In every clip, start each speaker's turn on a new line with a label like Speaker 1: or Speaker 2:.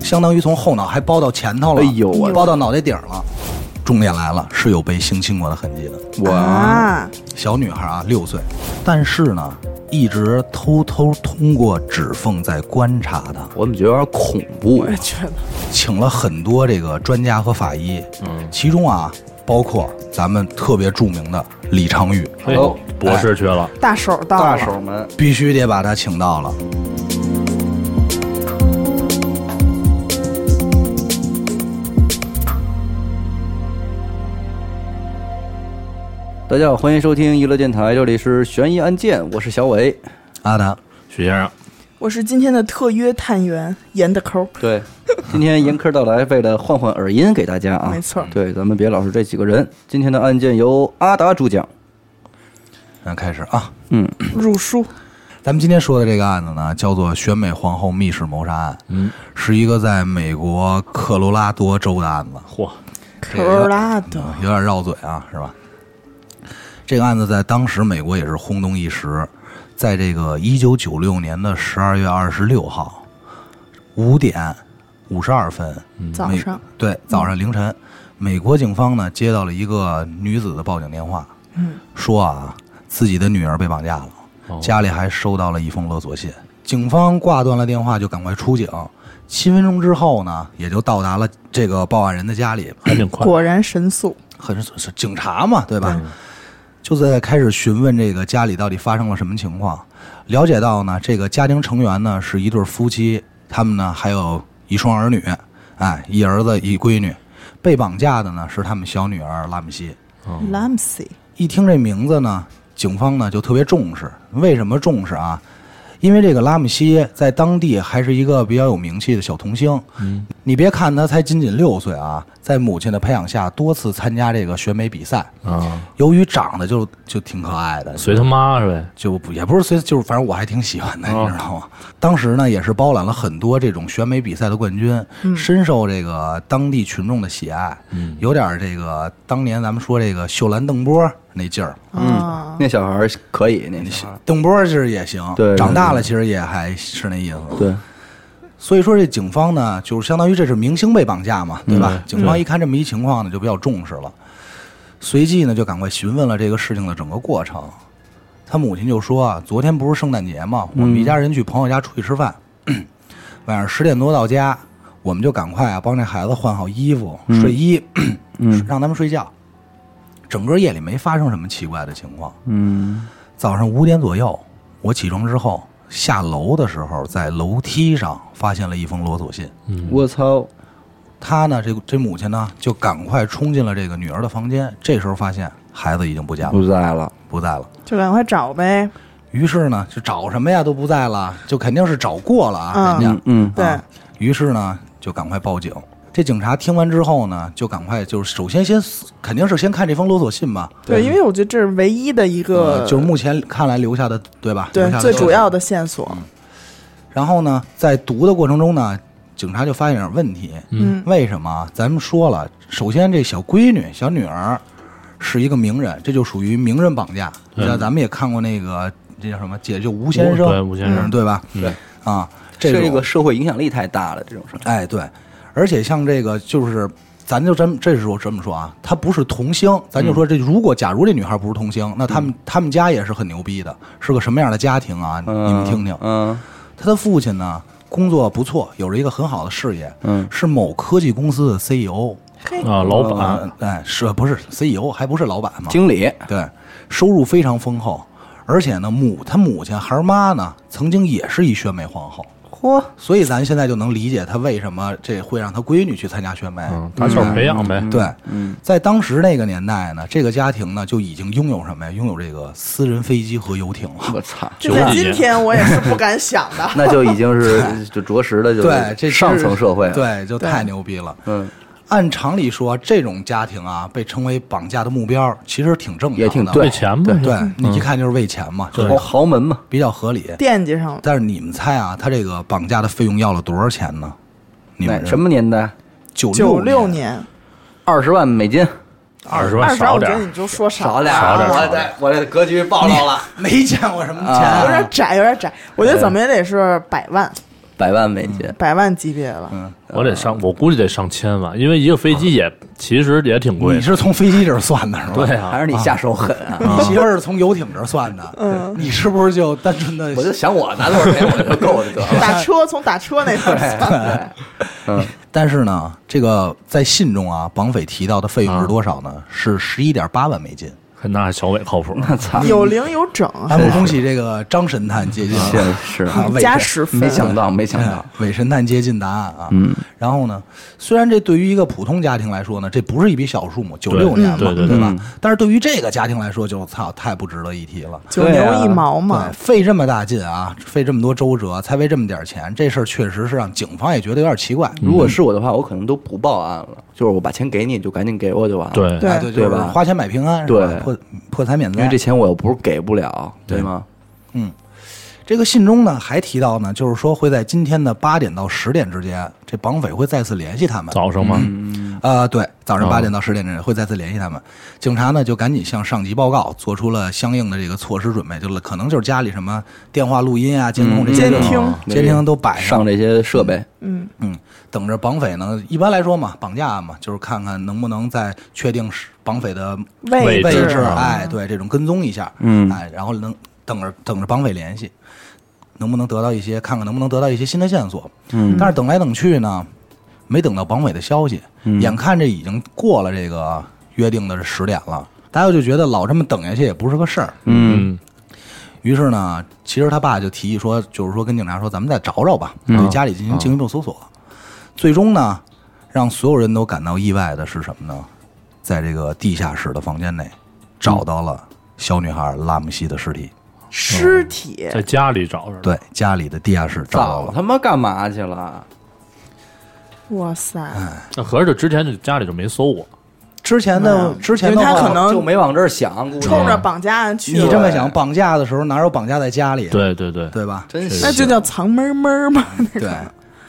Speaker 1: 相当于从后脑还包到前头了，
Speaker 2: 哎呦我
Speaker 1: 包到脑袋顶儿了。重点来了，是有被性侵过的痕迹的。
Speaker 2: 我
Speaker 3: 啊，
Speaker 1: 小女孩啊，六岁，但是呢，一直偷偷通过指缝在观察她，
Speaker 2: 我怎么觉得有点恐怖
Speaker 3: 我？也觉得
Speaker 1: 请了很多这个专家和法医，嗯，其中啊，包括咱们特别著名的李昌钰，
Speaker 4: 哎呦博士去了，
Speaker 3: 大手到
Speaker 2: 大
Speaker 3: 了，
Speaker 2: 手们，
Speaker 1: 必须得把他请到了。
Speaker 2: 大家好，欢迎收听娱乐电台，这里是悬疑案件，我是小伟。
Speaker 1: 阿达，
Speaker 4: 许先生，
Speaker 3: 我是今天的特约探员严的抠，
Speaker 2: 对，今天严科到来，为了换换耳音给大家啊，
Speaker 3: 没错
Speaker 2: 对，咱们别老是这几个人。今天的案件由阿达主讲，
Speaker 1: 咱开始啊。
Speaker 3: 入书
Speaker 1: 咱们今天说的这个案子呢，叫做选美皇后密室谋杀案，嗯，是一个在美国科罗拉多州的案子，
Speaker 4: 嚯，
Speaker 1: 这
Speaker 3: 科
Speaker 1: 个
Speaker 3: 罗拉多
Speaker 1: 嗯有点绕嘴啊，是吧？这个案子在当时美国也是轰动一时，在这个一九九六年的十二月二十六号五点五十二分，
Speaker 3: 早
Speaker 1: 美
Speaker 3: 上，嗯
Speaker 1: 对早上凌晨，美国警方呢接到了一个女子的报警电话，
Speaker 3: 嗯，
Speaker 1: 说啊自己的女儿被绑架了，家里还收到了一封勒索信。警方挂断了电话，就赶快出警。七分钟之后呢，也就到达了这个报案人的家里。
Speaker 4: 还挺快，
Speaker 3: 果然神速，
Speaker 1: 很是是警察嘛，对吧？就在开始询问这个家里到底发生了什么情况，了解到呢，这个家庭成员呢是一对夫妻，他们呢还有一双儿女，哎，一儿子一闺女，被绑架的呢是他们小女儿拉米西。
Speaker 3: 拉姆西
Speaker 1: 一听这名字呢，警方呢就特别重视。为什么重视啊？因为这个拉姆西在当地还是一个比较有名气的小童星。嗯，你别看他才仅仅六岁啊，在母亲的培养下，多次参加这个选美比赛。
Speaker 4: 啊，
Speaker 1: 由于长得就就挺可爱的，
Speaker 4: 随他妈是呗，
Speaker 1: 就不也不是随，就是反正我还挺喜欢的，
Speaker 4: 哦
Speaker 1: 你知道吗？当时呢也是包揽了很多这种选美比赛的冠军，深受这个当地群众的喜爱，有点这个当年咱们说这个秀兰邓波那劲儿。
Speaker 3: 啊，
Speaker 2: 那小孩儿可以，那小孩儿
Speaker 1: 邓波其实也行，
Speaker 2: 对
Speaker 1: 长大了其实也还是那意思。
Speaker 2: 对，
Speaker 1: 所以说这警方呢，就是相当于这是明星被绑架嘛，对
Speaker 2: 嗯
Speaker 1: 吧？警方一看这么一情况呢，就比较重视了，随即呢就赶快询问了这个事情的整个过程。他母亲就说啊，昨天不是圣诞节嘛，
Speaker 2: 嗯
Speaker 1: 我们一家人去朋友家出去吃饭，晚上十点多到家，我们就赶快啊帮这孩子换好衣服、
Speaker 2: 嗯
Speaker 1: 睡衣， 让他们睡觉。整个夜里没发生什么奇怪的情况。
Speaker 2: 嗯，
Speaker 1: 早上五点左右，我起床之后下楼的时候，在楼梯上发现了一封勒索信。
Speaker 2: 我操，
Speaker 1: 她呢，这这母亲呢，就赶快冲进了这个女儿的房间。这时候发现孩子已经不见
Speaker 3: 嗯
Speaker 1: 了，
Speaker 2: 不在了，
Speaker 1: 不在了。
Speaker 3: 就赶快找呗，
Speaker 1: 于是呢，就找什么呀都不在了，就肯定是找过了啊，
Speaker 3: 嗯
Speaker 1: 人家。
Speaker 2: 嗯，
Speaker 3: 对，
Speaker 1: 啊于是呢，就赶快报警。这警察听完之后呢，就赶快就是首先先肯定是先看这封勒索信嘛，
Speaker 3: 对，因为我觉得这是唯一的一个
Speaker 1: 呃，就是目前看来留下的对吧？留
Speaker 3: 对
Speaker 1: 下
Speaker 3: 最
Speaker 1: 线索
Speaker 3: 主要的线索，
Speaker 1: 然后呢，在读的过程中呢，警察就发现点问题。
Speaker 3: 嗯，
Speaker 1: 为什么？咱们说了，首先这小闺女、小女儿是一个名人，这就属于名人绑架。
Speaker 4: 对
Speaker 1: 像咱们也看过那个，这叫什么？解救吴
Speaker 4: 吴
Speaker 1: 先
Speaker 4: 对
Speaker 1: 生，嗯
Speaker 4: 吴先生，嗯
Speaker 1: 对吧？
Speaker 2: 对，
Speaker 1: 啊，这
Speaker 2: 这
Speaker 1: 种
Speaker 2: 个社会影响力太大了，这种事儿，
Speaker 1: 哎，对，而且像这个就是，咱就这么这是我这么说啊，她不是童星，咱
Speaker 4: 嗯
Speaker 1: 就说这如果假如这女孩不是童星，那他们他们家也是很牛逼的，是个什么样的家庭啊？你
Speaker 2: 嗯
Speaker 1: 们听听，
Speaker 2: 嗯
Speaker 1: 她的父亲呢工作不错，有着一个很好的事业，
Speaker 2: 嗯，
Speaker 1: 是某科技公司的 CEO，
Speaker 3: 嘿，
Speaker 4: 啊，老板，
Speaker 1: 呃哎，是不是 CEO 还不是老板嘛？
Speaker 2: 经理，
Speaker 1: 对，收入非常丰厚，而且呢母她母亲孩儿妈呢曾经也是一选美皇后。
Speaker 3: 嚯，
Speaker 1: 所以咱现在就能理解他为什么这会让他闺女去参加选美。
Speaker 4: 嗯，他就是培养呗，
Speaker 1: 对，
Speaker 2: 嗯，
Speaker 1: 在当时那个年代呢，这个家庭呢就已经拥有什么呀？拥有这个私人飞机和游艇了。
Speaker 2: 我操，，
Speaker 3: 这在
Speaker 4: 九几
Speaker 3: 今
Speaker 4: 年
Speaker 3: 天我也是不敢想的
Speaker 2: 那就已经是就着实的，就
Speaker 1: 对，这
Speaker 2: 是上层社会，，
Speaker 1: 对，就太牛逼了。
Speaker 2: 嗯，
Speaker 1: 按常理说，这种家庭啊，被称为绑架的目标，其实挺正常的，
Speaker 2: 也挺对
Speaker 4: 为钱嘛，嗯
Speaker 1: 对，你一看就是为钱嘛，就是
Speaker 2: 豪哦豪门嘛，
Speaker 1: 比较合理。
Speaker 3: 惦记上了，
Speaker 1: 但是你们猜啊，他这个绑架的费用要了多少钱呢？你
Speaker 2: 哪
Speaker 1: 们
Speaker 2: 什么年代？
Speaker 1: 九
Speaker 3: 九
Speaker 1: 六
Speaker 3: 六年，
Speaker 2: 二十万美金，
Speaker 4: 二十万
Speaker 3: 二十二，
Speaker 4: 少
Speaker 3: 我觉
Speaker 4: 点
Speaker 3: 得你
Speaker 4: 儿，
Speaker 3: 就说
Speaker 2: 少
Speaker 3: 了
Speaker 2: 点
Speaker 4: 少
Speaker 2: 儿，
Speaker 4: 点儿
Speaker 2: 我这我这格局暴露了。
Speaker 1: 没见过什么钱，啊
Speaker 2: 啊
Speaker 3: 有点窄，有点窄。我觉得怎么也得是百万，
Speaker 2: 百万美金，
Speaker 3: 百万级别了，
Speaker 4: 我得上，我估计得上千万，因为一个飞机也其实也挺贵
Speaker 1: 你。是从飞机这儿算的是吧？
Speaker 4: 对
Speaker 2: 还
Speaker 4: 啊，
Speaker 2: 是你下手狠啊！
Speaker 1: 你媳妇儿是从游艇这儿算的，
Speaker 3: 嗯
Speaker 1: 你是不是就单纯的
Speaker 2: 我就想我拿多少钱我就够了得 了。
Speaker 3: 打车从打车那 头算，
Speaker 1: 但是呢，这个在信中啊，绑匪提到的费用是多少呢？是十一点八万美金。
Speaker 4: 那小伟靠谱。
Speaker 2: 操
Speaker 3: 对，有零有整，
Speaker 2: 啊
Speaker 1: 咱们恭喜这个张神探接近
Speaker 2: 确
Speaker 1: 了，
Speaker 2: 实
Speaker 1: 啊伪
Speaker 3: 加
Speaker 1: 神
Speaker 3: 十 分，
Speaker 2: 没想到，没 想
Speaker 1: 哎
Speaker 2: 到，
Speaker 1: 伪神探接近答案啊。
Speaker 2: 嗯，
Speaker 1: 然后呢，虽然这对于一个普通家庭来说呢，这不是一笔小数目，九六年嘛，
Speaker 4: 对对
Speaker 1: 吧
Speaker 2: 嗯？
Speaker 1: 但是对于这个家庭来说，就操，太不值得一提了。
Speaker 3: 九
Speaker 2: 对
Speaker 3: 牛
Speaker 2: 啊
Speaker 3: 一毛嘛
Speaker 1: 对，，费这么大劲啊，费这么多周折，才为这么点钱，这事儿确实是让警方也觉得有点奇怪。
Speaker 2: 如果是我的话，我可能都不报案了，就是我把钱给你，你就赶紧给我就完了。，
Speaker 4: 对，
Speaker 3: 对
Speaker 1: 哎对就是
Speaker 2: 对吧
Speaker 1: 花钱买平安，是吧
Speaker 2: 对
Speaker 1: 破破财免灾。
Speaker 2: 因为这钱我又不是给不了，对吗？
Speaker 1: 这个信中呢还提到呢，就是说会在今天的八点到十点之间，这绑匪会再次联系他们。
Speaker 4: 早上嘛，
Speaker 1: 呃，对，早上
Speaker 4: 哦
Speaker 1: 八点到十点之间会再次联系他们。警察呢就赶紧向上级报告，做出了相应的这个措施准备，就是可能就是家里什么电话录音啊、监控这些
Speaker 3: 嗯监
Speaker 1: 都
Speaker 3: 听
Speaker 1: 哦监听都摆上
Speaker 2: 上，这些设备，
Speaker 3: 嗯，
Speaker 1: 嗯，等着绑匪呢。一般来说嘛，绑架案嘛，就是看看能不能再确定是绑匪的
Speaker 4: 位
Speaker 3: 位
Speaker 1: 位
Speaker 4: 置
Speaker 1: 置，
Speaker 4: 啊
Speaker 1: 哎，对，这种跟踪一下，
Speaker 2: 嗯
Speaker 1: 哎，然后能等着等着绑匪联系，能不能得到一些，看看能不能得到一些新的线索。
Speaker 2: 嗯
Speaker 1: 但是等来等去呢，没等到绑匪的消息，
Speaker 2: 嗯
Speaker 1: 眼看这已经过了这个约定的十点了，大家就觉得老这么等下去也不是个事儿。
Speaker 2: 嗯，
Speaker 4: 嗯，
Speaker 1: 于是呢，其实他爸就提议说，就是说跟警察说，咱们再找找吧，
Speaker 2: 嗯
Speaker 1: 对家里进行进一步搜索。最终呢，让所有人都感到意外的是什么呢？在这个地下室的房间内，找到了小女孩拉姆西的尸体。
Speaker 3: 尸体
Speaker 4: 在家里找着。
Speaker 1: 对，家里的地下室找到
Speaker 2: 早
Speaker 1: 了。
Speaker 2: 他妈干嘛去了？
Speaker 3: 哇塞！
Speaker 4: 那合着就之前就家里就没搜过，
Speaker 1: 之前的之前
Speaker 3: 啊因
Speaker 1: 的
Speaker 3: 为他
Speaker 1: 话
Speaker 3: 可能
Speaker 2: 就没往这儿想，估计
Speaker 3: 冲着绑架案去
Speaker 1: 你这
Speaker 3: 了，
Speaker 1: 么想，绑架的时候哪有绑架在家里？啊
Speaker 4: 对对对，
Speaker 1: 对吧？
Speaker 2: 真是
Speaker 3: 那就叫藏猫猫嘛。
Speaker 1: 对，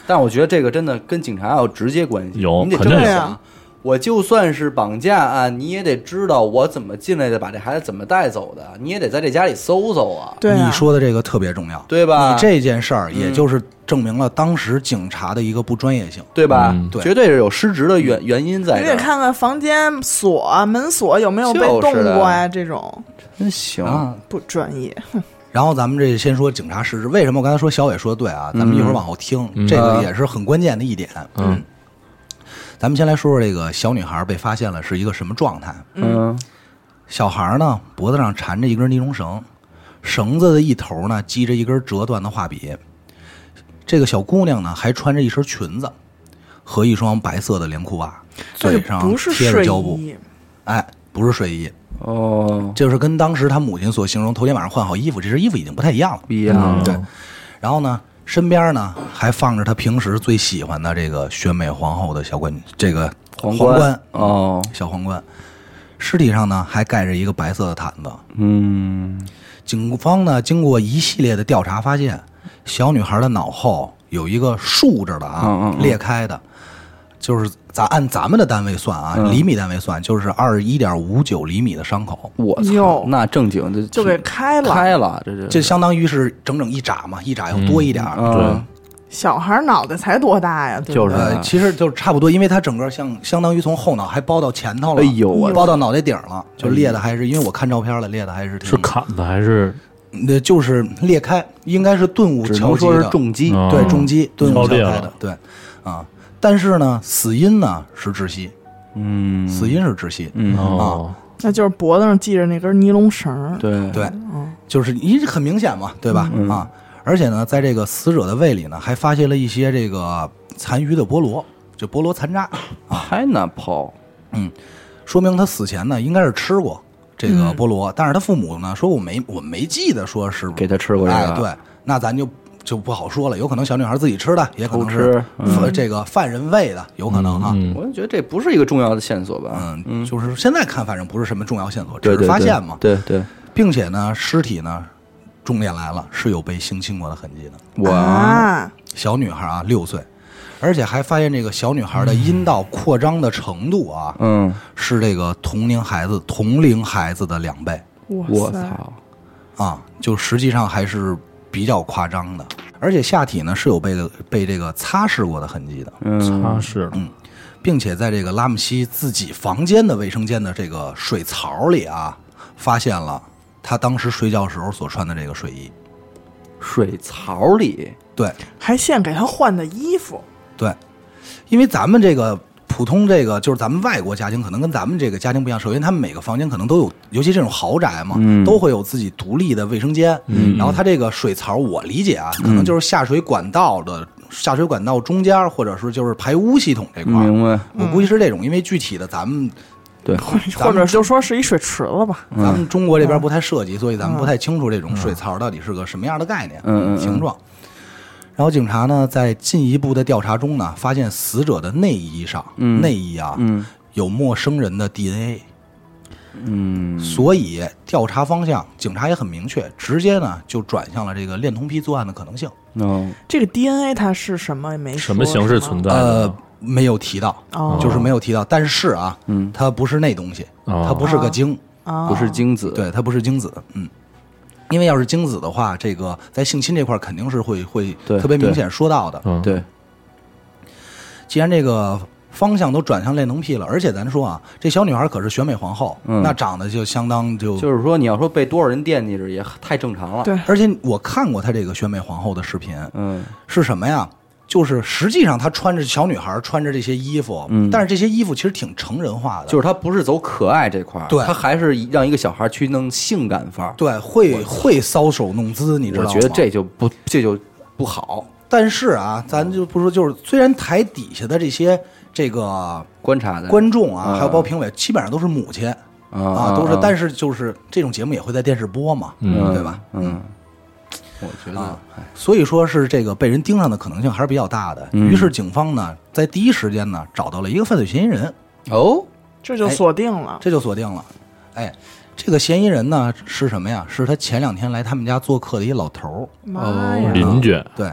Speaker 2: 但我觉得这个真的跟警察有直接关系，
Speaker 4: 有
Speaker 2: 你得
Speaker 4: 肯
Speaker 2: 这
Speaker 4: 定
Speaker 2: 么
Speaker 3: 有
Speaker 2: 想。我就算是绑架案，你也得知道我怎么进来的，把这孩子怎么带走的，你也得在这家里搜搜啊，
Speaker 3: 对啊，嗯
Speaker 1: 你说的这个特别重要。
Speaker 2: 对吧？
Speaker 1: 你这件事儿，也就是证明了当时警察的一个不专业性。
Speaker 2: 对吧？
Speaker 4: 嗯
Speaker 1: 对
Speaker 2: 绝对是有失职的原原因在
Speaker 3: 你
Speaker 2: 这
Speaker 3: 得
Speaker 2: 儿。
Speaker 3: 看看房间锁、门锁有没有被动
Speaker 2: 就是的
Speaker 3: 过呀、这种
Speaker 2: 真行，
Speaker 1: 啊
Speaker 3: 不专业，
Speaker 1: 然后咱们这先说警察失职，为什么我刚才说小伟说的对啊？咱们一会儿往后听，
Speaker 4: 嗯
Speaker 1: 这个也是很关键的一点。嗯，咱们先来说说这个小女孩被发现了是一个什么状态。
Speaker 2: 嗯
Speaker 1: 小孩呢脖子上缠着一根尼龙绳，绳子的一头呢系着一根折断的画笔。这个小姑娘呢还穿着一身裙子和一双白色的连裤袜，
Speaker 3: 这
Speaker 1: 嘴
Speaker 3: 就
Speaker 1: 上
Speaker 3: 不是
Speaker 1: 贴着
Speaker 3: 睡
Speaker 1: 胶布，
Speaker 3: 衣，
Speaker 1: 哎，不是睡衣，
Speaker 2: 哦，
Speaker 1: 就是跟当时他母亲所形容头天晚上换好衣服，这身衣服已经不太一样了。
Speaker 2: 不一
Speaker 4: 嗯
Speaker 2: 样，
Speaker 1: 嗯对，然后呢，身边呢还放着他平时最喜欢的这个选美皇后的小冠，这个
Speaker 2: 皇
Speaker 1: 冠
Speaker 2: 哦，
Speaker 1: 小皇冠。尸体上呢还盖着一个白色的毯子。
Speaker 2: 嗯，
Speaker 1: 警方呢经过一系列的调查，发现小女孩的脑后有一个竖着的啊，
Speaker 2: 嗯嗯嗯
Speaker 1: 裂开的，就是咱按咱们的单位算啊，
Speaker 2: 嗯
Speaker 1: 厘米单位算，就是二十一点五九厘米的伤口。
Speaker 2: 我操
Speaker 3: 哟，
Speaker 2: 那正经就
Speaker 3: 就给开了。
Speaker 2: 开了，这
Speaker 1: 这
Speaker 2: 这
Speaker 1: 相当于是整整一扎嘛，一扎要多一点儿。
Speaker 2: 啊，
Speaker 3: 小孩脑袋才多大呀？对不
Speaker 2: 就是
Speaker 3: 对
Speaker 1: 呃，其实就是差不多，因为它整个像相当于从后脑还包到前头了，
Speaker 2: 哎呦我哎
Speaker 1: 包到脑袋顶了，就裂的还是因为我看照片了，裂的还是挺
Speaker 4: 是砍的还是
Speaker 1: 那就是裂开，应该是钝物
Speaker 2: 只
Speaker 1: 敲
Speaker 2: 能
Speaker 1: 击
Speaker 2: 说是
Speaker 1: 的，
Speaker 2: 重击，
Speaker 4: 嗯
Speaker 1: 对重击钝物
Speaker 4: 敲
Speaker 1: 敲
Speaker 4: 裂
Speaker 1: 开的
Speaker 4: 了，
Speaker 1: 对啊，但是呢，死因呢是窒息，
Speaker 2: 嗯
Speaker 1: 死因是窒息，
Speaker 2: 嗯
Speaker 4: 哦，
Speaker 3: 那就是脖子上系着那根尼龙绳，
Speaker 2: 对
Speaker 1: 对，
Speaker 3: 嗯，
Speaker 1: 就是你这很明显嘛，对吧？
Speaker 2: 嗯
Speaker 1: 啊，而且呢，在这个死者的胃里呢，还发现了一些这个残余的菠萝，就菠萝残渣，
Speaker 2: ，pineapple，
Speaker 1: 说明他死前呢应该是吃过这
Speaker 2: 嗯
Speaker 1: 个菠萝，但是他父母呢说我没我没记得说是
Speaker 2: 给他吃过这
Speaker 1: 哎
Speaker 2: 个，，
Speaker 1: 对，那咱就就不好说了，有可能小女孩自己吃的，也可能
Speaker 2: 偷
Speaker 1: 是
Speaker 2: 吃、嗯
Speaker 1: 呃这个犯人喂的，有可能哈。嗯
Speaker 4: 嗯
Speaker 2: 我就觉得这不是一个重要的线索吧？
Speaker 1: 就是现在看，反正不是什么重要线索，只
Speaker 2: 嗯对
Speaker 1: 是
Speaker 2: 对，
Speaker 1: 发
Speaker 2: 对
Speaker 1: 现嘛，
Speaker 2: 对对，
Speaker 1: 并且呢，尸体呢，重点来了，是有被性侵过的痕迹的。
Speaker 2: 我
Speaker 3: 啊，
Speaker 1: 小女孩啊，六岁，而且还发现这个小女孩的阴道扩张的程度啊，
Speaker 2: 嗯，
Speaker 1: 是这个同龄孩子同龄孩子的两倍。
Speaker 3: 哇
Speaker 2: 我
Speaker 3: 塞，
Speaker 2: 操，
Speaker 1: 啊，就实际上还是比较夸张的。而且下体呢是有被被这个擦拭过的痕迹的，
Speaker 2: 嗯
Speaker 4: 擦拭了，
Speaker 1: 并且在这个拉姆西自己房间的卫生间的这个水槽里啊，发现了他当时睡觉时候所穿的这个睡衣。
Speaker 2: 水槽里，
Speaker 1: 对
Speaker 3: 还现给他换的衣服，
Speaker 1: 对，因为咱们这个普通这个就是咱们外国家庭可能跟咱们这个家庭不一样，首先他们每个房间可能都有，尤其这种豪宅嘛，
Speaker 2: 嗯
Speaker 1: 都会有自己独立的卫生间。然后它这个水槽，我理解啊，可
Speaker 2: 嗯
Speaker 1: 能就是下水管道的。下水管道中间，或者是就是排污系统这块儿，
Speaker 2: 明白？
Speaker 1: 我估计是这种，因为具体的咱们
Speaker 2: 对，
Speaker 1: 们
Speaker 3: 或者就说是一水池子吧。
Speaker 2: 嗯
Speaker 1: 咱们中国这边不太涉及，所以咱们不太清楚这种水槽到底是个什么样的概念、
Speaker 2: 嗯嗯嗯
Speaker 1: 形状。然后警察呢，在进一步的调查中呢，发现死者的内衣上，内衣啊，
Speaker 2: 嗯
Speaker 1: 有陌生人的 DNA，
Speaker 2: 嗯
Speaker 1: 所以调查方向警察也很明确，直接呢就转向了这个恋童癖作案的可能性。
Speaker 2: ，no，
Speaker 3: 这个 DNA 它是什么也没说
Speaker 4: 什么形式存
Speaker 3: 是
Speaker 4: 啊
Speaker 3: 吗
Speaker 4: 在的
Speaker 1: 呃，没有提到，
Speaker 3: 哦
Speaker 1: 就是没有提到，但是啊，
Speaker 2: 嗯，
Speaker 1: 它不是那东西，
Speaker 4: 哦
Speaker 1: 呃它不是个精。
Speaker 3: 啊？
Speaker 2: 不是精子，，
Speaker 1: 对，它不是精子，嗯，因为要是精子的话，这个在性侵这块儿肯定是会会
Speaker 2: 对
Speaker 1: 特别明
Speaker 2: 对
Speaker 1: 显说到的。
Speaker 4: 嗯，
Speaker 2: 对，
Speaker 1: 既然这个方向都转向恋童癖了，而且咱说啊，这小女孩可是选美皇后，
Speaker 2: 嗯
Speaker 1: 那长得就相当就，
Speaker 2: 就是说你要说被多少人惦记着也太正常了，
Speaker 3: 对，
Speaker 1: 而且我看过她这个选美皇后的视频，
Speaker 2: 嗯
Speaker 1: 是什么呀？就是实际上她穿着小女孩穿着这些衣服，
Speaker 2: 嗯
Speaker 1: 但是这些衣服其实挺成人化的，
Speaker 2: 就是他不是走可爱这块儿，
Speaker 1: 对
Speaker 2: 他还是让一个小孩去弄性感范儿。
Speaker 1: 对会会搔首弄姿，你知道
Speaker 2: 我
Speaker 1: 吗？
Speaker 2: 觉得这就不这就不好。
Speaker 1: 但是啊，咱就不说，就是虽然台底下的这些这个
Speaker 2: 观察的
Speaker 1: 观众啊，
Speaker 2: 嗯
Speaker 1: 还有包括评委，基本上都是母亲啊，都是，但是就是这种节目也会在电视播嘛，
Speaker 2: 嗯
Speaker 1: 对吧？？
Speaker 2: 嗯，我觉得
Speaker 1: 啊，所以说是这个被人盯上的可能性还是比较大的。
Speaker 2: 嗯
Speaker 1: 于是警方呢，在第一时间呢找到了一个犯罪嫌疑人，
Speaker 2: 哦，
Speaker 3: 这就锁定了。
Speaker 1: 这就锁定了。哎，这个嫌疑人呢是什么呀？是他前两天来他们家做客的一老头儿。
Speaker 4: 哎
Speaker 3: 妈呀！
Speaker 4: 邻居
Speaker 1: 对，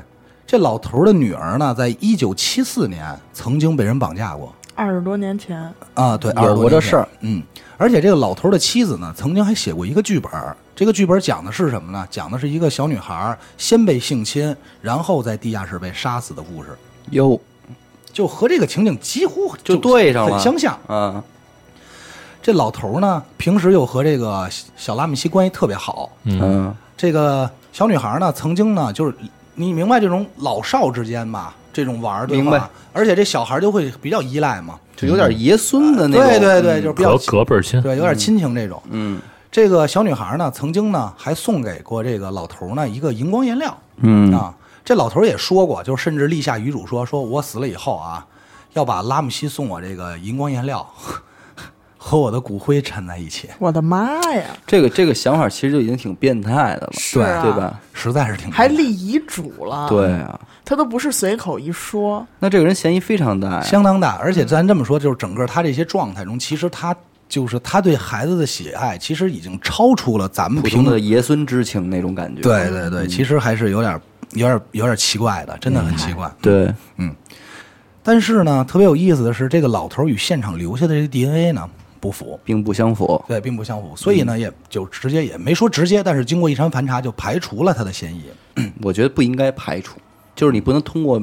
Speaker 1: 这老头儿的女儿呢，在一九七四年曾经被人绑架过。
Speaker 3: 二十多年前，
Speaker 1: 啊，对，
Speaker 2: 有过这事儿
Speaker 1: 20多年前，嗯，而且这个老头儿的妻子呢，曾经还写过一个剧本儿，这个剧本儿讲的是什么呢？讲的是一个小女孩儿先被性侵，然后在地下室被杀死的故事，
Speaker 2: 哟，
Speaker 1: 就和这个情景几乎
Speaker 2: 就对上了
Speaker 1: 很相像。
Speaker 2: 啊，
Speaker 1: 这老头儿呢，平时又和这个小拉米西关系特别好，
Speaker 2: 嗯
Speaker 1: 这个小女孩儿呢，曾经呢，就是你明白这种老少之间吧，这种玩儿对
Speaker 2: 明白
Speaker 1: 吧？而且这小孩儿就会比较依赖嘛，
Speaker 2: 就有点爷孙的那种，
Speaker 1: 对对对，就是比较
Speaker 4: 隔隔辈儿亲，
Speaker 1: 对有点亲情这种。
Speaker 2: 嗯
Speaker 1: 这个小女孩呢，曾经呢还送给过这个老头呢一个荧光颜料、
Speaker 2: 嗯
Speaker 1: 啊。这老头也说过，就甚至立下遗嘱说，说我死了以后啊，要把拉姆西送我这个荧光颜料 和我的骨灰掺在一起，
Speaker 3: 我的妈呀！
Speaker 2: 这个这个想法其实就已经挺变态的了，
Speaker 3: 是啊
Speaker 2: 对吧？
Speaker 1: 实在是挺
Speaker 3: 还立遗嘱了，
Speaker 2: 对，啊，
Speaker 3: 他都不是随口一说，
Speaker 2: 那这个人嫌疑非常大呀，
Speaker 1: 相当大。而且咱这么说，就是整个他这些状态中，其实他就是他对孩子的喜爱，其实已经超出了咱们
Speaker 2: 普
Speaker 1: 平
Speaker 2: 通的爷孙之情那种感觉，
Speaker 1: 对对对，其实还是有点有点有点奇怪的，真的很奇怪。
Speaker 2: 对，
Speaker 1: 但是呢，特别有意思的是，这个老头儿与现场留下的这个 DNA 呢不符，
Speaker 2: 并不相符，
Speaker 1: 对，并不相符，所以
Speaker 2: 嗯
Speaker 1: 呢，也就直接也没说直接，但是经过一番盘查，就排除了他的嫌疑。
Speaker 2: 我觉得不应该排除，就是你不能通过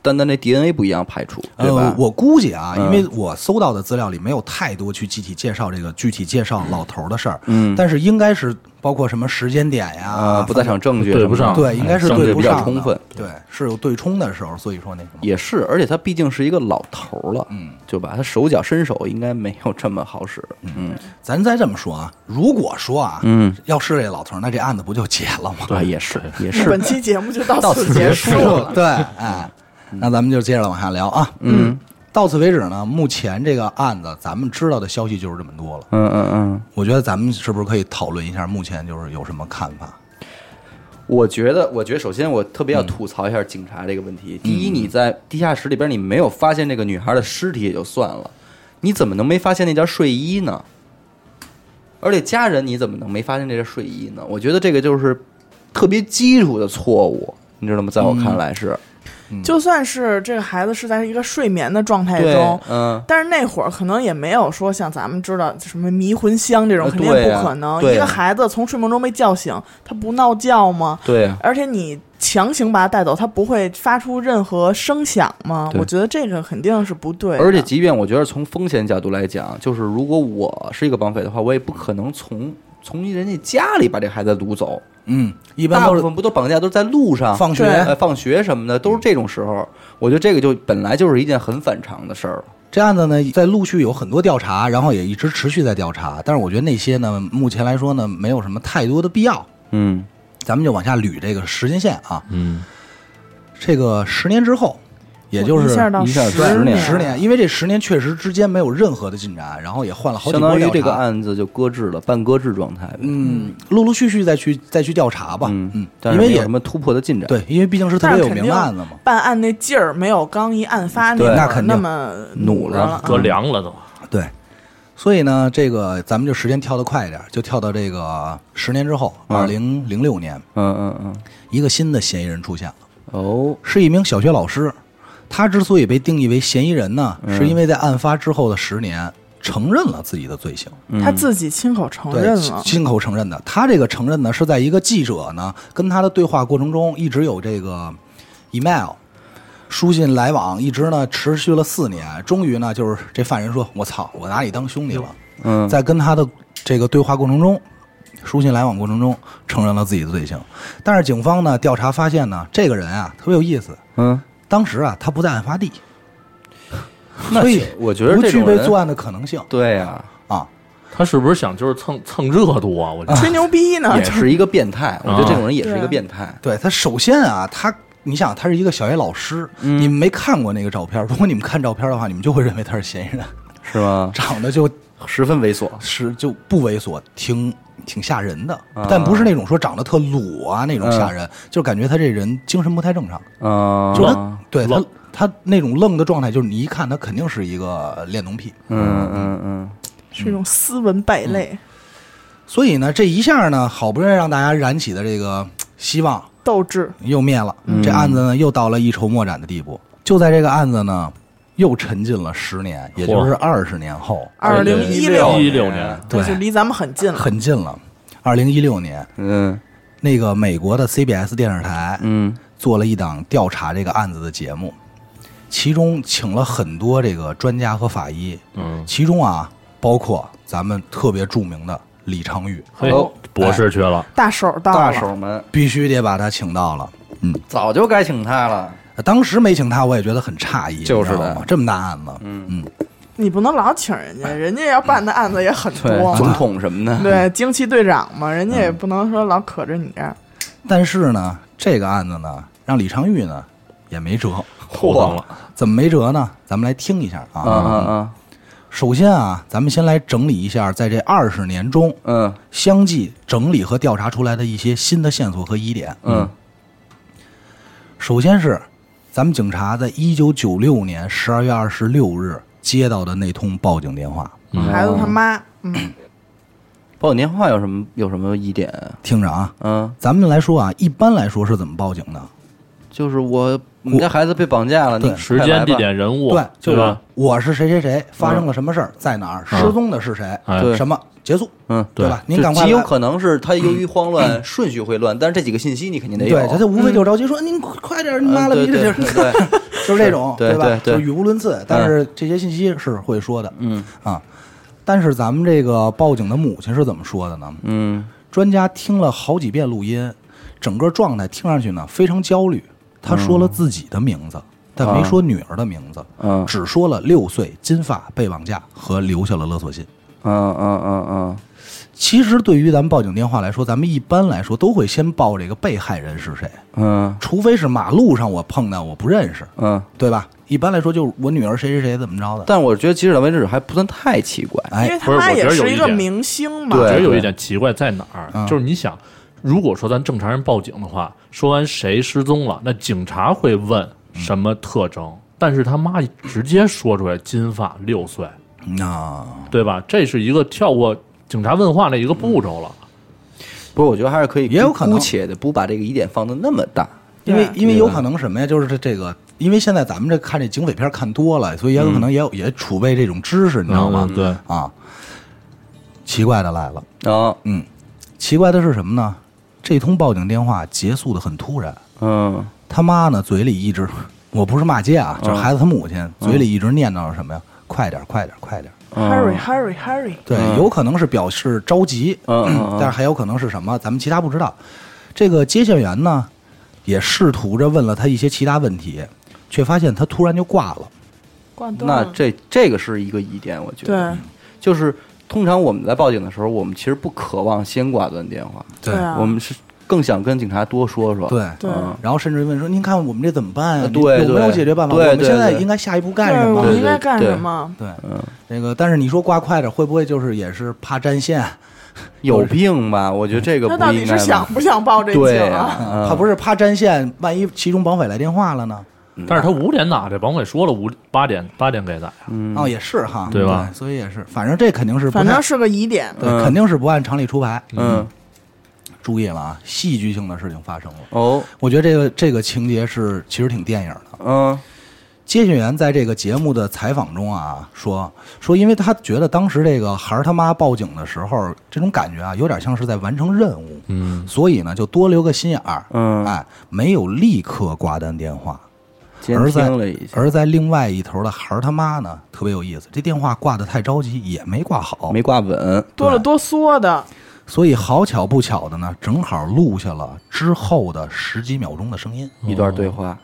Speaker 2: 单单那 DNA 不一样排除，对
Speaker 1: 呃
Speaker 2: 吧，？
Speaker 1: 我估计啊，因
Speaker 2: 嗯
Speaker 1: 为我搜到的资料里没有太多去具体介绍这个具体介绍老头儿的事儿，嗯，但是应该是包括什么时间点呀，
Speaker 2: 啊，不在场证据
Speaker 4: 对不上
Speaker 1: 对，应该是
Speaker 2: 证据
Speaker 1: 对不
Speaker 2: 比较
Speaker 1: 上的
Speaker 2: 充分，
Speaker 1: 对，是有对冲的时候，所以说那什么，
Speaker 2: 也是，而且他毕竟是一个老头儿了，
Speaker 1: 嗯，
Speaker 2: 就吧，他手脚身手应该没有这么好使，嗯
Speaker 1: 咱再这么说啊，如果说啊，
Speaker 2: 嗯，
Speaker 1: 要是这老头儿，那这案子不就结了吗？
Speaker 2: 对，啊也是也是
Speaker 3: 本，期节目就 到
Speaker 2: 到
Speaker 3: 此
Speaker 2: 此结
Speaker 3: 结
Speaker 2: 束
Speaker 3: 束了。
Speaker 1: 对，哎，那咱们就接着往下聊啊。
Speaker 2: 嗯
Speaker 1: 到此为止呢，目前这个案子咱们知道的消息就是这么多了。
Speaker 2: 嗯嗯嗯，
Speaker 1: 我觉得咱们是不是可以讨论一下目前就是有什么看法？
Speaker 2: 我觉得，我觉得首先我特
Speaker 1: 嗯
Speaker 2: 别要吐槽一下警察这个问题。第一，你在地下室里边你没有发现这个女孩的尸体也就算了，你怎么能没发现那件睡衣呢？而且家人你怎么能没发现这件睡衣呢？我觉得这个就是特别基础的错误，你知道吗？在我看来是，
Speaker 1: 嗯
Speaker 2: 嗯
Speaker 3: 就算是这个孩子是在一个睡眠的状态
Speaker 2: 对
Speaker 3: 中，，
Speaker 2: 嗯，
Speaker 3: 但是那会儿可能也没有说像咱们知道什么迷魂香这种，
Speaker 2: 呃
Speaker 3: 肯定
Speaker 2: 对
Speaker 3: 不
Speaker 2: 呀
Speaker 3: 可能。
Speaker 2: 对
Speaker 3: 一个
Speaker 2: 呀
Speaker 3: 孩子从睡梦中被叫醒，他不闹觉吗？
Speaker 2: 对呀、
Speaker 3: 而且你强行把他带走，他不会发出任何声响吗？
Speaker 2: 对
Speaker 3: 我觉得这个肯定是不对的。
Speaker 2: 而且，即便我觉得从风险角度来讲，就是如果我是一个绑匪的话，我也不可能从从人家家里把这孩子掳走。
Speaker 1: 嗯，一般
Speaker 2: 大
Speaker 1: 都
Speaker 2: 部
Speaker 1: 是
Speaker 2: 分不都绑架都是在路上
Speaker 1: 放学
Speaker 2: 呃放学什么的，都是这种时候。我觉得这个就本来就是一件很反常的事儿了。
Speaker 1: 这案子呢，在陆续有很多调查，然后也一直持续在调查。但是我觉得那些呢，目前来说呢，没有什么太多的必要。
Speaker 2: 嗯
Speaker 1: 咱们就往下捋这个时间线啊。
Speaker 4: 嗯，
Speaker 1: 这个十年之后，也就是
Speaker 3: 我一下到
Speaker 2: 一下
Speaker 1: 对
Speaker 2: 十
Speaker 3: 年，
Speaker 1: 十年，因为这十年确实之间没有任何的进展，然后也换了好几
Speaker 2: 相
Speaker 1: 波
Speaker 2: 当于
Speaker 1: 调查
Speaker 2: 这个案子就搁置了，半搁置状态。
Speaker 1: 嗯，陆陆续续再去再去调查吧。嗯
Speaker 2: 嗯，，但
Speaker 1: 因
Speaker 2: 是
Speaker 1: 为
Speaker 2: 没有
Speaker 1: 也
Speaker 2: 什么突破的进展。，
Speaker 1: 对，因为毕竟是特
Speaker 3: 但
Speaker 1: 别
Speaker 3: 是
Speaker 1: 有
Speaker 3: 肯
Speaker 1: 名
Speaker 3: 定
Speaker 1: 的案子嘛。
Speaker 3: 办案那劲儿没有刚一案发那
Speaker 2: 对
Speaker 3: 会
Speaker 1: 那
Speaker 3: 儿
Speaker 1: 肯定
Speaker 3: 那么
Speaker 2: 努
Speaker 3: 着
Speaker 2: 了
Speaker 3: 了啊。
Speaker 4: 哥凉了都。
Speaker 1: 对，所以呢，这个咱们就时间跳得快一点，就跳到这个十年之后，
Speaker 2: 嗯
Speaker 1: 二零零六年，
Speaker 2: 嗯嗯嗯。
Speaker 1: 一个新的嫌疑人出现了，
Speaker 2: 哦，
Speaker 1: 是一名小学老师。他之所以被定义为嫌疑人呢，
Speaker 2: 嗯
Speaker 1: 是因为在案发之后的十年承认了自己的罪行。
Speaker 3: 他自己亲口承
Speaker 1: 对，
Speaker 3: 认
Speaker 1: 亲
Speaker 3: 了，
Speaker 1: 亲口承认的。他这个承认呢，是在一个记者呢跟他的对话过程中，一直有这个 email 书信来往，一直呢持续了四年。终于呢，就是这犯人说：“我操，我拿你当兄弟了。
Speaker 2: 嗯，
Speaker 1: 在跟他的这个对话过程中，书信来往过程中，承认了自己的罪行。但是警方呢调查发现呢，这个人啊特别有意思，
Speaker 2: 嗯，
Speaker 1: 当时啊他不在案发地，
Speaker 2: 那
Speaker 1: 所以
Speaker 2: 其我觉得
Speaker 1: 不
Speaker 2: 这
Speaker 1: 具
Speaker 2: 种
Speaker 1: 备
Speaker 2: 人
Speaker 1: 作案的可能性
Speaker 2: 对呀，
Speaker 1: 啊。
Speaker 4: 他是不是想就是蹭蹭热度啊？我觉得
Speaker 3: 吹牛逼呢，
Speaker 2: 也嗯
Speaker 3: 就是
Speaker 2: 一个变态。我觉得
Speaker 4: 啊
Speaker 2: 这种人也是一个
Speaker 3: 对
Speaker 2: 变态。
Speaker 1: 对他，首先啊，他你想他是一个小学老师，
Speaker 2: 嗯
Speaker 1: 你们没看过那个照片儿，如 果你们看照片儿的话，你们就会认为他是嫌疑人，
Speaker 2: 是吗？
Speaker 1: 长得就
Speaker 2: 十分猥琐。
Speaker 1: 是就不猥琐，挺挺吓人的，
Speaker 2: 啊
Speaker 1: 但不是那种说长得特鲁啊那种吓人，就感觉他这人精神不太正常，
Speaker 2: 嗯啊，
Speaker 1: 就是他对他
Speaker 4: 愣
Speaker 1: 他那种愣的状态，就是你一看他肯定是一个恋童癖，
Speaker 2: 嗯嗯嗯，
Speaker 3: 是一种斯文败类、
Speaker 1: 所以呢，这一下呢，好不容易让大家燃起的这个希望，
Speaker 3: 斗志。
Speaker 1: 又灭了。
Speaker 2: 嗯
Speaker 1: 这案子呢，又到了一筹莫展的地步。就在这个案子呢，又沉浸了十年，也就是二十年后，
Speaker 3: 二
Speaker 2: 嗯
Speaker 3: 零一
Speaker 2: 2016
Speaker 4: 一六年，
Speaker 1: 对
Speaker 3: 那就离咱们很近了。
Speaker 1: 很近了。二零一六年，
Speaker 2: 嗯
Speaker 1: 那个美国的 CBS 电视台
Speaker 2: 嗯
Speaker 1: 做了一档调查这个案子的节目，其中请了很多这个专家和法医，
Speaker 4: 嗯，
Speaker 1: 其中啊包括咱们特别著名的李昌钰，
Speaker 4: 嘿
Speaker 2: 哦，
Speaker 4: 博士去了，
Speaker 3: 大手到
Speaker 2: 大
Speaker 3: 了，
Speaker 2: 手们
Speaker 1: 必须得把他请到了。嗯，
Speaker 2: 早就该请他了。
Speaker 1: 当时没请他，我也觉得很诧异，
Speaker 2: 就是的
Speaker 1: 你知道吗这么大案子，嗯嗯，
Speaker 3: 你不能老请人家，人家要办的案子也很多。
Speaker 2: 总统什么的，
Speaker 3: 对，惊奇队长嘛，人家也不能说老可着你这儿。
Speaker 1: 但是呢，这个案子呢，让李昌钰呢也没辙。
Speaker 4: 头疼了。
Speaker 1: 怎么没辙呢？咱们来听一下
Speaker 4: 嗯
Speaker 1: 啊。
Speaker 2: 啊啊
Speaker 1: 首先啊，咱们先来整理一下，在这二十年中，
Speaker 2: 嗯
Speaker 1: 相继整理和调查出来的一些新的线索和疑点。
Speaker 2: 嗯，
Speaker 1: 首先是咱们警察在一九九六年十二月二十六日接到的那通报警电话。
Speaker 4: 嗯
Speaker 3: 孩子他妈，
Speaker 2: 哦
Speaker 3: 嗯，
Speaker 2: 报警电话有什么有什么疑点？
Speaker 1: 听着啊，
Speaker 2: 嗯，
Speaker 1: 咱们来说啊，一般来说是怎么报警的？
Speaker 2: 就是我我们家孩子被绑架了，你
Speaker 4: 时间、地，点、人物，
Speaker 1: 对，就
Speaker 4: 对
Speaker 1: 是
Speaker 4: 吧？嗯
Speaker 1: 我是谁谁谁，发生了什么事儿，在哪儿，失踪的是谁，
Speaker 4: 哎
Speaker 2: 对
Speaker 1: 什么结束，
Speaker 2: 嗯，
Speaker 1: 对吧？您赶快
Speaker 2: 极有
Speaker 1: 来嗯
Speaker 2: 可能是他由于慌乱，顺序会乱，但是这几个信息你肯定得有。嗯
Speaker 1: 对，他就无非就是着急说：“您快快点儿，你妈了
Speaker 2: 对
Speaker 1: 逼的！”
Speaker 2: 对
Speaker 1: 就是
Speaker 2: 对，
Speaker 1: 就是这种，
Speaker 2: 对
Speaker 1: 吧？
Speaker 2: 对对
Speaker 1: 就语无伦次，但是这些信息是会说的，
Speaker 2: 嗯
Speaker 1: 啊。但是咱们这个报警的母亲是怎么说的呢？
Speaker 2: 嗯
Speaker 1: 专家听了好几遍录音，整个状态听上去呢非常焦虑。他说了自己的名字，但没说女儿的名字，
Speaker 2: 啊嗯
Speaker 1: 只说了六岁、金发、被绑架和留下了勒索信。
Speaker 2: 嗯嗯嗯嗯，
Speaker 1: 其实对于咱们报警电话来说，咱们一般来说都会先报这个被害人是谁，
Speaker 2: 嗯
Speaker 1: 除非是马路上我碰到我不认识，
Speaker 2: 嗯。
Speaker 1: 对吧？一般来说就是我女儿谁谁谁怎么着的。
Speaker 2: 但我觉得，截止到为止还不算太奇怪。
Speaker 1: 哎
Speaker 3: 因为他
Speaker 4: 不是
Speaker 3: 妈
Speaker 4: 我觉
Speaker 3: 也
Speaker 4: 得有
Speaker 3: 是
Speaker 4: 一
Speaker 3: 一个
Speaker 4: 点
Speaker 3: 明星嘛。
Speaker 4: 我觉得
Speaker 2: 对
Speaker 4: 有一点奇怪在哪儿，就是你想，如果说咱正常人报警的话，说完谁失踪了，那警察会问什么特征，但是他妈直接说出来金发六岁，
Speaker 1: 啊，
Speaker 4: 对吧？这是一个跳过警察问话的一个步骤了。
Speaker 2: 不是，我觉得还是可以，
Speaker 1: 也有可能
Speaker 2: 姑且的不把这个疑点放的那么大。
Speaker 1: 因为
Speaker 3: 对
Speaker 1: 因为有可能什么呀？就是这这个，因为现在咱们这看这警匪片看多了，所以也有可能也有也储备这种知识，你知道吗？
Speaker 4: 嗯对，
Speaker 1: 啊，奇怪的来了，
Speaker 2: 啊，
Speaker 1: 奇怪的是什么呢？这通报警电话结束的很突然，
Speaker 2: 嗯
Speaker 1: 他妈呢嘴里一直，我不是骂街啊，就是孩子他母亲、嘴里一直念叨着什么呀，快点儿，快点儿，快点儿。
Speaker 2: 嗯
Speaker 3: ，hurry hurry hurry，
Speaker 1: 对，有可能是表示着急，
Speaker 2: 嗯嗯嗯
Speaker 1: 但是还有可能是什么，咱们其他不知道。这个接线员呢，也试图着问了他一些其他问题，却发现他突然就挂了。
Speaker 3: 挂断
Speaker 2: 那
Speaker 3: 了。
Speaker 2: 这这个是一个疑点，我觉得，
Speaker 3: 对
Speaker 2: 就是通常我们在报警的时候，我们其实不渴望先挂断电话，
Speaker 3: 对啊，
Speaker 2: 我们是更想跟警察多说说。
Speaker 1: 对
Speaker 3: 对
Speaker 2: 嗯
Speaker 1: 然后甚至问说：“您看我们这怎么办呀、
Speaker 2: 呃对
Speaker 1: 有没有
Speaker 2: 对
Speaker 1: 解决办法？
Speaker 2: 对
Speaker 1: 我们
Speaker 2: 对
Speaker 1: 现在
Speaker 2: 对
Speaker 1: 应该下一步干
Speaker 3: 对
Speaker 1: 什么
Speaker 3: 我们
Speaker 2: 对
Speaker 3: 应该干什么？”？
Speaker 1: 对，
Speaker 2: 嗯，
Speaker 1: 这个但是你说挂快点，会不会就是也是怕占线，
Speaker 2: 有病吧？我觉得这个
Speaker 3: 他
Speaker 2: 不
Speaker 3: 到底
Speaker 2: 应该
Speaker 3: 是
Speaker 2: 吧。
Speaker 3: 想不想报这
Speaker 2: 对
Speaker 3: 警
Speaker 2: 啊
Speaker 3: 啊？
Speaker 2: 嗯
Speaker 1: 怕不是怕占线，万一其中绑匪来电话了呢？
Speaker 4: 但是他五点打的，甭管说了五八点八点给打呀，
Speaker 2: 嗯
Speaker 1: 哦，也是哈，
Speaker 4: 对吧
Speaker 1: 所以也是，反正这肯定是不
Speaker 3: 反
Speaker 1: 太
Speaker 3: 正，是个疑点。
Speaker 1: 对，
Speaker 2: 嗯
Speaker 1: 肯定是不按常理出牌。
Speaker 2: 嗯
Speaker 1: 注意了啊，戏剧性的事情发生了。
Speaker 2: 哦
Speaker 1: 我觉得这个这个情节是其实挺电影的。
Speaker 2: 嗯
Speaker 1: 接线员在这个节目的采访中啊，说说，因为他觉得当时这个孩儿他妈报警的时候，这种感觉啊，有点像是在完成任务，
Speaker 4: 嗯，
Speaker 1: 所以呢，就多留个心眼儿，
Speaker 2: 嗯
Speaker 1: 哎，没有立刻挂断电话，
Speaker 2: 监
Speaker 1: 而在
Speaker 2: 听了一下，
Speaker 1: 而在另外一头的孩儿他妈呢，特别有意思，这电话挂得太着急，也没挂好，
Speaker 2: 没挂稳。
Speaker 3: 哆了哆嗦的，
Speaker 1: 所以好巧不巧的呢，正好录下了之后的十几秒钟的声音，
Speaker 2: 一段对
Speaker 1: 哦
Speaker 2: 话，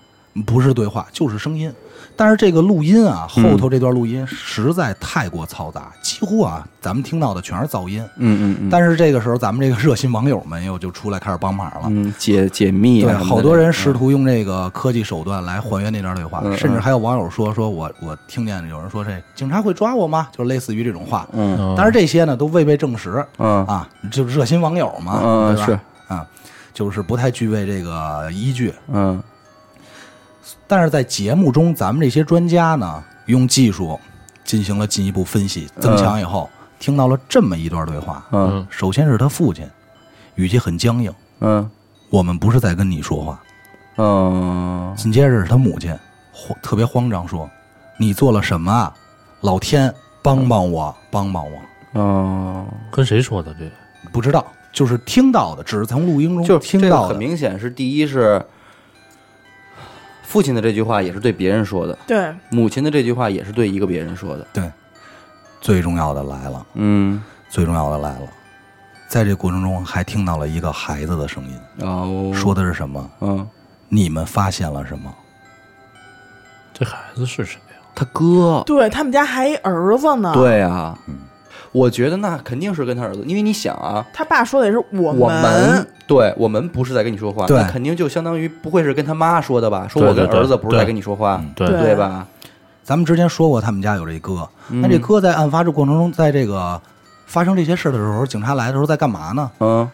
Speaker 1: 不是对话就是声音。但是这个录音啊，后头这段录
Speaker 2: 嗯
Speaker 1: 音实在太过嘈杂，几乎啊，咱们听到的全是噪音。
Speaker 2: 嗯嗯嗯，
Speaker 1: 但是这个时候，咱们这个热心网友们又就出来开始帮忙了。
Speaker 2: 嗯解解密
Speaker 1: 对，
Speaker 2: 啊，
Speaker 1: 好多人试图用这个科技手段来还原那段对话，
Speaker 2: 嗯嗯
Speaker 1: 甚至还有网友说说我我听见有人说这警察会抓我吗？就类似于这种话。
Speaker 2: 嗯
Speaker 1: 当然这些呢都未被证实
Speaker 2: 嗯
Speaker 1: 啊，就是热心网友嘛，
Speaker 2: 嗯
Speaker 1: 对吧？
Speaker 2: 是
Speaker 1: 啊，就是不太具备这个依据。
Speaker 2: 嗯
Speaker 1: 但是在节目中，咱们这些专家呢，用技术进行了进一步分析、增强以后，听到了这么一段对话。
Speaker 2: 嗯
Speaker 1: 首先是他父亲，语气很僵硬，
Speaker 2: 嗯
Speaker 1: 我们不是在跟你说话。
Speaker 2: 嗯
Speaker 1: 紧接着是他母亲，慌特别慌张说：“你做了什么啊？老天，帮帮我，帮帮我！
Speaker 2: 嗯，
Speaker 4: 跟谁说的这个？
Speaker 1: 不知道，就是听到的，只是从录音中
Speaker 2: 就
Speaker 1: 听
Speaker 2: 这个
Speaker 1: 到
Speaker 2: 很
Speaker 1: 的。
Speaker 2: 明显是第一是父亲的这句话也是对别人说的，
Speaker 3: 对，
Speaker 2: 母亲的这句话也是对一个别人说的。
Speaker 1: 对，最重要的来了，
Speaker 2: 嗯，
Speaker 1: 最重要的来了。在这过程中，还听到了一个孩子的声音，
Speaker 2: 哦，
Speaker 1: 说的是什么？
Speaker 2: 嗯，
Speaker 1: 你们发现了什么？
Speaker 4: 这孩子是谁呀？
Speaker 2: 他哥，
Speaker 3: 对他们家还一儿子呢。，
Speaker 2: 对啊，我觉得那肯定是跟他儿子，因为你想啊，
Speaker 3: 他爸说的也是我
Speaker 2: 我们对我们不是在跟你说话，
Speaker 1: 对
Speaker 2: 那肯定就相当于不会是跟他妈说的吧？说我
Speaker 4: 对
Speaker 2: 跟
Speaker 4: 对对
Speaker 2: 儿子不是在跟你说话，
Speaker 4: 对
Speaker 3: 对
Speaker 2: 嗯对吧？
Speaker 1: 咱们之前说过，他们家有这哥。那这哥在案发这过程中，在这个发生这些事儿的时候，警察来的时候在干嘛呢？
Speaker 2: 嗯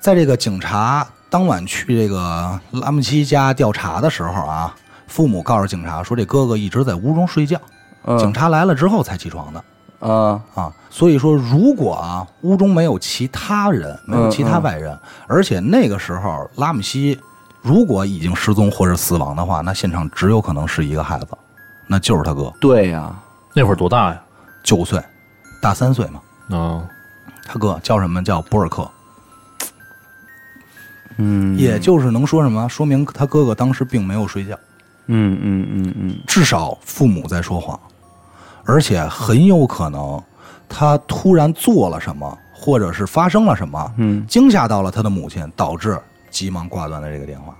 Speaker 1: 在这个警察当晚去这个拉姆齐家调查的时候啊，父母告诉警察说，这哥哥一直在屋中睡觉，警
Speaker 2: 嗯
Speaker 1: 察来了之后才起床的
Speaker 2: 啊
Speaker 1: 啊。所以说，如果啊屋中没有其他人，没有其他外人，而且那个时候拉姆西如果已经失踪或者死亡的话，那现场只有可能是一个孩子，那就是他哥，
Speaker 2: 对呀，
Speaker 4: 那会儿多大呀？
Speaker 1: 九岁，大三岁嘛。
Speaker 4: 啊，
Speaker 1: 他哥叫什么？叫博尔克，
Speaker 2: 嗯
Speaker 1: 也就是能说什么？说明他哥哥当时并没有睡觉。
Speaker 2: 嗯嗯嗯嗯
Speaker 1: 至少父母在说谎，而且很有可能他突然做了什么，或者是发生了什么，
Speaker 2: 嗯，
Speaker 1: 惊吓到了他的母亲，导致急忙挂断了这个电话。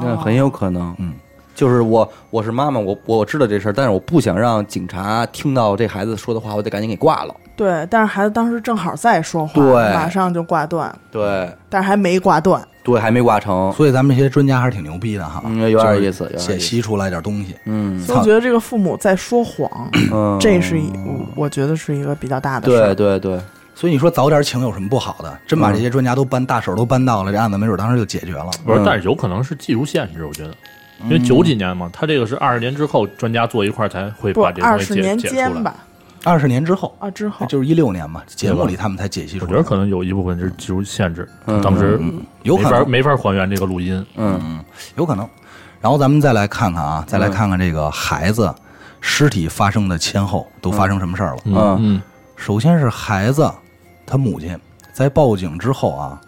Speaker 2: 那很有可能，
Speaker 1: 嗯，
Speaker 2: 就是我我是妈妈，我我知道这事儿，但是我不想让警察听到这孩子说的话，我得赶紧给挂了。
Speaker 3: 对，但是孩子当时正好在说话，
Speaker 2: 对
Speaker 3: 马上就挂断，
Speaker 2: 对
Speaker 3: 但是还没挂断。
Speaker 2: 对，还没挂成，
Speaker 1: 所以咱们这些专家还是挺牛逼的哈，
Speaker 2: 嗯，有点意思，有
Speaker 1: 解
Speaker 2: 点意思。
Speaker 1: 析出来点东西。
Speaker 2: 嗯
Speaker 3: 所以我觉得这个父母在说谎，
Speaker 2: 嗯，
Speaker 3: 这是一我我觉得是一个比较大的事
Speaker 2: 对
Speaker 3: 儿。
Speaker 2: 对对，
Speaker 1: 所以你说早点请有什么不好的？真把这些
Speaker 2: 嗯
Speaker 1: 专家都搬大手都搬到了，这案子没准当时就解决了。
Speaker 4: 不是，但是有可能是技术限制，我觉得，因为九几年嘛，他这个是二十年之后专家坐一块儿才会
Speaker 3: 不
Speaker 4: 把这，
Speaker 3: 二
Speaker 4: 东西
Speaker 3: 十
Speaker 4: 解
Speaker 3: 年
Speaker 4: 解出
Speaker 3: 间
Speaker 4: 来。
Speaker 3: 吧，
Speaker 1: 二十年之后，
Speaker 3: 啊之后，
Speaker 1: 就是一六年嘛，节目里他们才解析出
Speaker 4: 我
Speaker 1: 来。
Speaker 4: 觉得可能有一部分是技术限制，
Speaker 2: 嗯
Speaker 4: 当时
Speaker 1: 有可
Speaker 4: 没法
Speaker 1: 能，
Speaker 4: 没法还原这个录音。
Speaker 2: 嗯
Speaker 1: 有可能。然后咱们再来看看啊，再来看看这个孩子尸体发生的前后都发生什么事儿了。
Speaker 2: 嗯
Speaker 4: 嗯，
Speaker 1: 首先是孩子，他母亲在报警之后啊，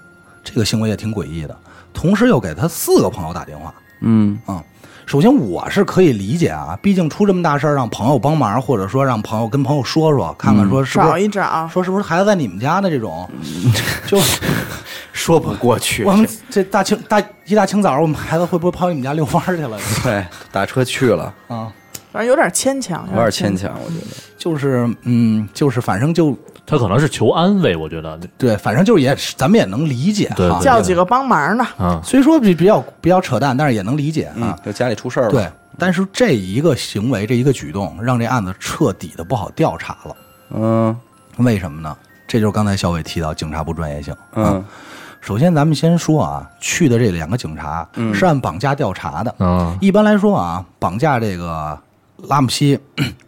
Speaker 1: 这个行为也挺诡异的。同时又给他四个朋友打电话，
Speaker 2: 嗯
Speaker 1: 嗯，首先我是可以理解啊，毕竟出这么大事儿，让朋友帮忙，或者说让朋友跟朋友说说，看看说是不
Speaker 3: 找
Speaker 1: 是、
Speaker 3: 一找，
Speaker 1: 说是不是孩子在你们家呢？这种，就
Speaker 2: 说不过去
Speaker 1: 我们这大清大一大清早，我们孩子会不会跑你们家遛弯儿去了？
Speaker 2: 对，打车去了，
Speaker 1: 啊，
Speaker 3: 反正有点牵强，
Speaker 2: 有点
Speaker 3: 牵
Speaker 2: 牵。强，我觉得。
Speaker 1: 就是嗯，就是反正就
Speaker 4: 他可能是求安慰，我觉得，
Speaker 1: 对，反正就是也咱们也能理解
Speaker 4: 对
Speaker 1: 哈
Speaker 4: 对。
Speaker 3: 叫几个帮忙的，
Speaker 4: 嗯，
Speaker 1: 虽说比比较比较扯淡，但是也能理解啊。
Speaker 2: 嗯，就家里出事儿了。
Speaker 1: 对，，但是这一个行为，这一个举动，让这案子彻底的不好调查了。
Speaker 2: 嗯
Speaker 1: 为什么呢？这就是刚才小伟提到警察不专业性。
Speaker 2: 嗯
Speaker 1: 首先，咱们先说啊，去的这两个警察
Speaker 2: 嗯
Speaker 1: 是按绑架调查的。
Speaker 4: 嗯
Speaker 1: 一般来说啊，绑架这个拉姆西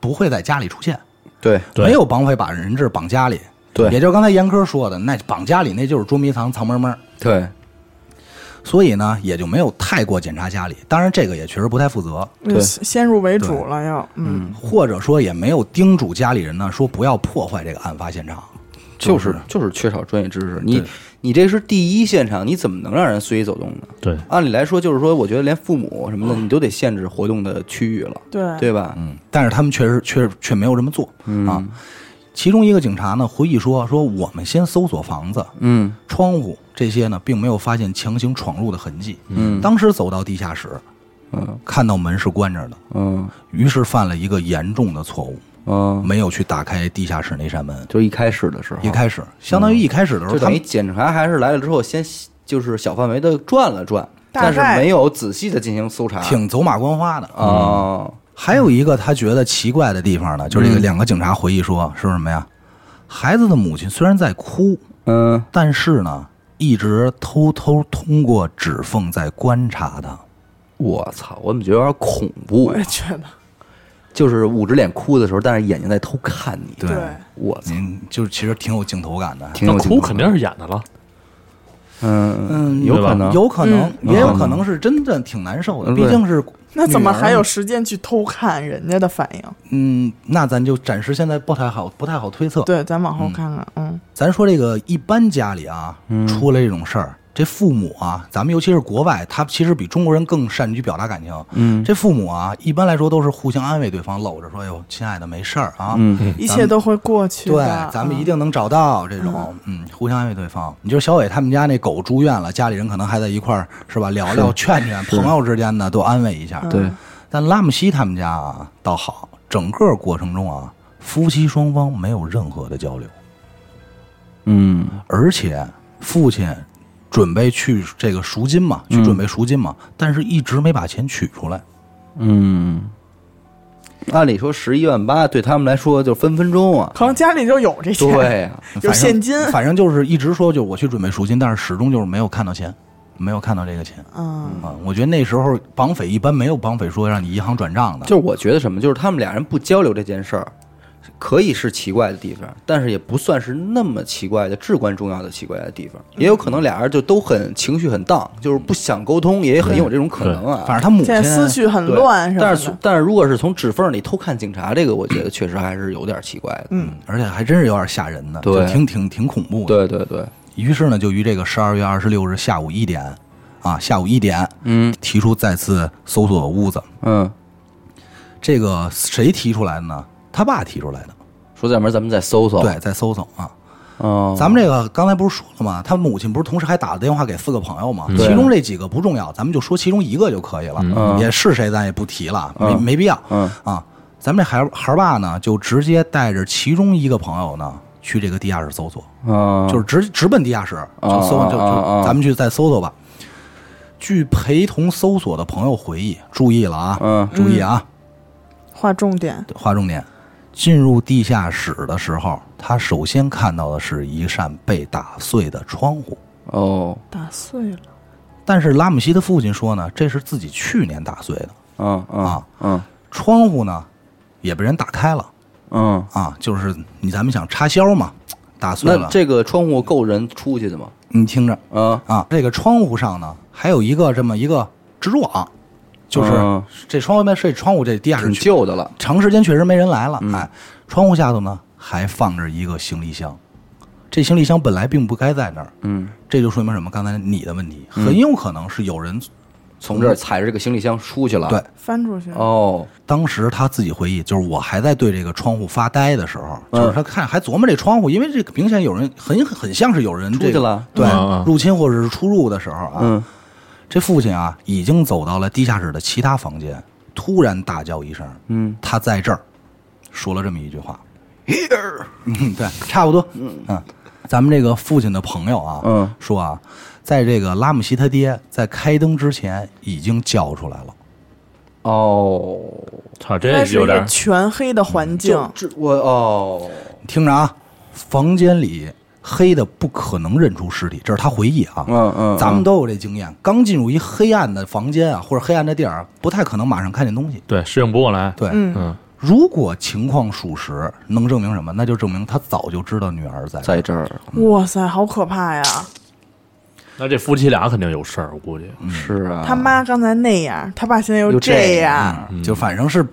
Speaker 1: 不会在家里出现，
Speaker 2: 对，
Speaker 4: 对
Speaker 1: 没有绑匪把人质绑家里。
Speaker 2: 对
Speaker 1: 也就是刚才严科说的，那绑家里那就是捉迷藏、藏猫猫。
Speaker 2: 对，
Speaker 1: 所以呢，也就没有太过检查家里。当然，这个也确实不太负责。
Speaker 2: 对
Speaker 3: 先入为主了又，嗯，
Speaker 1: 或者说也没有叮嘱家里人呢，说不要破坏这个案发现场。
Speaker 2: 就是就是缺少专业知识。你
Speaker 1: 对
Speaker 2: 你这是第一现场，你怎么能让人随意走动呢？
Speaker 4: 对，
Speaker 2: 按理来说，就是说，我觉得连父母什么的，你都得限制活动的区域了，
Speaker 3: 对
Speaker 2: 对吧？
Speaker 1: 嗯，但是他们确实确实却没有这么做、
Speaker 2: 嗯
Speaker 1: 啊。其中一个警察呢回忆说：“说我们先搜索房子、
Speaker 2: 嗯
Speaker 1: 窗户这些呢，并没有发现强行闯入的痕迹。
Speaker 2: 嗯
Speaker 1: 当时走到地下室，
Speaker 2: 嗯
Speaker 1: 看到门是关着的，
Speaker 2: 嗯
Speaker 1: 于是犯了一个严重的错误，
Speaker 2: 嗯，
Speaker 1: 没有去打开地下室那扇门。
Speaker 2: 就一开始的时候，
Speaker 1: 一开始，相当于一开始的时候，
Speaker 2: 就
Speaker 1: 他
Speaker 2: 等于
Speaker 1: 们
Speaker 2: 检查还是来了之后，先就是小范围的转了转，
Speaker 3: 大概
Speaker 2: 但是没有仔细的进行搜查。
Speaker 1: 挺走马观花的
Speaker 2: 啊、哦，
Speaker 1: 还有一个他觉得奇怪的地方
Speaker 2: 嗯
Speaker 1: 呢，就是这个两个警察回忆说，说什么呀？孩子的母亲虽然在哭，
Speaker 2: 嗯，
Speaker 1: 但是呢，一直偷偷通过指缝在观察他。
Speaker 2: 我操，我怎么觉得有点恐怖
Speaker 3: 我？也觉得，
Speaker 2: 就是捂着脸哭的时候，但是眼睛在偷看你。
Speaker 1: 对
Speaker 3: 对
Speaker 2: 我操，
Speaker 1: 您嗯就是其实挺有镜头感的，
Speaker 2: 挺
Speaker 4: 那
Speaker 2: 有
Speaker 4: 哭肯定是演的了，
Speaker 2: 嗯
Speaker 1: 嗯
Speaker 2: 有
Speaker 4: 对吧
Speaker 2: 可能
Speaker 1: 有可能，
Speaker 2: 嗯
Speaker 1: 也有可能是真的挺难受的，
Speaker 2: 嗯
Speaker 1: 毕
Speaker 2: 对
Speaker 1: 竟是
Speaker 3: 那怎么还
Speaker 1: 女
Speaker 3: 有
Speaker 1: 儿
Speaker 3: 时间去偷看人家的反应？
Speaker 1: 嗯？那咱就暂时现在不太好，不太好推测。
Speaker 3: 对，咱往后看看，嗯，
Speaker 1: 咱说这个一般家里啊，
Speaker 2: 嗯
Speaker 1: 出了这种事儿，这父母啊，咱们尤其是国外，他其实比中国人更善于表达感情。
Speaker 2: 嗯
Speaker 1: 这父母啊，一般来说都是互相安慰对方，搂着说：“哎呦，亲爱的，没事儿啊。
Speaker 2: 嗯
Speaker 3: 一切都会过去
Speaker 1: 对
Speaker 3: 的，，
Speaker 1: 咱们
Speaker 3: 嗯
Speaker 1: 一定能找到这种，嗯，互相安慰对方。你就是小伟他们家那狗住院了，家里人可能还在一块儿，是吧？聊聊、劝劝，朋友之间的都安慰一下。
Speaker 2: 对，
Speaker 3: 嗯
Speaker 1: 但拉姆西他们家啊，倒好，整个过程中啊，夫妻双方没有任何的交流。
Speaker 2: 嗯
Speaker 1: 而且父亲准备去这个赎金嘛，去准备赎金嘛，但是一直没把钱取出来。
Speaker 2: 嗯。按理说十一万八对他们来说就分分钟啊，
Speaker 3: 可能家里就有这些，
Speaker 2: 对呀、
Speaker 3: 有
Speaker 1: 反正
Speaker 3: 现金
Speaker 1: 反正就是一直说就我去准备赎金，但是始终就是没有看到钱，没有看到这个钱
Speaker 3: 嗯，
Speaker 1: 啊。我觉得那时候绑匪一般没有绑匪说让你银行转账的，
Speaker 2: 就是我觉得什么，就是他们俩人不交流这件事儿，可以是奇怪的地方，但是也不算是那么奇怪的至关重要的奇怪的地方。也有可能俩人就都很情绪很荡，就是不想沟通，也很有这种可能啊。
Speaker 1: 反正他母
Speaker 3: 现在
Speaker 1: 亲
Speaker 3: 思绪很
Speaker 2: 对
Speaker 3: 乱什么
Speaker 2: 但是
Speaker 3: 的，
Speaker 2: 但是如果是从指缝里偷看警察，这个我觉得确实还是有点奇怪的。
Speaker 1: 嗯，而且还真是有点吓人的，
Speaker 2: 对
Speaker 1: 就挺挺挺恐怖的。
Speaker 2: 对对对，
Speaker 1: 于是呢，就于这个十二月二十六日下午一点，啊，下午一点
Speaker 2: 嗯
Speaker 1: 提出再次搜索屋子。
Speaker 2: 嗯，
Speaker 1: 这个谁提出来的呢？他爸提出来的。
Speaker 2: 说这门咱们再搜搜。，
Speaker 1: 对，再搜搜啊。
Speaker 2: 嗯，
Speaker 1: 咱们这个刚才不是说了吗？他母亲不是同时还打了电话给四个朋友吗？
Speaker 2: 对
Speaker 1: 其中这几个不重要，咱们就说其中一个就可以了。
Speaker 2: 嗯
Speaker 1: 也是谁咱也不提了，没
Speaker 2: 嗯
Speaker 1: 没必要。
Speaker 2: 嗯
Speaker 1: 啊，咱们这孩儿孩儿爸呢，就直接带着其中一个朋友呢去这个地下室搜索，
Speaker 2: 嗯，
Speaker 1: 就是直直奔地下室，就搜
Speaker 2: 啊
Speaker 1: 就
Speaker 2: 啊啊
Speaker 1: 就
Speaker 2: 啊
Speaker 1: 咱们去再搜搜吧。据陪同搜索的朋友回忆，注意了啊，
Speaker 2: 嗯
Speaker 1: 注意啊，
Speaker 3: 划重点，
Speaker 1: 划重点。进入地下室的时候，他首先看到的是一扇被打碎的窗户。
Speaker 2: 哦，
Speaker 3: 打碎了，
Speaker 1: 但是拉姆西的父亲说呢，这是自己去年打碎的，
Speaker 2: 嗯嗯
Speaker 1: 啊
Speaker 2: 嗯
Speaker 1: 窗户呢也被人打开了
Speaker 2: 嗯，
Speaker 1: 啊，就是你咱们想插销嘛，打碎
Speaker 2: 那
Speaker 1: 了。
Speaker 2: 这个窗户够人出去的吗？
Speaker 1: 你听着
Speaker 2: 啊，
Speaker 1: 啊，这个窗户上呢还有一个这么一个蜘蛛网，就是
Speaker 2: 嗯
Speaker 1: 这窗户外面这窗户这地下室
Speaker 2: 挺
Speaker 1: 确
Speaker 2: 旧的了。
Speaker 1: 长时间确实没人来了，哎，窗户下头呢还放着一个行李箱，这行李箱本来并不该在那儿，
Speaker 2: 嗯，
Speaker 1: 这就说明什么？刚才你的问题，很有可能是有人
Speaker 2: 从这儿踩着这个行李箱出去了。
Speaker 1: 对，
Speaker 3: 翻出去，
Speaker 2: 哦，
Speaker 1: 当时他自己回忆，就是我还在对这个窗户发呆的时候，
Speaker 2: 嗯
Speaker 1: 就是他看还琢磨这窗户，因为这个明显有人很很像是有人
Speaker 2: 出去
Speaker 1: 这个
Speaker 2: 了
Speaker 1: 对
Speaker 4: 嗯嗯
Speaker 1: 入侵或者是出入的时候啊，
Speaker 2: 嗯，
Speaker 1: 这父亲啊已经走到了地下室的其他房间，突然大叫一声，
Speaker 2: 嗯，
Speaker 1: 他在这儿，说了这么一句话，here，嗯， 对，差不多，嗯，咱们这个父亲的朋友啊，
Speaker 2: 嗯，
Speaker 1: 说啊，在这个拉姆西他爹在开灯之前已经叫出来了。
Speaker 2: 哦，
Speaker 4: 操，
Speaker 3: 应
Speaker 4: 这
Speaker 3: 该是一
Speaker 4: 有
Speaker 3: 个
Speaker 4: 点
Speaker 3: 全黑的环境，
Speaker 2: 这我哦，
Speaker 1: 听着啊，房间里黑的不可能认出尸体，这是他回忆啊。
Speaker 2: 嗯嗯，
Speaker 1: 咱们都有这经验，刚进入一黑暗的房间啊，或者黑暗的地儿，不太可能马上看见东西。
Speaker 4: 对，适应不过来。
Speaker 1: 对，
Speaker 3: 嗯，
Speaker 4: 嗯，
Speaker 1: 如果情况属实，能证明什么？那就证明他早就知道女儿在。
Speaker 2: 在这儿
Speaker 3: 哇塞，好可怕呀！
Speaker 4: 那这夫妻俩肯定有事儿，我估计。
Speaker 2: 是啊，
Speaker 3: 他妈刚才那样，他爸现在又
Speaker 2: 又这
Speaker 3: 这样，
Speaker 1: 嗯就反正是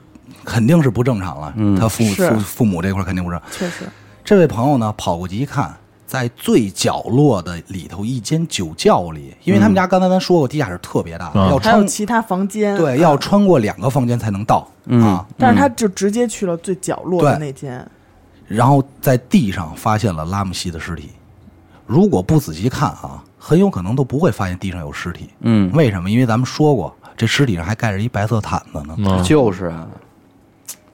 Speaker 1: 肯定是不正常了。
Speaker 2: 嗯
Speaker 1: 他父
Speaker 3: 是
Speaker 1: 父父母这块儿肯定不正常。
Speaker 3: 确实，
Speaker 1: 这位朋友呢，跑过去一看，在最角落的里头一间酒窖里，因为
Speaker 2: 嗯
Speaker 1: 他们家刚才咱说过，地下室特别大，
Speaker 4: 嗯
Speaker 1: 要
Speaker 3: 还有
Speaker 1: 穿
Speaker 3: 其他房间，嗯
Speaker 1: 对，要穿过两个房间才能到、
Speaker 2: 嗯
Speaker 1: 啊。
Speaker 3: 但是他就直接去了最角落的那间，
Speaker 1: 然后在地上发现了拉姆西的尸体。如果不仔细看啊，很有可能都不会发现地上有尸体。
Speaker 2: 嗯，
Speaker 1: 为什么？因为咱们说过，这尸体上还盖着一白色毯子呢。
Speaker 4: 嗯，
Speaker 2: 就是啊，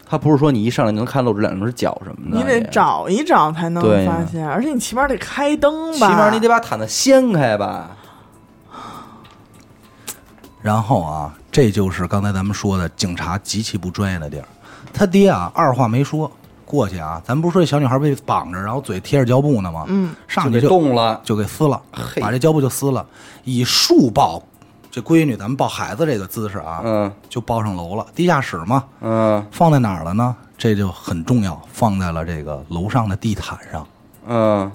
Speaker 2: 他不是说你一上来就能看露出两只脚什么的，
Speaker 3: 你得
Speaker 2: 也。
Speaker 3: 找一找才能
Speaker 2: 对呀
Speaker 3: 发现，而且你起码得开灯
Speaker 2: 起
Speaker 3: 吧，
Speaker 2: 码你得把毯子掀开吧，
Speaker 1: 然后啊，这就是刚才咱们说的警察极其不专业的地儿。他爹啊，二话没说过去啊，咱不是说这小女孩被绑着，然后嘴贴着胶布呢吗？嗯，上去
Speaker 2: 给
Speaker 1: 就
Speaker 2: 冻了。
Speaker 1: 就给撕了，
Speaker 2: 嘿
Speaker 1: 把这胶布就撕了，以树抱这闺女，咱们抱孩子这个姿势啊，
Speaker 2: 嗯
Speaker 1: 就抱上楼了。地下室嘛，
Speaker 2: 嗯
Speaker 1: 放在哪儿了呢？这就很重要，放在了这个楼上的地毯上。
Speaker 2: 嗯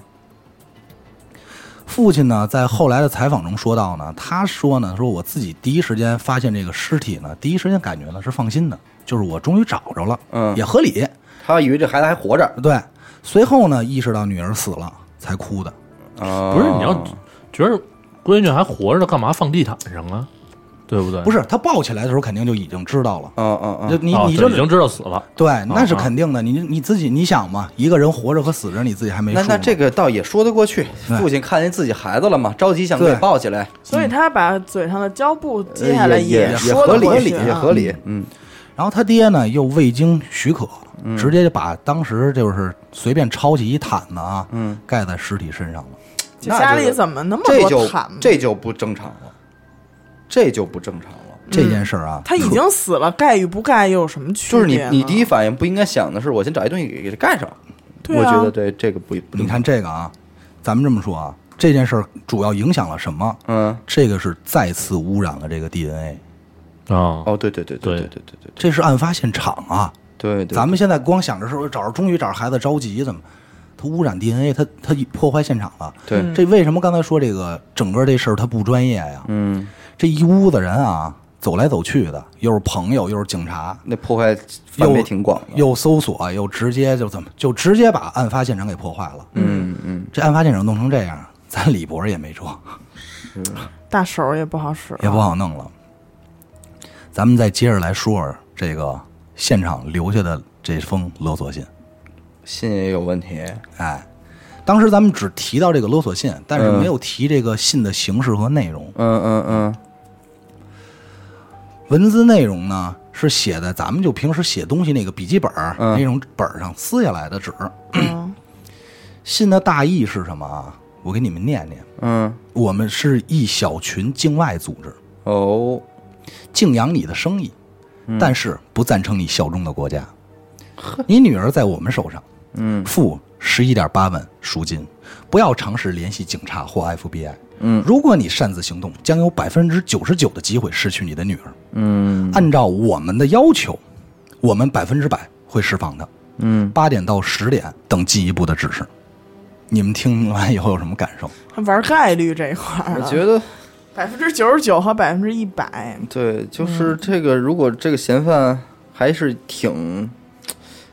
Speaker 1: 父亲呢，在后来的采访中说到呢，他说呢，说我自己第一时间发现这个尸体呢，第一时间感觉呢是放心的，就是我终于找着了，
Speaker 2: 嗯
Speaker 1: 也合理，
Speaker 2: 他以为这孩子还活着，
Speaker 1: 对。随后呢，意识到女儿死了才哭的，
Speaker 2: 不
Speaker 4: 不是你要
Speaker 2: 啊哦
Speaker 4: 觉得闺女还活着，干嘛放地毯上啊？对不对？
Speaker 1: 不
Speaker 4: 是，
Speaker 1: 是他抱起来的时候肯定就已经知道了，
Speaker 2: 嗯嗯
Speaker 1: 就
Speaker 2: 嗯，
Speaker 1: 你、你
Speaker 4: 就
Speaker 1: 就
Speaker 4: 已经知道死了。
Speaker 1: 对，那
Speaker 2: 啊
Speaker 1: 是肯定的，你你自己你想嘛，一个人活着和死着，你自己还没
Speaker 2: 那
Speaker 1: 数
Speaker 2: 那
Speaker 1: 呢
Speaker 2: 这个倒也说得过去。
Speaker 1: 对
Speaker 2: 父亲看见自己孩子了嘛，着急想给
Speaker 1: 对
Speaker 2: 抱起来，
Speaker 3: 所以他把嘴上的胶布
Speaker 2: 呃
Speaker 3: 揭下来
Speaker 2: 嗯也也
Speaker 3: 说
Speaker 2: 合
Speaker 3: 得
Speaker 2: 理，
Speaker 3: 过去啊
Speaker 2: 也合理。嗯
Speaker 1: 然后他爹呢又未经许可，
Speaker 3: 嗯
Speaker 1: 直接就把当时就是随便抄起一毯子啊，
Speaker 2: 嗯，
Speaker 1: 盖在尸体身上了。
Speaker 3: 这
Speaker 2: 那
Speaker 3: 家
Speaker 2: 这
Speaker 3: 里
Speaker 2: 个
Speaker 3: 怎么那么
Speaker 2: 这
Speaker 3: 多
Speaker 2: 就
Speaker 3: 毯子？
Speaker 2: 这就不正常了，这就不正常了。
Speaker 1: 这件事儿啊，
Speaker 3: 嗯他已经死了，盖与不盖又有什么区
Speaker 2: 就是
Speaker 3: 别
Speaker 2: 你
Speaker 3: 呢？
Speaker 2: 你第一反应不应该想的是，我先找一东西给给它盖上。
Speaker 3: 对啊
Speaker 2: 我觉得对这个不
Speaker 1: 你
Speaker 2: 不正常。
Speaker 1: 看这个啊，咱们这么说啊，这件事儿主要影响了什么？
Speaker 2: 嗯，
Speaker 1: 这个是再次污染了这个 DNA，
Speaker 4: 啊，
Speaker 2: 哦，对对对对
Speaker 4: 对
Speaker 2: 对对对
Speaker 1: 这是案发现场啊。
Speaker 2: 对对，
Speaker 1: 咱们现在光想着说找着，终于找着孩子着急怎么？他污染 DNA，他他破坏现场了。
Speaker 2: 对，
Speaker 1: 这为什么刚才说这个整个这事儿他不专业呀？
Speaker 2: 嗯，
Speaker 1: 这一屋子人啊，走来走去的，又是朋友，又是警察，
Speaker 2: 那破坏范围挺广的。
Speaker 1: 又搜索，又直接就怎么就直接把案发现场给破坏了。
Speaker 2: 嗯嗯，
Speaker 1: 这案发现场弄成这样，咱李博也没辙，
Speaker 3: 大手儿也不好使，
Speaker 1: 也不好弄了。咱们再接着来说说这个现场留下的这封勒索信。
Speaker 2: 信也有问题。
Speaker 1: 哎，当时咱们只提到这个勒索信，但是
Speaker 2: 嗯
Speaker 1: 没有提这个信的形式和内容。
Speaker 2: 嗯嗯嗯
Speaker 1: 文字内容呢是写在咱们就平时写东西那个笔记本儿、
Speaker 2: 嗯
Speaker 1: 那种本儿上撕下来的纸。
Speaker 3: 嗯
Speaker 1: 信的大意是什么啊？我给你们念念。
Speaker 2: 嗯，
Speaker 1: 我们是一小群境外组织，
Speaker 2: 哦，
Speaker 1: 敬仰你的生意，
Speaker 2: 嗯
Speaker 1: 但是不赞成你效忠的国家。你女儿在我们手上，
Speaker 2: 嗯
Speaker 1: 付十一点八万赎金，不要尝试联系警察或 FBI。
Speaker 2: 嗯
Speaker 1: 如果你擅自行动，将有百分之九十九的机会失去你的女儿。
Speaker 2: 嗯
Speaker 1: 按照我们的要求，我们百分之百会释放她。
Speaker 2: 嗯，
Speaker 1: 八点到十点等进一步的指示。你们听完以后有什么感受？
Speaker 3: 他玩概率这一块儿
Speaker 2: 我
Speaker 3: 啊，
Speaker 2: 觉得
Speaker 3: 百分之九十九和百分之一百，
Speaker 2: 对，就是这个，如果这个嫌犯还是挺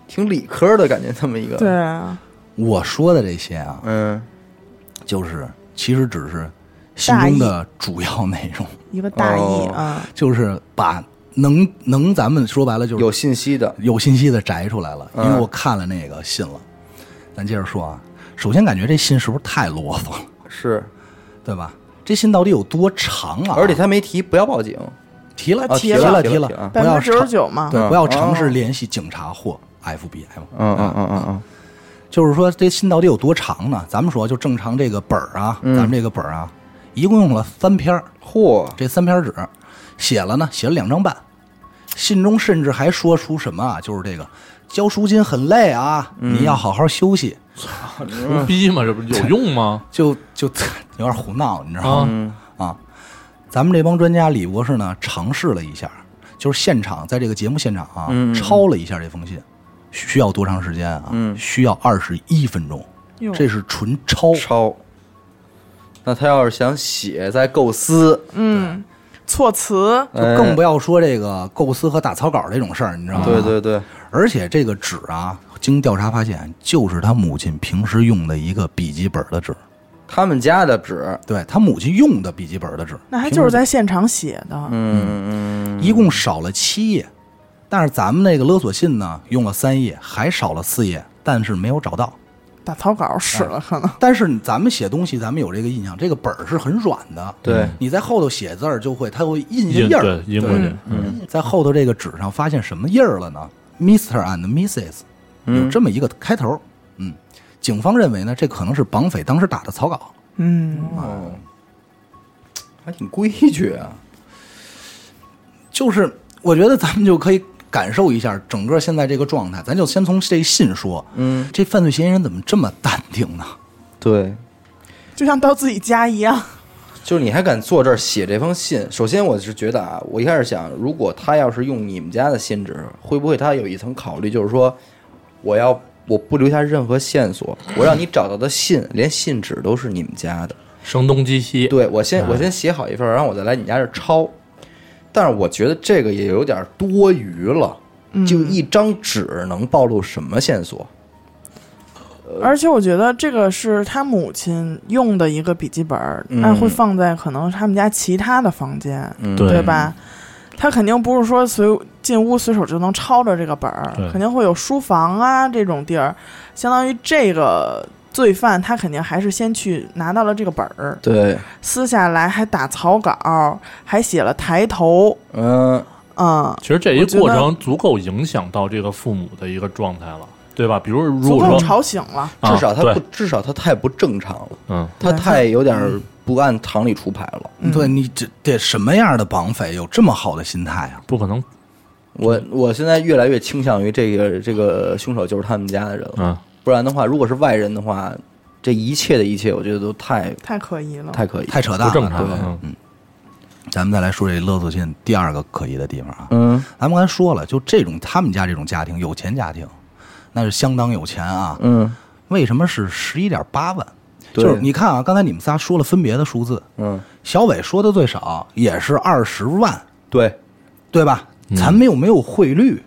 Speaker 2: 挺理科的感觉，这么一个，
Speaker 3: 对啊，
Speaker 1: 我说的这些啊，
Speaker 2: 嗯
Speaker 1: 就是其实只是心中的主要内容，
Speaker 3: 一个大意
Speaker 2: 哦
Speaker 3: 啊，
Speaker 1: 就是把能能咱们说白了就是
Speaker 2: 有信息的，
Speaker 1: 有信息的摘出来了，因
Speaker 2: 嗯
Speaker 1: 为我看了那个信了。咱接着说啊，首先感觉这信是不是太啰嗦了，
Speaker 2: 是，
Speaker 1: 对吧？这信到底有多长啊？
Speaker 2: 而且他没提不要报警，
Speaker 1: 提了
Speaker 2: 啊
Speaker 1: 提
Speaker 2: 提了
Speaker 1: 了
Speaker 2: 提
Speaker 1: 提
Speaker 2: 了
Speaker 1: 了，不
Speaker 3: 百
Speaker 1: 要
Speaker 3: 分之九十啊
Speaker 1: 尝
Speaker 3: 九嘛，
Speaker 1: 对，
Speaker 2: 嗯
Speaker 1: 不要尝试联系警察或 FBI 嘛。
Speaker 2: 嗯嗯嗯嗯嗯，
Speaker 1: 就是说这信到底有多长呢？咱们说就正常这个本儿啊，
Speaker 2: 嗯
Speaker 1: 咱们这个本儿啊，一共用了三篇儿，
Speaker 2: 嚯，
Speaker 1: 这三篇纸写了呢，写了两张半。信中甚至还说出什么啊，就是这个交赎金很累啊，
Speaker 2: 嗯
Speaker 1: 你要好好休息。
Speaker 4: 胡逼嘛，这不有用吗？
Speaker 1: 就就有点胡闹，你知道
Speaker 4: 啊
Speaker 1: 吗？，
Speaker 2: 哦
Speaker 1: 啊，咱们这帮专家李博士呢，尝试了一下，就是现场在这个节目现场啊，
Speaker 2: 嗯嗯嗯
Speaker 1: 抄了一下这封信，需需要多长时间啊？
Speaker 2: 嗯
Speaker 1: 需要二十一分钟，
Speaker 3: 哟
Speaker 1: 这是纯抄。
Speaker 2: 抄。那他要是想写，再构思，
Speaker 3: 嗯，措辞
Speaker 1: 就更不要说这个构思和打草稿这种事儿，你知道吗？
Speaker 2: 哎对对对，
Speaker 1: 而且这个纸啊，经调查发现，就是他母亲平时用的一个笔记本的纸，
Speaker 2: 他们家的纸，
Speaker 1: 对他母亲用的笔记本的纸，
Speaker 3: 那还就是在现场写的，
Speaker 2: 嗯嗯
Speaker 1: 一共少了七页。但是咱们那个勒索信呢，用了三页，还少了四页，但是没有找到。
Speaker 3: 打草稿使了可能，
Speaker 1: 但是咱们写东西，咱们有这个印象，这个本儿是很软的，
Speaker 2: 对
Speaker 1: 你在后头写字儿就会，它会印下
Speaker 4: 印
Speaker 1: 印儿，
Speaker 4: 对印过去，嗯，
Speaker 1: 在后头这个纸上发现什么印儿了呢？Mr. and Mrs. 有这么一个开头，嗯，警方认为呢，这可能是绑匪当时打的草稿，
Speaker 3: 嗯，
Speaker 2: 哦，还挺规矩啊，
Speaker 1: 就是我觉得咱们就可以感受一下整个现在这个状态，咱就先从这信说，
Speaker 2: 嗯，
Speaker 1: 这犯罪嫌疑人怎么这么淡定呢？
Speaker 2: 对，
Speaker 3: 就像到自己家一样，
Speaker 2: 就是你还敢坐这儿写这封信？首先，我是觉得啊，我一开始想，如果他要是用你们家的信纸，会不会他有一层考虑，就是说，我要我不留下任何线索，我让你找到的信，连信纸都是你们家的。
Speaker 4: 声东击西，
Speaker 2: 对我
Speaker 4: 哎
Speaker 2: 先我先写好一份儿，然后我再来你家这儿抄。但是我觉得这个也有点多余了，就一张纸能暴露什么线索？
Speaker 3: 而且我觉得这个是他母亲用的一个笔记本儿，
Speaker 2: 嗯
Speaker 3: 那会放在可能他们家其他的房间，
Speaker 2: 嗯，
Speaker 4: 对
Speaker 3: 对吧？他肯定不是说随进屋随手就能抄着这个本儿
Speaker 4: 对，
Speaker 3: 肯定会有书房啊这种地儿，相当于这个罪犯他肯定还是先去拿到了这个本儿，
Speaker 2: 对，
Speaker 3: 撕下来还打草稿，还写了抬头，
Speaker 2: 嗯、
Speaker 3: 嗯，
Speaker 4: 其实这一
Speaker 3: 我觉得
Speaker 4: 过程足够影响到这个父母的一个状态了，对吧？比如如
Speaker 3: 足
Speaker 4: 果
Speaker 3: 够
Speaker 4: 说，
Speaker 3: 吵醒了。
Speaker 4: 啊
Speaker 2: 至少他
Speaker 4: 对
Speaker 2: 不，至少他太不正常了，
Speaker 4: 嗯，
Speaker 2: 他
Speaker 3: 对
Speaker 2: 太有点儿不按常理出牌了。
Speaker 1: 对你这得什么样的绑匪有这么好的心态啊？
Speaker 4: 不可能，
Speaker 2: 我我现在越来越倾向于这个这个凶手就是他们家的人了，
Speaker 4: 嗯，
Speaker 2: 不然的话，如果是外人的话，这一切的一切，我觉得都太
Speaker 3: 太可疑了，
Speaker 2: 太可以，
Speaker 1: 太扯淡
Speaker 4: 不
Speaker 1: 了，
Speaker 4: 正常
Speaker 1: 对，
Speaker 4: 了，嗯，
Speaker 1: 咱们再来说这勒索信第二个可疑的地方啊，
Speaker 2: 嗯
Speaker 1: 咱们刚才说了，就这种他们家这种家庭，有钱家庭，那是相当有钱啊。
Speaker 2: 嗯
Speaker 1: 为什么是十一点八万？
Speaker 2: 对
Speaker 1: 就是你看啊，刚才你们仨说了分别的数字，
Speaker 2: 嗯，
Speaker 1: 小伟说的最少也是二十万，
Speaker 2: 对。
Speaker 1: 对吧？
Speaker 2: 嗯
Speaker 1: 咱们又没有汇率，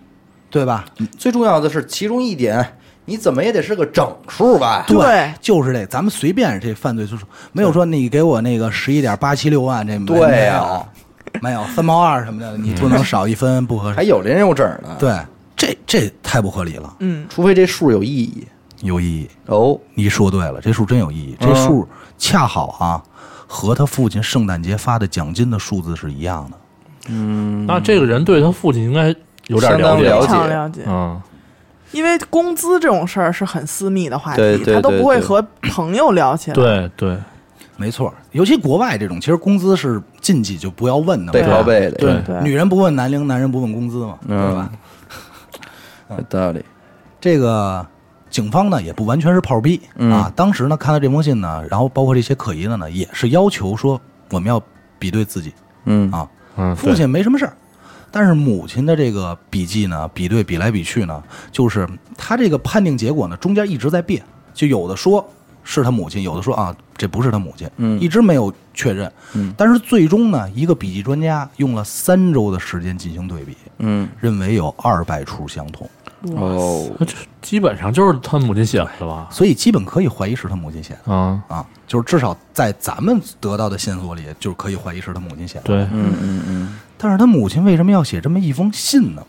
Speaker 1: 对吧？
Speaker 2: 最重要的是其中一点，你怎么也得是个整数吧？
Speaker 3: 对
Speaker 1: 就是这，咱们随便这犯罪数数，没有说你给我那个十一点八七六万这没
Speaker 2: 对呀、
Speaker 1: 没有，没有三毛二什么的，你不能少一分不合
Speaker 2: 还
Speaker 1: 适。
Speaker 2: 有零有整呢。，
Speaker 1: 对，啊这这太不合理了，
Speaker 3: 嗯，
Speaker 2: 除非这数有意义
Speaker 1: 有意义。
Speaker 2: 哦。
Speaker 1: 你说对了，这数真有意义，这数恰好啊，和他父亲圣诞节发的奖金的数字是一样的。
Speaker 4: 那这个人对他父亲应该有点
Speaker 2: 相当
Speaker 4: 解
Speaker 2: 了
Speaker 3: 非
Speaker 4: 吧，
Speaker 2: 解
Speaker 3: 常了解。
Speaker 4: 嗯，
Speaker 3: 因为工资这种事儿是很私密的话
Speaker 2: 对
Speaker 3: 题，
Speaker 2: 对
Speaker 3: 他都
Speaker 2: 对
Speaker 3: 不会
Speaker 2: 对
Speaker 3: 和朋友聊起来。
Speaker 4: 对对，
Speaker 1: 没错，尤其国外这种，其实工资是禁忌，就不要问的嘛。
Speaker 2: 背
Speaker 1: 对吧
Speaker 2: 朝背的，
Speaker 4: 对
Speaker 3: 对
Speaker 1: 女人不问男龄，男人不问工资嘛，
Speaker 2: 嗯
Speaker 1: 对吧？
Speaker 2: 有道理。
Speaker 1: 这个警方呢也不完全是炮逼、啊，当时呢看到这封信呢，然后包括这些可疑的呢，也是要求说我们要比对自己
Speaker 2: 嗯
Speaker 1: 啊，
Speaker 4: 嗯，
Speaker 1: 父亲没什么事儿，但是母亲的这个笔记呢，比对比来比去呢，就是他这个判定结果呢，中间一直在变，就有的说是他母亲，有的说啊这不是他母亲，
Speaker 2: 嗯
Speaker 1: 一直没有确认。
Speaker 2: 嗯
Speaker 1: 但是最终呢，一个笔记专家用了三周的时间进行对比，
Speaker 2: 嗯
Speaker 1: 认为有二百处相同。
Speaker 2: 哦，
Speaker 4: 那这基本上就是他母亲写的吧？
Speaker 1: 所以基本可以怀疑是他母亲写的
Speaker 4: 啊，
Speaker 1: 啊，就是至少在咱们得到的线索里，就是可以怀疑是他母亲写的。
Speaker 4: 对，
Speaker 2: 嗯嗯嗯，
Speaker 1: 但是他母亲为什么要写这么一封信呢？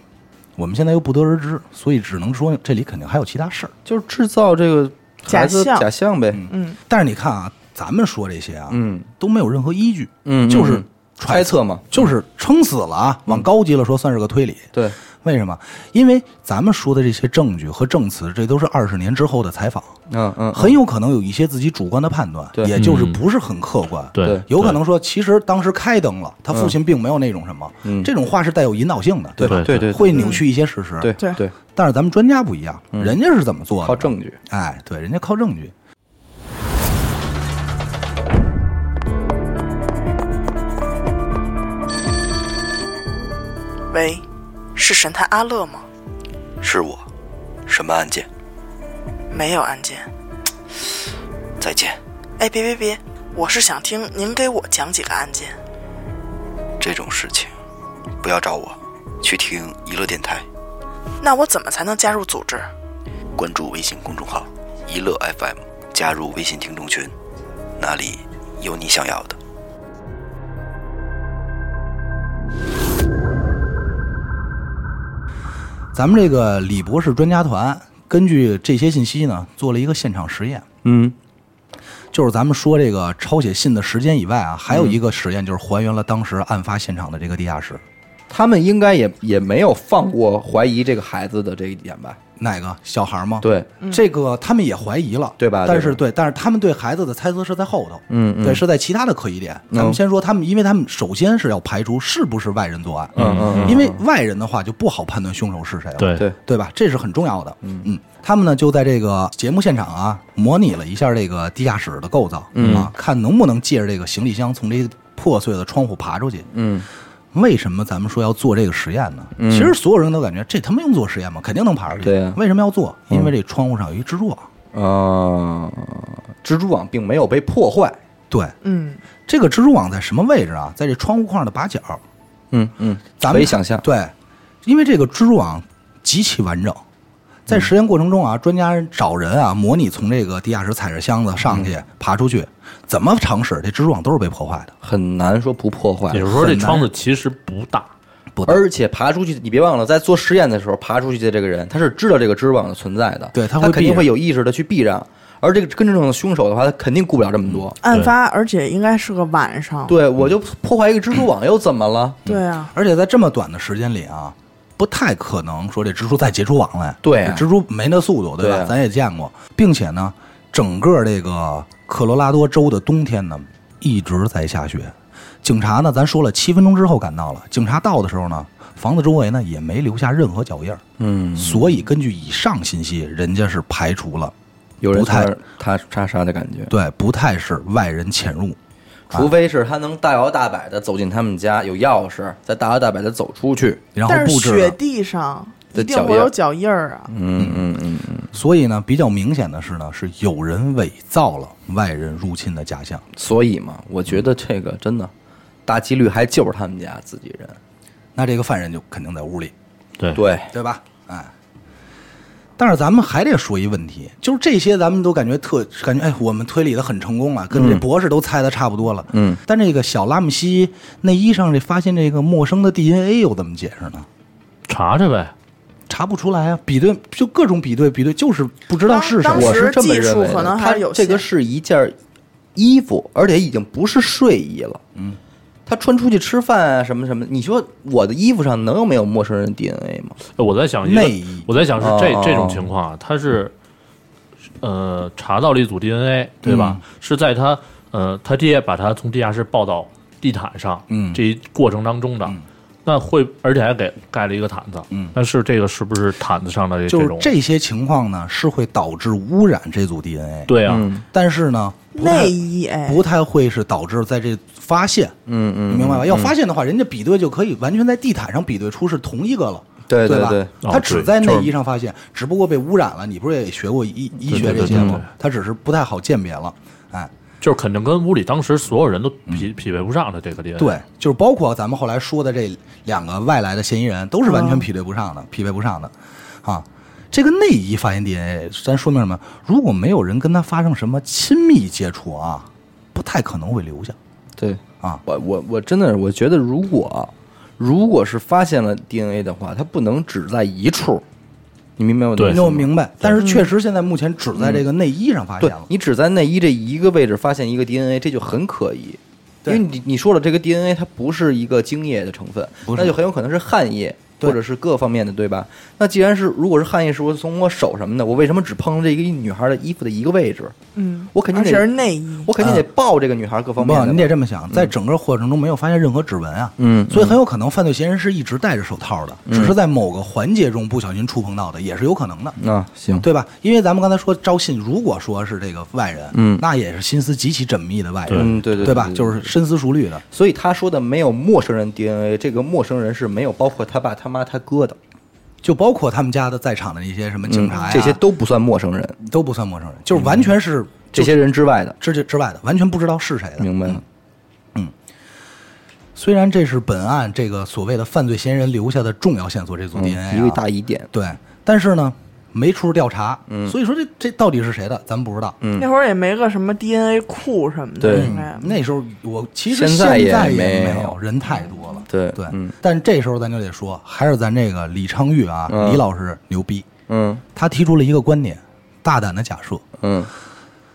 Speaker 1: 我们现在又不得而知，所以只能说这里肯定还有其他事儿。
Speaker 2: 就是制造这个孩子
Speaker 3: 假象
Speaker 2: 假象呗。
Speaker 3: 嗯，
Speaker 1: 但是你看啊，咱们说这些啊，
Speaker 2: 嗯
Speaker 1: 都没有任何依据，
Speaker 2: 嗯，
Speaker 1: 就是
Speaker 2: 嗯猜测嗯嘛。
Speaker 1: 就是撑死了啊，往高级了说算是个推理。
Speaker 2: 对，
Speaker 1: 为什么？因为咱们说的这些证据和证词，这都是二十年之后的采访，
Speaker 2: 嗯嗯，
Speaker 1: 很有可能有一些自己主观的判断，
Speaker 2: 对
Speaker 1: 也就是
Speaker 4: 嗯
Speaker 1: 不是很客观。
Speaker 4: 对
Speaker 2: 对，
Speaker 1: 有可能说，其实当时开灯了，他父亲并没有那种什么，
Speaker 2: 嗯
Speaker 1: 这种话是带有引导性的，
Speaker 2: 对
Speaker 1: 吧？
Speaker 2: 对对
Speaker 1: 会扭曲一些事实。
Speaker 2: 对
Speaker 3: 对
Speaker 2: 对，
Speaker 1: 但是咱们专家不一样，人家是怎么做的？
Speaker 2: 靠证据。
Speaker 1: 哎，对，人家靠证据。
Speaker 3: 喂，是神探阿乐吗？
Speaker 5: 是我，什么案件？
Speaker 3: 没有案件。
Speaker 5: 再见，
Speaker 3: 哎，别别别，我是想听您给我讲几个案件。
Speaker 5: 这种事情不要找我，去听娱乐电台，
Speaker 3: 那我怎么才能加入组织？
Speaker 5: 关注微信公众号“娱乐 FM”，加入微信听众群，那里有你想要的。
Speaker 1: 咱们这个李博士专家团根据这些信息呢，做了一个现场实验，
Speaker 2: 嗯
Speaker 1: 就是咱们说这个抄写信的时间以外啊，还
Speaker 2: 嗯
Speaker 1: 有一个实验就是还原了当时案发现场的这个地下室。，
Speaker 2: 他们应该也也没有放过怀疑这个孩子的这一点吧？
Speaker 1: 哪个小孩吗？，
Speaker 2: 对，
Speaker 1: 这个他们也怀疑了，
Speaker 2: 嗯对吧
Speaker 1: 但是
Speaker 2: 对
Speaker 1: 对，但是他们对孩子的猜测是在后头，
Speaker 2: 嗯嗯
Speaker 1: 对，是在其他的可疑点。咱们先说他们，因为他们首先是要排除是不是外人作案，
Speaker 2: 嗯嗯嗯
Speaker 1: 因为外人的话就不好判断凶手是谁了，
Speaker 4: 对
Speaker 2: 对，
Speaker 1: 对吧？这是很重要的。嗯他们呢就在这个节目现场啊，模拟了一下这个地下室的构造、
Speaker 2: 嗯
Speaker 1: 啊，看能不能借着这个行李箱从这破碎的窗户爬出去。
Speaker 2: 嗯
Speaker 1: 为什么咱们说要做这个实验呢？其实所有人都感觉这他妈用做实验吗？肯定能爬出去。
Speaker 2: 对啊
Speaker 1: 为什么要做？因为这窗户上有一蜘蛛网。
Speaker 2: 啊，蜘蛛网并没有被破坏。
Speaker 1: 对，
Speaker 3: 嗯，
Speaker 1: 这个蜘蛛网在什么位置啊？在这窗户框的把角。
Speaker 2: 嗯嗯，
Speaker 1: 咱们
Speaker 2: 可以想象。
Speaker 1: 对，因为这个蜘蛛网极其完整，在实验过程中啊，专家找人啊模拟从这个地下室踩着箱子上
Speaker 2: 嗯
Speaker 1: 去、爬出去，怎么尝试这蜘蛛网都是被破坏的，
Speaker 2: 很难说不破坏
Speaker 4: 也，就是说这窗子其实不大，
Speaker 1: 不
Speaker 2: 而且爬出去，你别忘了，在做实验的时候，爬出去的这个人，他是知道这个蜘蛛网的存在的，
Speaker 1: 对
Speaker 2: 他
Speaker 1: 他会
Speaker 2: 肯定
Speaker 1: 避
Speaker 2: 会有意识的去避让。而这个真正的凶手的话，他肯定顾不了这么多。
Speaker 3: 案发而且应该是个晚
Speaker 1: 嗯
Speaker 3: 上。
Speaker 2: 对我就破坏一个蜘蛛网又怎么了？
Speaker 3: 对啊，
Speaker 1: 而且在这么短的时间里啊，不太可能说这蜘蛛再结出网来。
Speaker 2: 对啊
Speaker 1: 这蜘蛛没那速度，对吧？
Speaker 2: 对啊
Speaker 1: 咱也见过，并且呢，整个这个科罗拉多州的冬天呢一直在下雪。警察呢，咱说了七分钟之后赶到了。警察到的时候呢，房子周围呢也没留下任何脚印儿。
Speaker 2: 嗯，
Speaker 1: 所以根据以上信息，人家是排除了
Speaker 2: 有人
Speaker 1: 不太
Speaker 2: 从那儿踏踏沙的感觉，
Speaker 1: 对不太是外人潜入。啊
Speaker 2: 除非是他能大摇大摆的走进他们家，有钥匙，再大摇大摆的走出去。
Speaker 1: 嗯然后
Speaker 3: 但是
Speaker 1: 布置
Speaker 3: 雪
Speaker 1: 了，
Speaker 3: 地上
Speaker 2: 的
Speaker 3: 一定
Speaker 2: 脚
Speaker 3: 会
Speaker 2: 印儿
Speaker 3: 有脚印儿啊。
Speaker 2: 嗯嗯嗯嗯，
Speaker 1: 所以呢，比较明显的是呢，是有人伪造了外人入侵的假象。
Speaker 2: 所以嘛，我觉得这个真的大几率还就是他们家自己人。
Speaker 1: 那这个犯人就肯定在屋里，
Speaker 4: 对
Speaker 2: 对，
Speaker 1: 对吧？哎，但是咱们还得说一问题，就是这些咱们都感觉特感觉，哎，我们推理的很成功了，跟这博士都猜的差不多了。
Speaker 2: 嗯，
Speaker 1: 但这个小拉姆西内衣上这发现这个陌生的 DNA 又怎么解释呢？
Speaker 4: 查查呗，
Speaker 1: 查不出来啊，比对就各种比对比对，就是不知道是什
Speaker 3: 当
Speaker 1: 么。
Speaker 3: 时
Speaker 2: 我是这么认为
Speaker 3: 技
Speaker 2: 的，
Speaker 3: 术可能还
Speaker 2: 它
Speaker 3: 是有
Speaker 2: 这
Speaker 3: 限
Speaker 2: 个是一件衣服，而且已经不是睡衣了。嗯，他穿出去吃饭啊，什么什么，你说我的衣服上能有没有陌生人 DNA 吗？
Speaker 4: 呃我在想一个
Speaker 1: 内衣
Speaker 4: 我在想是这
Speaker 2: 哦哦
Speaker 4: 这种情况啊，他是呃查到了一组 DNA，对吧？
Speaker 1: 嗯
Speaker 4: 是在他呃他爹把他从地下室抱到地毯上，
Speaker 1: 嗯
Speaker 4: 这一过程当中的。那会，而且还给盖了一个毯子，嗯，但是这个是不是毯子上的这
Speaker 1: 就是
Speaker 4: 种？啊
Speaker 1: 这些情况呢，是会导致污染这组 DNA。，
Speaker 4: 对啊，
Speaker 1: 但是呢，不太
Speaker 3: 内衣哎，
Speaker 1: 不太会是导致在这发现，嗯嗯，你明白吧？要发现的话，人家比对就可以完全在地毯上比对出是同一个了。
Speaker 2: 对
Speaker 1: 对
Speaker 2: 对
Speaker 1: 吧
Speaker 2: 对
Speaker 4: 哦
Speaker 1: 他只
Speaker 4: 对
Speaker 1: 在内
Speaker 4: 就是
Speaker 1: 衣上发现，只不过被污染了。你不是也学过医医学
Speaker 4: 对对
Speaker 1: 这些
Speaker 4: 对
Speaker 1: 吗
Speaker 4: 对？
Speaker 1: 他只是不太好鉴别了。哎，
Speaker 4: 就是肯定跟屋里当时所有人都匹匹配不上的这个 DNA。
Speaker 1: 嗯对，就是包括咱们后来说的这两个外来的嫌疑人，都是完全匹配不上的，匹配不上的，啊。这个内衣发现 DNA，咱说明什么？如果没有人跟他发生什么亲密接触啊，不太可能会留下。
Speaker 2: 对
Speaker 1: 啊，
Speaker 2: 我我我真的我觉得，如果如果是发现了 DNA 的话，它不能只在一处，你明白我的
Speaker 4: 对
Speaker 2: 意
Speaker 1: 你
Speaker 2: 思
Speaker 1: 我
Speaker 2: 吗？
Speaker 1: 明白，但是确实现在目前只在这个内衣上发现
Speaker 2: 对
Speaker 1: 了。
Speaker 2: 你只在内衣这一个位置发现一个 DNA，这就很可疑，因
Speaker 1: 对
Speaker 2: 为你你说了这个 DNA 它不是一个精液的成分，
Speaker 1: 不是
Speaker 2: 那就很有可能是汗液
Speaker 1: 对
Speaker 2: 或者是各方面的，对吧？那既然是如果是汗液，是我从我手什么的，我为什么只碰这一个女孩的衣服的一个位置？
Speaker 3: 嗯，
Speaker 2: 我肯定
Speaker 3: 而且是
Speaker 2: 得
Speaker 3: 内衣，
Speaker 2: 我肯定得抱这个女孩各方面
Speaker 1: 呃不，
Speaker 2: 的吧。
Speaker 1: 你得这么想，在整个过程中没有发现任何指纹啊，
Speaker 2: 嗯
Speaker 1: 所以很有可能犯罪嫌疑人是一直戴着手套的，只是在某个环节中不小心触碰到的，也是有可能的，
Speaker 2: 啊，行，
Speaker 1: 对吧？因为咱们刚才说招信，如果说是这个外人，
Speaker 2: 嗯
Speaker 1: 那也是心思极其缜密的外人，
Speaker 2: 嗯，对对
Speaker 1: 对吧？就是深思熟虑的，
Speaker 2: 所以他说的没有陌生人 DNA，这个陌生人是没有包括他爸、他妈、他哥的，
Speaker 1: 就包括他们家的在场的那些什么警嗯哎察呀，
Speaker 2: 这些都不算陌生人，
Speaker 1: 都不算陌生人，就是完全是
Speaker 2: 这些人之外的，
Speaker 1: 之之外的，完全不知道是谁的。
Speaker 2: 明白
Speaker 1: 嗯
Speaker 2: 了？
Speaker 1: 虽然这是本案这个所谓的犯罪嫌疑人留下的重要线索，这组
Speaker 2: 嗯
Speaker 1: DNA 啊、
Speaker 2: 一个大疑点，
Speaker 1: 对，但是呢，没出调查，所以说这这到底是谁的，咱们不知道。嗯
Speaker 2: 嗯
Speaker 3: 那会儿也没个什么 DNA 库什么的，
Speaker 2: 对
Speaker 3: 应该
Speaker 1: 那时候我其实
Speaker 2: 现
Speaker 1: 在
Speaker 2: 在也
Speaker 1: 也没
Speaker 2: 没
Speaker 1: 有
Speaker 2: 有
Speaker 1: 人太多了，
Speaker 2: 对
Speaker 1: 对，
Speaker 2: 嗯
Speaker 1: 但这时候咱就得说，还是咱这个李昌钰啊，
Speaker 2: 嗯
Speaker 1: 李老师牛逼，
Speaker 2: 嗯
Speaker 1: 他提出了一个观点，大胆的假设，
Speaker 2: 嗯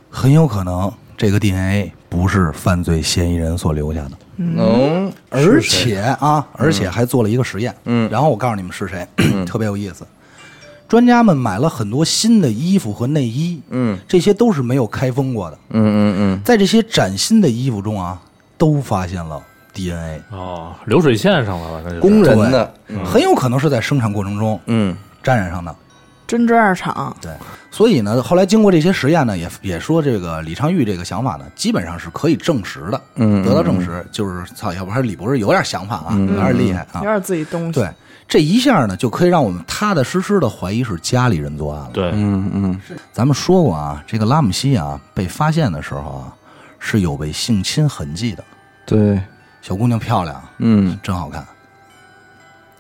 Speaker 1: 很有可能这个 DNA 不是犯罪嫌疑人所留下的，
Speaker 2: 嗯
Speaker 1: 而且啊，而且还做了一个实验，
Speaker 2: 嗯
Speaker 1: 然后我告诉你们是谁， 特别有意思。专家们买了很多新的衣服和内衣，
Speaker 2: 嗯
Speaker 1: 这些都是没有开封过的。
Speaker 2: 嗯嗯
Speaker 1: 在这些崭新的衣服中啊，都发现了 DNA，
Speaker 4: 哦，流水线上了吧？那就是
Speaker 2: 嗯，工人的，
Speaker 1: 很有可能是在生产过程中
Speaker 2: 嗯
Speaker 1: 沾染上的。
Speaker 3: 针织二厂，
Speaker 1: 对，所以呢，后来经过这些实验呢，也也说这个李昌钰这个想法呢，基本上是可以证实的，
Speaker 2: 嗯
Speaker 1: 得到证实，就是操，要不还是李博士有点想法啊，有点厉害啊
Speaker 2: 嗯
Speaker 3: 有，点自己东西。
Speaker 1: 对，这一下呢，就可以让我们踏踏实实的怀疑是家里人作案了。
Speaker 4: 对，
Speaker 2: 嗯嗯
Speaker 1: 咱们说过啊，这个拉姆西啊被发现的时候啊，是有被性侵痕迹的，
Speaker 2: 对，
Speaker 1: 小姑娘漂亮，啊
Speaker 2: 嗯
Speaker 1: 真好看。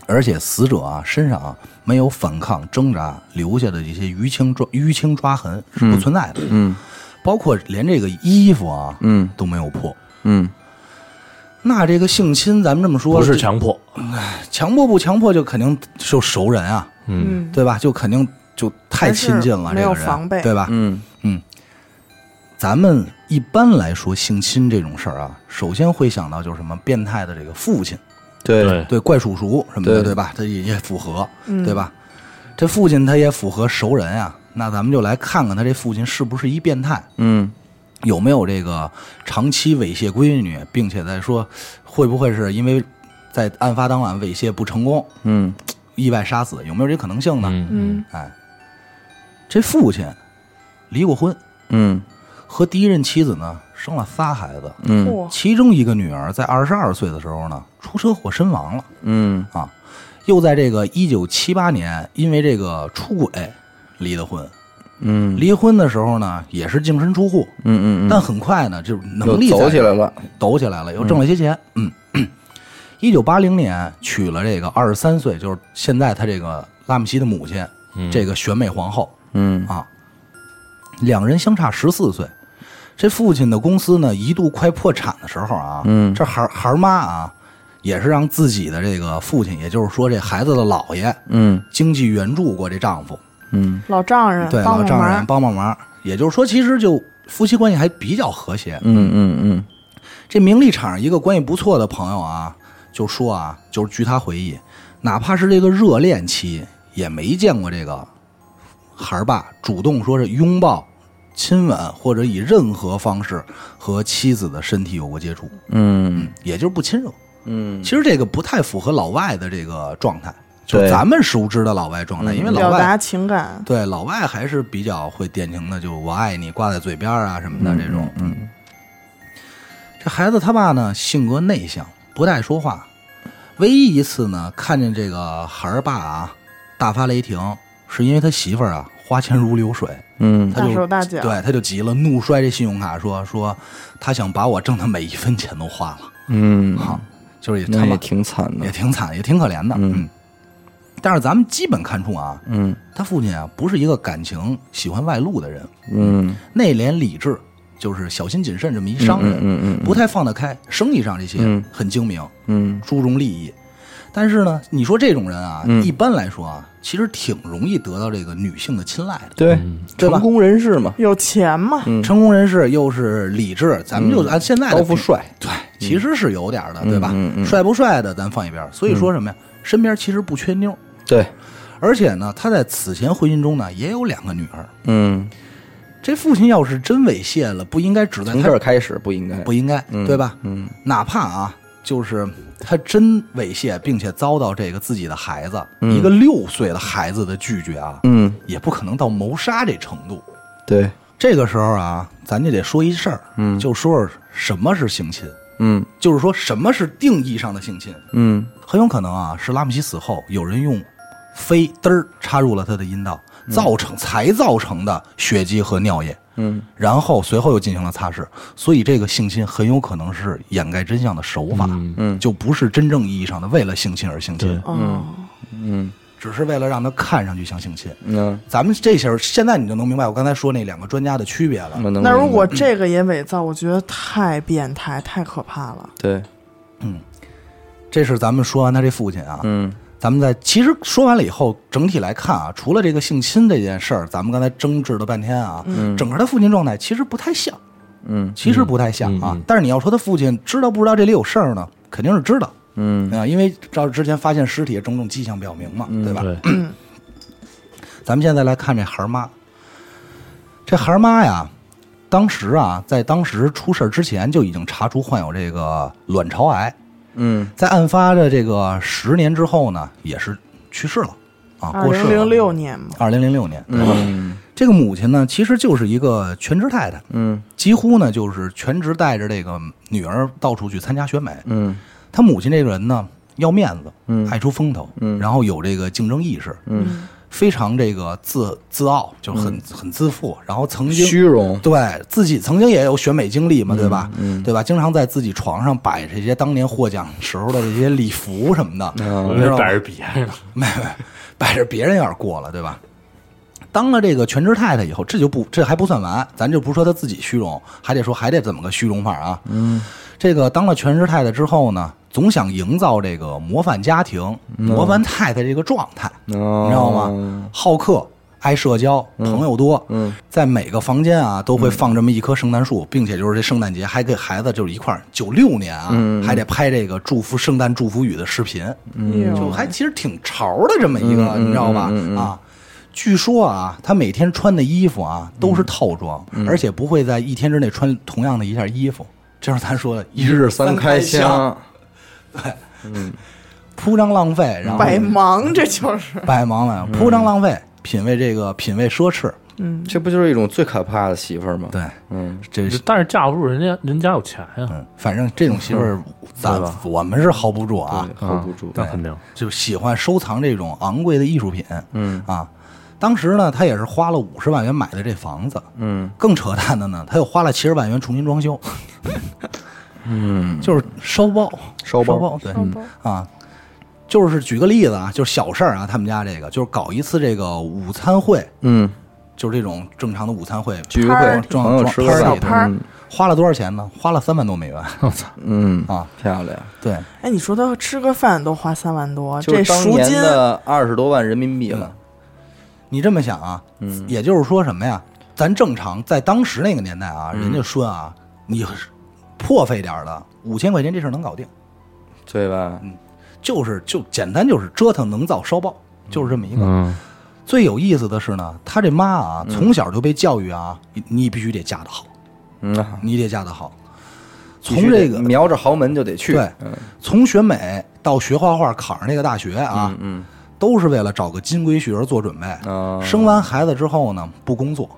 Speaker 1: 而且死者啊身上啊没有反抗、挣扎留下的这些淤青抓淤青抓痕是不存在的，
Speaker 2: 嗯
Speaker 1: 包括连这个衣服啊，
Speaker 2: 嗯
Speaker 1: 都没有破。
Speaker 2: 嗯
Speaker 1: 那这个性侵，咱们这么说，
Speaker 4: 不是
Speaker 1: 这
Speaker 4: 强迫，
Speaker 1: 强迫不强迫，就肯定就熟人啊，
Speaker 4: 嗯，
Speaker 1: 对吧？就肯定就太亲近了，
Speaker 3: 还是没
Speaker 1: 这
Speaker 3: 有
Speaker 1: 个人
Speaker 3: 防备
Speaker 1: 对吧？
Speaker 2: 嗯
Speaker 1: 咱们一般来说性侵这种事儿啊，首先会想到就是什么变态的这个父亲，
Speaker 2: 对，
Speaker 4: 对，
Speaker 1: 对怪叔叔什么的，对
Speaker 2: 对
Speaker 1: 吧？这也也符合，
Speaker 3: 嗯
Speaker 1: 对吧？这父亲他也符合熟人啊，那咱们就来看看他这父亲是不是一变态，
Speaker 2: 嗯
Speaker 1: 有没有这个长期猥亵闺女，并且在说会不会是因为在案发当晚猥亵不成功，
Speaker 2: 嗯
Speaker 1: 意外杀死，有没有这可能性呢？
Speaker 4: 嗯
Speaker 3: 嗯，
Speaker 1: 哎，这父亲离过婚，
Speaker 2: 嗯
Speaker 1: 和第一任妻子呢生了仨孩子，
Speaker 2: 嗯
Speaker 3: 嚯，
Speaker 1: 其中一个女儿在二十二岁的时候呢出车祸身亡了
Speaker 2: 嗯
Speaker 1: 啊，又在这个一九七八年因为这个出轨离的婚。
Speaker 2: 嗯
Speaker 1: 离婚的时候呢也是净身出户，
Speaker 2: 嗯嗯，
Speaker 1: 但很快呢就是能力
Speaker 2: 又走
Speaker 1: 在
Speaker 2: 起来了，
Speaker 1: 抖起来了，又挣了些钱。嗯，一九八零年娶了这个二十三岁，就是现在他这个拉姆西的母亲，
Speaker 4: 嗯
Speaker 1: 这个选美皇后
Speaker 2: 嗯
Speaker 1: 啊，两人相差十四岁。这父亲的公司呢，一度快破产的时候啊，
Speaker 2: 嗯
Speaker 1: 这孩儿孩儿妈啊，也是让自己的这个父亲，也就是说这孩子的姥爷，
Speaker 2: 嗯
Speaker 1: 经济援助过这丈夫，
Speaker 2: 嗯
Speaker 3: 老丈人
Speaker 1: 对
Speaker 3: 帮
Speaker 1: 老
Speaker 3: 帮
Speaker 1: 丈人
Speaker 3: 忙
Speaker 1: 帮帮忙。也就是说，其实就夫妻关系还比较和谐。
Speaker 2: 嗯嗯
Speaker 1: 这名利场上一个关系不错的朋友啊，就说啊，就是据他回忆，哪怕是这个热恋期，也没见过这个孩儿爸主动说是拥抱、亲吻或者以任何方式和妻子的身体有过接触，
Speaker 2: 嗯
Speaker 1: 也就是不亲热。
Speaker 2: 嗯
Speaker 1: 其实这个不太符合老外的这个状态，就
Speaker 2: 对
Speaker 1: 咱们熟知的老外状态，
Speaker 2: 嗯
Speaker 1: 因为老
Speaker 3: 表
Speaker 1: 外
Speaker 3: 达情感，
Speaker 1: 对老外还是比较会典型的，就我爱你挂在嘴边儿啊什么的这种。
Speaker 2: 嗯
Speaker 1: 这孩子他爸呢，性格内向，不太爱说话。唯一一次呢，看见这个孩儿爸啊，大发雷霆，是因为他媳妇儿啊花钱如流水，
Speaker 2: 嗯
Speaker 1: 他
Speaker 3: 大
Speaker 1: 就
Speaker 3: 手大脚，
Speaker 1: 对他就急了，怒摔这信用卡说，说他想把我挣的每一分钱都花了，
Speaker 2: 嗯，
Speaker 1: 就是也他
Speaker 2: 那
Speaker 1: 妈
Speaker 2: 也挺惨的
Speaker 1: 也，挺惨，也挺可怜的。
Speaker 2: 嗯
Speaker 1: 嗯，但是咱们基本看出啊，
Speaker 2: 嗯
Speaker 1: 他父亲啊不是一个感情喜欢外露的人，
Speaker 2: 嗯
Speaker 1: 内敛理智，就是小心谨慎这么一商人，
Speaker 2: 嗯嗯嗯
Speaker 1: 不太放得开，生意上这些、
Speaker 2: 嗯
Speaker 1: 很精明，
Speaker 2: 嗯
Speaker 1: 注重利益。但是呢，你说这种人啊，
Speaker 2: 嗯
Speaker 1: 一般来说啊，其实挺容易得到这个女性的青睐的，
Speaker 4: 嗯
Speaker 2: 对，
Speaker 1: 对吧
Speaker 2: 成功人士嘛，
Speaker 3: 有钱嘛，
Speaker 2: 嗯
Speaker 1: 成功人士又是理智，咱们就按现在的
Speaker 2: 高富
Speaker 1: 比
Speaker 2: 帅，
Speaker 1: 对，其实是有点儿的，
Speaker 2: 嗯
Speaker 1: 对吧？
Speaker 2: 嗯嗯
Speaker 1: 帅不帅的咱放一边儿。所以说什么呀？身边其实不缺妞儿，
Speaker 2: 对，
Speaker 1: 而且呢，他在此前婚姻中呢也有两个女儿。
Speaker 2: 嗯，
Speaker 1: 这父亲要是真猥亵了，不应该只在
Speaker 2: 从
Speaker 1: 他
Speaker 2: 这儿开始不应该，
Speaker 1: 不应该，
Speaker 2: 嗯
Speaker 1: 对吧？
Speaker 2: 嗯
Speaker 1: 哪怕啊，就是他真猥亵，并且遭到这个自己的孩子，
Speaker 2: 嗯
Speaker 1: 一个六岁的孩子的拒绝啊，
Speaker 2: 嗯，
Speaker 1: 也不可能到谋杀这程度。
Speaker 2: 对，
Speaker 1: 这个时候啊，咱就得说一事儿，
Speaker 2: 嗯
Speaker 1: 就说说什么是性侵，
Speaker 2: 嗯
Speaker 1: 就是说什么是定义上的性侵。
Speaker 2: 嗯
Speaker 1: 很有可能啊，是拉姆西死后有人用飞嘚儿插入了他的阴道，造成才造成的血迹和尿液，
Speaker 2: 嗯，
Speaker 1: 然后随后又进行了擦拭，所以这个性侵很有可能是掩盖真相的手法，
Speaker 4: 嗯
Speaker 2: 嗯
Speaker 1: 就不是真正意义上的为了性侵而性侵
Speaker 4: 对，
Speaker 3: 哦，
Speaker 2: 嗯
Speaker 1: 只是为了让他看上去像性侵。
Speaker 2: 那
Speaker 1: 咱们这些现在你就能明白我刚才说那两个专家的区别了。
Speaker 4: 嗯
Speaker 2: 那能
Speaker 3: 那如果这个也伪造，我觉得太变态，太可怕了。
Speaker 2: 对，
Speaker 1: 这是咱们说完他这父亲啊，
Speaker 2: 嗯
Speaker 1: 咱们在其实说完了以后，整体来看啊，除了这个性侵这件事儿，咱们刚才争执了半天啊，整个他父亲状态其实不太像，
Speaker 2: 嗯
Speaker 1: 其实不太像啊。
Speaker 4: 嗯嗯嗯
Speaker 1: 但是你要说他父亲知道不知道这里有事儿呢，肯定是知道
Speaker 2: 嗯
Speaker 1: 啊，因为照之前发现尸体种种迹象表明嘛，对吧？
Speaker 4: 对，
Speaker 1: 咱们现在来看这孩儿妈，这孩儿妈呀，当时啊，在当时出事儿之前就已经查出患有这个卵巢癌，
Speaker 2: 嗯
Speaker 1: 在案发的这个十年之后呢，也是去世了啊，
Speaker 3: 二
Speaker 1: 过世
Speaker 3: 零
Speaker 1: 了
Speaker 3: 零。六年嘛，
Speaker 1: 二零零六年，对吧？
Speaker 2: 嗯
Speaker 1: 这个母亲呢，其实就是一个全职太太，
Speaker 2: 嗯
Speaker 1: 几乎呢就是全职带着这个女儿到处去参加选美。
Speaker 2: 嗯
Speaker 1: 她母亲这个人呢，要面子，
Speaker 2: 嗯
Speaker 1: 爱出风头，
Speaker 2: 嗯
Speaker 1: 然后有这个竞争意识，
Speaker 2: 嗯，
Speaker 1: 非常这个自自傲，就是很、很自负。然后曾经
Speaker 2: 虚荣，
Speaker 1: 对自己曾经也有选美经历嘛，对吧？
Speaker 2: 嗯
Speaker 1: 对吧？经常在自己床上摆这些当年获奖时候的这些礼服什么
Speaker 2: 啊
Speaker 1: 的，
Speaker 4: 我
Speaker 1: 知道吗
Speaker 4: 这摆着别人了，
Speaker 1: 没没，摆着别人有点过了，对吧？当了这个全职太太以后，这就不这还不算完，咱就不说她自己虚荣，还得说还得怎么个虚荣法啊？嗯，这个当了全职太太之后呢，总想营造这个模范家庭、
Speaker 2: 嗯
Speaker 1: 模范太太这个状态，
Speaker 2: 你知
Speaker 1: 你知道吗？好客。爱社交，朋友多，
Speaker 2: 哦嗯
Speaker 1: 在每个房间啊都会放这么一棵圣诞树，并且就是这圣诞节还给孩子就是一块儿，九六年啊、
Speaker 2: 嗯嗯嗯
Speaker 1: 还得拍这个祝福圣诞祝福语的视频，
Speaker 3: 哎呦
Speaker 1: 嗯就还其实挺潮的这么一个，
Speaker 2: 嗯嗯
Speaker 1: 你知道吧？
Speaker 2: 嗯嗯嗯
Speaker 1: 啊，据说啊，他每天穿的衣服啊都
Speaker 2: 嗯
Speaker 1: 是套装，而且不会在一天之内穿同样的一件衣服。这是咱说的一
Speaker 2: 一日三
Speaker 1: 三
Speaker 2: 开
Speaker 1: 箱，
Speaker 2: 箱，
Speaker 1: 铺张浪费，
Speaker 2: 嗯
Speaker 1: 然后
Speaker 3: 百忙这就是，
Speaker 1: 百忙了，铺张浪费，品味这个品味奢侈，
Speaker 3: 嗯，
Speaker 2: 这不就是一种最可怕的媳妇儿吗？
Speaker 1: 对，
Speaker 2: 嗯
Speaker 1: 这是
Speaker 4: 但是架不住人家人家有钱呀，
Speaker 1: 嗯，反正这种媳妇儿，咱
Speaker 4: 对吧
Speaker 1: 我们是 hold 不住啊，
Speaker 2: 嗯对，hold 不住，
Speaker 4: 那肯定，
Speaker 1: 就喜欢收藏这种昂贵的艺术品，
Speaker 2: 嗯
Speaker 1: 啊。当时呢，他也是花了五十万元买的这房子，
Speaker 2: 嗯
Speaker 1: 更扯淡的呢，他又花了七十万元重新装修，
Speaker 2: 嗯，
Speaker 1: 就是烧包，
Speaker 2: 烧包嗯
Speaker 1: 包，对，啊，就是举个例子啊，就是小事儿啊，他们家这个就是搞一次这个午餐会，
Speaker 2: 嗯，
Speaker 1: 就是这种正常的午餐会，
Speaker 2: 聚个会，
Speaker 3: Party
Speaker 2: 朋友吃个
Speaker 1: 小
Speaker 2: 饭，
Speaker 3: 摊儿
Speaker 2: 嗯
Speaker 1: 花了多少钱呢？花了三万多美 元
Speaker 2: 嗯，
Speaker 1: 啊，
Speaker 2: 漂亮，
Speaker 1: 对，
Speaker 3: 哎，你说他吃个饭都花三万
Speaker 1: 啊
Speaker 3: 多，
Speaker 2: 就是
Speaker 3: 这
Speaker 2: 当
Speaker 3: 赎
Speaker 2: 年
Speaker 3: 金
Speaker 2: 的二十多万人民币了，
Speaker 1: 嗯你这么想啊，
Speaker 2: 嗯
Speaker 1: 也就是说什么呀？咱正常在当时那个年代啊，
Speaker 2: 嗯
Speaker 1: 人家说啊，你破费点儿的五千块钱这事儿能搞定，
Speaker 2: 对吧？
Speaker 1: 嗯就是就简单就是折腾能造烧包，就是这么一个。
Speaker 4: 嗯，
Speaker 1: 最有意思的是呢，他这妈啊，从小就被教育啊，你你必须得嫁得好，
Speaker 2: 嗯啊，
Speaker 1: 你得嫁得好。
Speaker 2: 必
Speaker 1: 从
Speaker 2: 须得
Speaker 1: 这个
Speaker 2: 瞄着豪门就得去，
Speaker 1: 对
Speaker 2: 嗯
Speaker 1: 从学美到学画画，考上那个大学啊，
Speaker 2: 嗯
Speaker 1: 都是为了找个金龟婿而做准备。
Speaker 2: 啊，
Speaker 1: 生完孩子之后呢，不工作，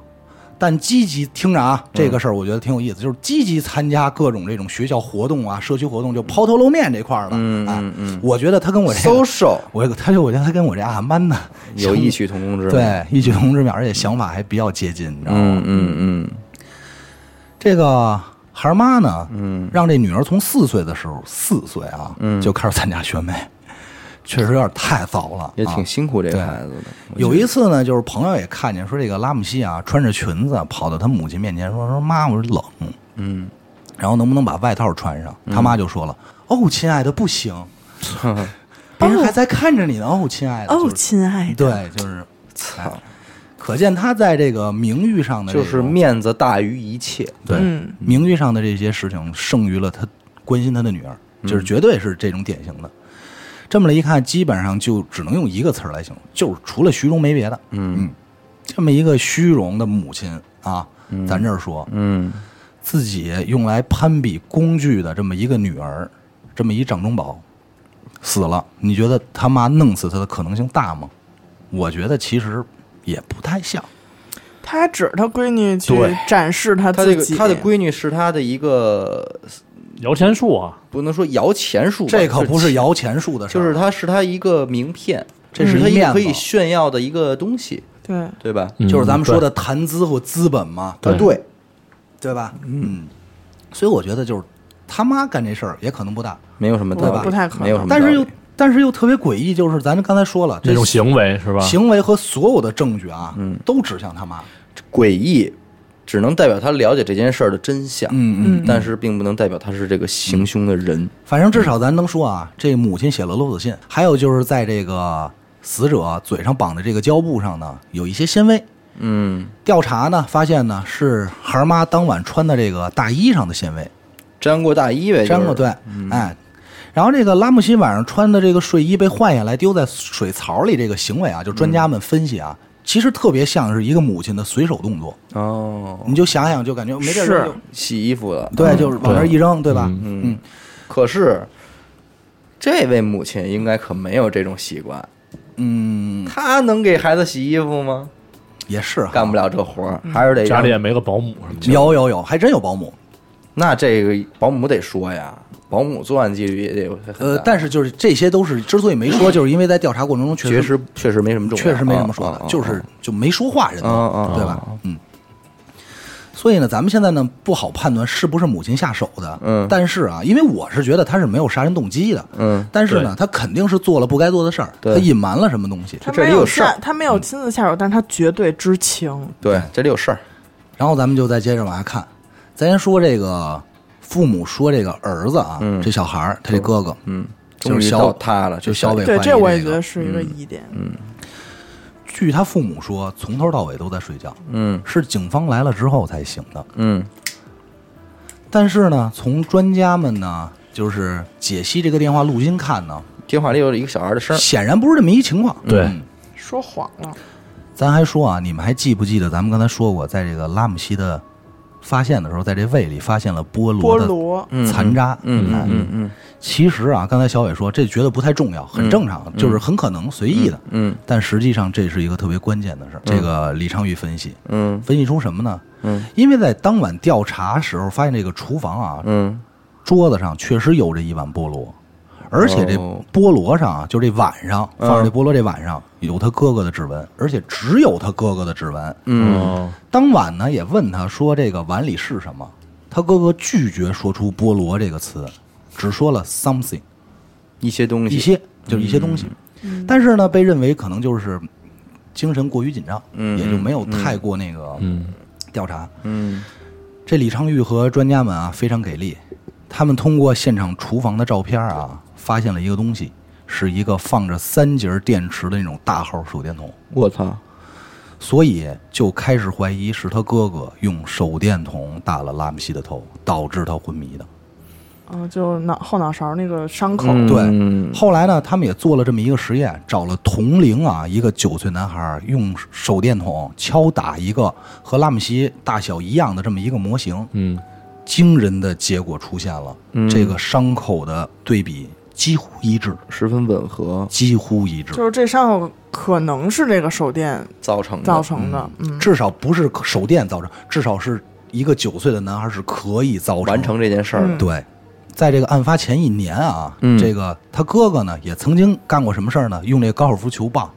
Speaker 1: 但积极听着
Speaker 2: 嗯
Speaker 1: 啊，这个事儿我觉得挺有意思，就是积极参加各种这种学校活动啊、社区活动，就抛头露面这块儿了。
Speaker 2: 嗯
Speaker 1: 哎
Speaker 2: 嗯嗯
Speaker 1: 我觉得他跟我这个，
Speaker 2: social
Speaker 1: 我这个，他就我觉得他跟我这阿曼呢
Speaker 2: 有异曲同工之妙，
Speaker 1: 对异曲同工之妙，而且想法还比较接近，你知道吗？
Speaker 2: 嗯嗯嗯
Speaker 1: 这个孩儿妈呢，
Speaker 2: 嗯
Speaker 1: 让这女儿从四岁的时候，四岁啊，
Speaker 2: 嗯
Speaker 1: 就开始参加选美，确实有点太早了，
Speaker 2: 也挺
Speaker 1: 啊
Speaker 2: 辛苦这个
Speaker 1: 对
Speaker 2: 孩子的。我觉
Speaker 1: 有
Speaker 2: 得
Speaker 1: 一次呢，就是朋友也看见说这个拉姆西啊，穿着裙子跑到他母亲面前说：“说妈，我冷，
Speaker 2: 嗯，
Speaker 1: 然后能不能把外套穿上？”他妈就说了：“哦，亲爱的，不 行，
Speaker 2: 哦
Speaker 1: 别人还在看着你呢。哦，亲爱的，
Speaker 3: 哦，
Speaker 1: 就是
Speaker 3: 亲爱的，
Speaker 1: 对，就是，哎，可见他在这个名誉上的这
Speaker 2: 就
Speaker 1: 种
Speaker 2: 是面子大于一切。
Speaker 1: 对
Speaker 3: 嗯，
Speaker 1: 名誉上的这些事情胜于了他关心他的女儿，
Speaker 2: 嗯
Speaker 1: 就是绝对是这种典型的。这么来一看，基本上就只能用一个词儿来形容，就是除了虚荣没别的。
Speaker 2: 嗯
Speaker 1: 这么一个虚荣的母亲啊，咱这儿说
Speaker 2: 嗯
Speaker 1: 自己用来攀比工具的这么一个女儿，这么一掌中宝，死了，你觉得他妈弄死他的可能性大吗？我觉得其实也不太像。
Speaker 3: 他还指着他闺女去
Speaker 2: 对
Speaker 3: 展示他
Speaker 2: 他这
Speaker 3: 自
Speaker 2: 个
Speaker 3: 己，
Speaker 2: 他的闺女是他的一个
Speaker 4: 摇钱树啊，
Speaker 2: 不能说摇钱树吧，
Speaker 1: 这可不是
Speaker 2: 摇，
Speaker 1: 摇钱树的事
Speaker 2: 就
Speaker 1: 儿，
Speaker 2: 是他是他一个名片，
Speaker 1: 这
Speaker 2: 是
Speaker 1: 是
Speaker 2: 他
Speaker 1: 一
Speaker 2: 一个
Speaker 1: 面
Speaker 2: 可以
Speaker 1: 子
Speaker 2: 炫耀的一个东西，
Speaker 3: 对，
Speaker 2: 对吧？
Speaker 4: 嗯
Speaker 1: 就是咱们说的谈资或资本嘛，
Speaker 4: 对
Speaker 1: 啊对，对吧？嗯，所以我觉得就是他妈干这事儿也可能不大，
Speaker 2: 没有什么
Speaker 3: 我
Speaker 2: 道理，
Speaker 3: 不太可能
Speaker 2: 没有什么道
Speaker 1: 但
Speaker 2: 理，
Speaker 1: 是又但是又特别诡异，就是咱刚才说了，
Speaker 4: 这
Speaker 1: 这
Speaker 4: 种行为是吧？
Speaker 1: 行为和所有的证据啊，
Speaker 2: 嗯
Speaker 1: 都指向他妈。
Speaker 2: 诡异，只能代表他了解这件事儿的真相，
Speaker 1: 嗯
Speaker 2: 但是并不能代表他是这个行凶的人。
Speaker 1: 反正至少咱能说啊，这母亲写了落子信，还有就是在这个死者嘴上绑的这个胶布上呢，有一些纤维。
Speaker 2: 嗯，
Speaker 1: 调查呢，发现呢是孩儿妈当晚穿的这个大衣上的纤维，
Speaker 2: 沾过大衣呗，
Speaker 1: 粘过
Speaker 2: 就是嗯
Speaker 1: 对，哎，然后这个拉姆西晚上穿的这个睡衣被换下来丢在水槽里，这个行为啊，就专
Speaker 2: 嗯
Speaker 1: 家们分析啊，其实特别像是一个母亲的随手动作，
Speaker 2: 哦，
Speaker 1: 你就想想，就感觉没地儿扔
Speaker 3: 是
Speaker 1: 就
Speaker 2: 洗衣服了。
Speaker 1: 对，就是往那儿一扔，对吧？
Speaker 2: 嗯，可是这位母亲应该可没有这种习惯，
Speaker 1: 嗯，
Speaker 2: 她能给孩子洗衣服吗？
Speaker 1: 也是哈
Speaker 2: 干不了这活儿，
Speaker 1: 嗯
Speaker 2: 还是得
Speaker 4: 家
Speaker 2: 让
Speaker 4: 里也没个保姆什么的，
Speaker 1: 有有有，还真有保姆。
Speaker 2: 那这个保姆得说呀，保姆作案几率也得有很大
Speaker 1: 呃，但是就是这些都是之所以没说，就是因为在调查过程中确
Speaker 2: 确
Speaker 1: 实
Speaker 2: 实确实没什么重要，
Speaker 1: 确实没什么说
Speaker 2: 啊啊
Speaker 1: 的
Speaker 2: 啊，
Speaker 1: 就是就没说话人
Speaker 2: 啊啊
Speaker 1: 都，
Speaker 2: 啊
Speaker 1: 对吧？嗯。所以呢，咱们现在呢不好判断是不是母亲下手的，
Speaker 2: 嗯
Speaker 1: 但是啊，因为我是觉得他是没有杀人动机的，
Speaker 2: 嗯，
Speaker 1: 但是呢，他肯定是做了不该做的事儿，
Speaker 2: 对
Speaker 1: 他隐瞒了什么东西。
Speaker 3: 他
Speaker 2: 这里
Speaker 3: 没
Speaker 2: 有事儿嗯
Speaker 3: 下，他没有亲自下手，但是他绝对知情。
Speaker 2: 对，这里有事儿，
Speaker 1: 然后咱们就再接着往下看，咱先说这个父母说这个儿子啊，
Speaker 2: 嗯
Speaker 1: 这小孩儿，他这哥哥，
Speaker 2: 嗯，
Speaker 1: 就
Speaker 2: 终
Speaker 1: 是
Speaker 2: 于
Speaker 1: 小
Speaker 2: 到他了，
Speaker 1: 就
Speaker 2: 这
Speaker 1: 是小
Speaker 2: 小
Speaker 1: 伟
Speaker 3: 对，
Speaker 1: 怀疑
Speaker 3: 这我也
Speaker 1: 这
Speaker 3: 觉
Speaker 1: 个
Speaker 3: 得是一个
Speaker 2: 嗯
Speaker 3: 疑点。
Speaker 1: 据他父母说，从头到尾都在睡觉，
Speaker 2: 嗯
Speaker 1: 是警方来了之后才醒的。
Speaker 2: 嗯
Speaker 1: 但是呢，从专家们呢，就是解析这个电话录音看呢，
Speaker 2: 电话里有一个小孩的声儿，
Speaker 1: 显然不是这么一情况。
Speaker 4: 对
Speaker 1: 嗯
Speaker 3: 说谎了，
Speaker 2: 嗯
Speaker 1: 咱还说啊，你们还记不记得咱们刚才说过，在这个拉姆西的发现的时候，在这胃里发现了菠
Speaker 3: 菠
Speaker 1: 萝的
Speaker 3: 萝，
Speaker 2: 嗯
Speaker 1: 残渣？
Speaker 2: 嗯嗯
Speaker 1: 哎
Speaker 2: 嗯嗯
Speaker 1: 其实啊，刚才小伟说这觉得不太重要，很正常，就是很可能随意的。
Speaker 2: 嗯
Speaker 1: 但实际上，这是一个特别关键的事儿。这个李昌钰分析，
Speaker 2: 嗯
Speaker 1: 分析出什么呢？
Speaker 2: 嗯，
Speaker 1: 因为在当晚调查时候发现这个厨房啊，
Speaker 2: 嗯
Speaker 1: 桌子上确实有这一碗菠萝，而且这
Speaker 2: 哦嗯
Speaker 1: 菠萝上啊，就这碗上放着这菠萝这碗上有他哥哥的指纹，而且只有他哥哥的指纹。
Speaker 2: 嗯，
Speaker 4: 嗯，
Speaker 1: 当晚呢，也问他说这个碗里是什么，他哥哥拒绝说出“菠萝”这个词，只说了 “something”。
Speaker 2: 一些东西，
Speaker 1: 一 些，就是一些东西。
Speaker 2: 嗯
Speaker 1: 但是呢，被认为可能就是精神过于紧张，
Speaker 2: 嗯
Speaker 1: 也就没有太过那个
Speaker 4: 嗯
Speaker 1: 调查。
Speaker 2: 嗯
Speaker 1: 这李昌钰和专家们啊非常给力，他们通过现场厨房的照片啊，发现了一个东西，是一个放着三节电池的那种大号手电筒，
Speaker 2: 我操，
Speaker 1: 所以就开始怀疑是他哥哥用手电筒打了拉姆西的头，导致他昏迷的。
Speaker 3: 嗯、就脑后脑勺那个伤口，
Speaker 2: 嗯
Speaker 1: 对，后来呢，他们也做了这么一个实验，找了同龄啊一个九岁男孩，用手电筒敲打一个和拉姆西大小一样的这么一个模型，
Speaker 4: 嗯，
Speaker 1: 惊人的结果出现了，
Speaker 2: 嗯
Speaker 1: 这个伤口的对比几乎一致，
Speaker 2: 十分吻合
Speaker 1: 几乎一致，
Speaker 3: 就是这伤口可能是这个手电
Speaker 2: 造成的，
Speaker 3: 造成的。嗯，
Speaker 1: 至少不是手电造成，至少是一个九岁的男孩是可以造成的嗯
Speaker 2: 完成这件事儿的，
Speaker 1: 对，在这个案发前一年啊，
Speaker 2: 嗯
Speaker 1: 这个他哥哥呢也曾经干过什么事儿呢？用这个高尔夫球棒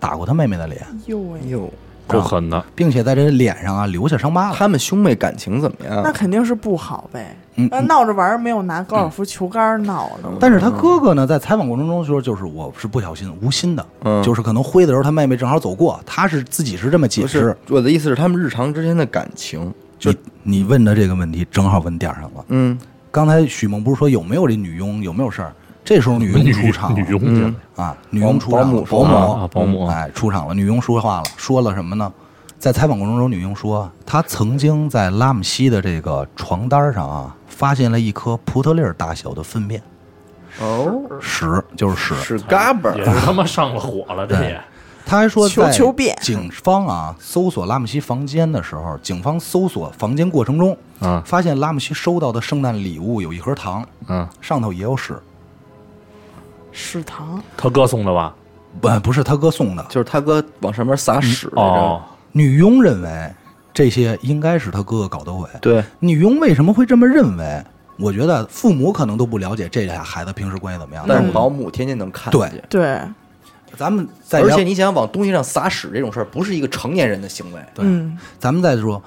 Speaker 1: 打过他妹妹的脸。
Speaker 3: 哎呦喂，
Speaker 2: 哟，
Speaker 4: 够狠的。
Speaker 1: 并且在这脸上啊留下伤疤了。
Speaker 2: 他们兄妹感情怎么
Speaker 3: 那
Speaker 2: 样？
Speaker 3: 肯定是不好呗。
Speaker 1: 嗯
Speaker 3: 那闹着玩儿没有拿高尔夫球杆儿闹的，
Speaker 1: 但是他哥哥呢，在采访过程中说，就是我是不小心、无心的，
Speaker 2: 嗯
Speaker 1: 就是可能挥的时候，他妹妹正好走过，他是自己是这么解
Speaker 2: 不
Speaker 1: 释
Speaker 2: 是。，我的意思是他们日常之间的感情。
Speaker 1: 就你问的这个问题，正好问点儿上了。
Speaker 2: 嗯，
Speaker 1: 刚才许梦不是说有没有这女佣，有没有事儿？这时候女佣
Speaker 4: 女
Speaker 1: 出场了
Speaker 4: 女佣去了
Speaker 1: 啊，女佣出
Speaker 2: 保
Speaker 1: 场
Speaker 2: 姆
Speaker 1: 了，
Speaker 2: 说
Speaker 1: 保
Speaker 2: 话
Speaker 1: 姆
Speaker 4: 啊保姆
Speaker 1: 哎出场了，女佣说话了，说了什么呢？在采访过程中，女佣说，她曾经在拉姆西的这个床单上啊，发现了一颗葡萄粒儿大小的粪便，
Speaker 2: 哦，
Speaker 1: 屎就是屎，
Speaker 2: 是嘎巴
Speaker 4: 也
Speaker 2: 儿，
Speaker 4: 是他妈上了火了，这也
Speaker 1: 他还说，
Speaker 3: 求
Speaker 1: 在
Speaker 3: 求变
Speaker 1: 警方啊搜索拉姆西房间的时候，警方搜索房间过程中，
Speaker 4: 啊
Speaker 1: 发现拉姆西收到的圣诞礼物有一盒糖，
Speaker 4: 嗯，
Speaker 1: 上头也有屎，
Speaker 3: 食堂
Speaker 4: 他哥送的吧？
Speaker 1: 不不是他哥送的。
Speaker 2: 就是他哥往上面
Speaker 1: 嗯
Speaker 2: 撒屎来着。
Speaker 4: 哦，
Speaker 1: 女佣认为这些应该是他哥哥搞的鬼。
Speaker 2: 对，
Speaker 1: 女佣为什么会这么认为？我觉得父母可能都不了解这俩孩子平时关系怎么样。
Speaker 2: 但是保姆天天能看
Speaker 1: 对
Speaker 2: 见。
Speaker 3: 对，
Speaker 1: 咱们再
Speaker 2: 而
Speaker 1: 聊
Speaker 2: 且，你想往东西上撒屎这种事儿，不是一个成年人的行为。
Speaker 3: 嗯，
Speaker 1: 咱们再说，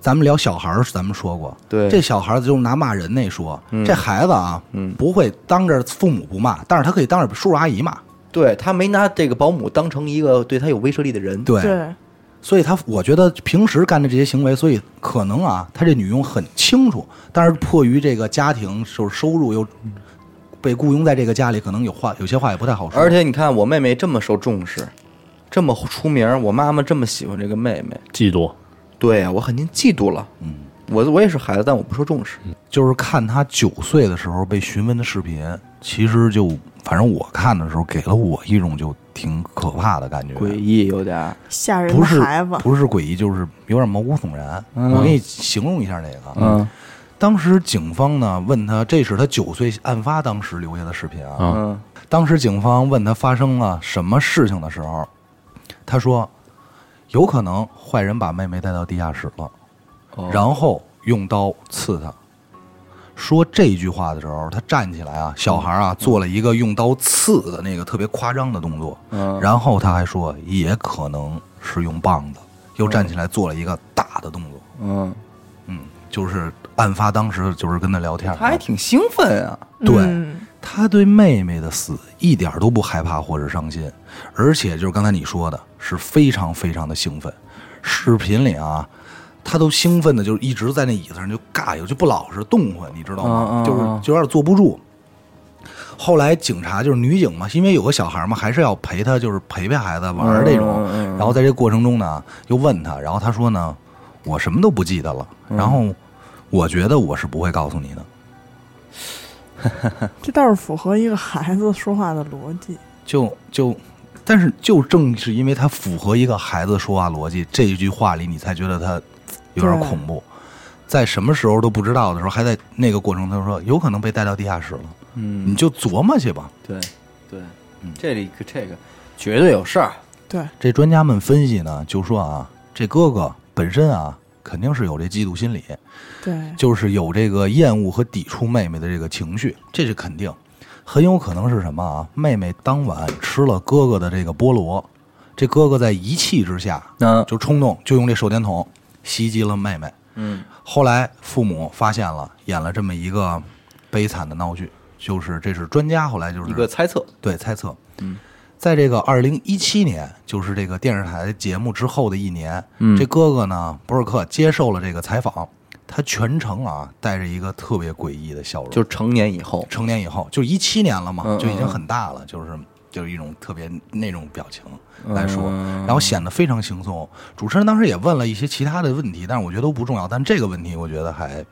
Speaker 1: 咱们聊小孩儿，咱们说过，
Speaker 2: 对
Speaker 1: 这小孩儿就是拿骂人那说，这孩子啊，
Speaker 2: 嗯
Speaker 1: 不会当着父母不骂，但是他可以当着叔叔阿姨骂，
Speaker 2: 对他没拿这个保姆当成一个对他有威慑力的人。
Speaker 1: 对，
Speaker 3: 对，
Speaker 1: 所以他我觉得平时干的这些行为，所以可能啊，他这女佣很清楚，但是迫于这个家庭就是收入又被雇佣在这个家里，可能有话有些话也不太好说，
Speaker 2: 而且你看，我妹妹这么受重视，这么出名，我妈妈这么喜欢这个妹妹，
Speaker 4: 嫉妒，
Speaker 2: 对啊呀、我肯定嫉妒了。
Speaker 1: 嗯，
Speaker 2: 我我也是孩子，但我不受重视。
Speaker 1: 就是看他九岁的时候被询问的视频，其实就反正我看的时候给了我一种就挺可怕的感觉，
Speaker 2: 诡异有点儿，
Speaker 3: 吓人
Speaker 1: 不
Speaker 3: 的
Speaker 1: 是
Speaker 3: 孩子，
Speaker 1: 不是诡异，就是有点毛骨悚然。
Speaker 2: 嗯
Speaker 1: 我给你形容一下这个。
Speaker 2: 嗯
Speaker 1: 当时警方呢问他，这是他九岁案发当时留下的视频啊。
Speaker 4: 嗯
Speaker 2: 嗯，
Speaker 1: 当时警方问他发生了什么事情的时候，他说，有可能坏人把妹妹带到地下室了，
Speaker 2: 哦
Speaker 1: 然后用刀刺她。说这句话的时候，他站起来啊，小孩啊做了一个用刀刺的那个特别夸张的动作，
Speaker 2: 嗯
Speaker 1: 然后他还说，也可能是用棒子，又站起来做了一个大的动作。
Speaker 2: 嗯，
Speaker 1: 嗯，就是案发当时就是跟他聊天儿，啊
Speaker 2: 他还挺兴奋啊。
Speaker 1: 对
Speaker 3: 嗯
Speaker 1: 他对妹妹的死一点儿都不害怕或者伤心，而且就是刚才你说的，是非常非常的兴奋。视频里啊，他都兴奋的，就是一直在那椅子上就尬悠，就不老实动换，你知道
Speaker 2: 嗯
Speaker 1: 吗？
Speaker 2: 嗯
Speaker 1: 就是
Speaker 2: 嗯
Speaker 1: 就有点坐不住。后来警察就是女警嘛，因为有个小孩嘛，还是要陪他，就是陪陪孩子玩儿这种。
Speaker 2: 嗯嗯嗯嗯
Speaker 1: 然后在这过程中呢，又问他，然后他说呢，我什么都不记得了。然后我觉得我是不会告诉你的。
Speaker 3: 这倒是符合一个孩子说话的逻辑。
Speaker 1: 就就，但是就正是因为它符合一个孩子说话逻辑，这一句话里你才觉得他有点恐怖。在什么时候都不知道的时候，还在那个过程，他说有可能被带到地下室了，你
Speaker 2: 嗯，
Speaker 1: 就琢磨去吧。
Speaker 2: 对对，
Speaker 1: 嗯
Speaker 2: 这里这个绝对有事儿。
Speaker 3: 对，
Speaker 1: 这专家们分析呢，就说啊，这哥哥本身啊，肯定是有这嫉妒心理，
Speaker 3: 对，
Speaker 1: 就是有这个厌恶和抵触妹妹的这个情绪，这是肯定。很有可能是什么啊？妹妹当晚吃了哥哥的这个菠萝，这哥哥在一气之下，
Speaker 2: 嗯
Speaker 1: 就冲动，就用这手电筒袭击了妹妹。
Speaker 2: 嗯，
Speaker 1: 后来父母发现了，演了这么一个悲惨的闹剧，就是这是专家后来就是
Speaker 2: 一个猜测。
Speaker 1: 对猜测。
Speaker 2: 嗯，
Speaker 1: 在这个二零一七年，就是这个电视台节目之后的一年，
Speaker 2: 嗯
Speaker 1: 这哥哥呢，博尔克接受了这个采访，他全程啊带着一个特别诡异的笑容，
Speaker 2: 就是成年以后，
Speaker 1: 成年以后，就一七年了嘛，
Speaker 2: 嗯
Speaker 1: 就已经很大了，就是就是一种特别那种表情
Speaker 2: 嗯
Speaker 1: 来说，然后显得非常轻松。主持人当时也问了一些其他的问题，但是我觉得都不重要。但这个问题我觉得还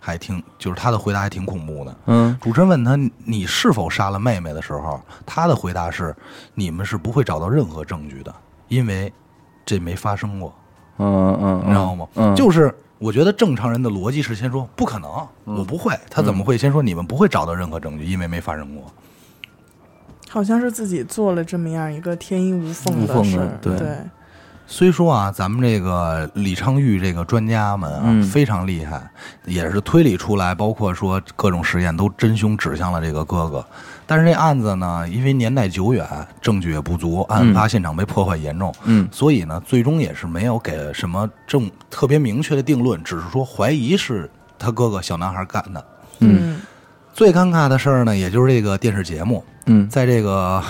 Speaker 1: 还挺，就是他的回答还挺恐怖的。
Speaker 2: 嗯
Speaker 1: 主持人问他你是否杀了妹妹的时候，他的回答是：你们是不会找到任何证据的，因为这没发生过，
Speaker 2: 嗯嗯，
Speaker 1: 你知道吗？
Speaker 2: 嗯
Speaker 1: 就是我觉得正常人的逻辑是先说不可能，我不会，他怎么会先说你们不会找到任何证据，因为没发生过。
Speaker 3: 好像是自己做了这么样一个天衣无缝
Speaker 2: 无缝的
Speaker 3: 事儿，
Speaker 2: 对
Speaker 3: 对，
Speaker 1: 虽说啊，咱们这个李昌钰这个专家们啊、
Speaker 6: 嗯
Speaker 1: 非常厉害，也是推理出来，包括说各种实验都真凶指向了这个哥哥。但是这案子呢，因为年代久远，证据也不足，案发现场被破坏严重，
Speaker 6: 嗯
Speaker 1: 所以呢，最终也是没有给什么证特别明确的定论，只是说怀疑是他哥哥小男孩干的。
Speaker 3: 嗯
Speaker 1: 最尴尬的事儿呢，也就是这个电视节目，
Speaker 6: 嗯
Speaker 1: 在这个，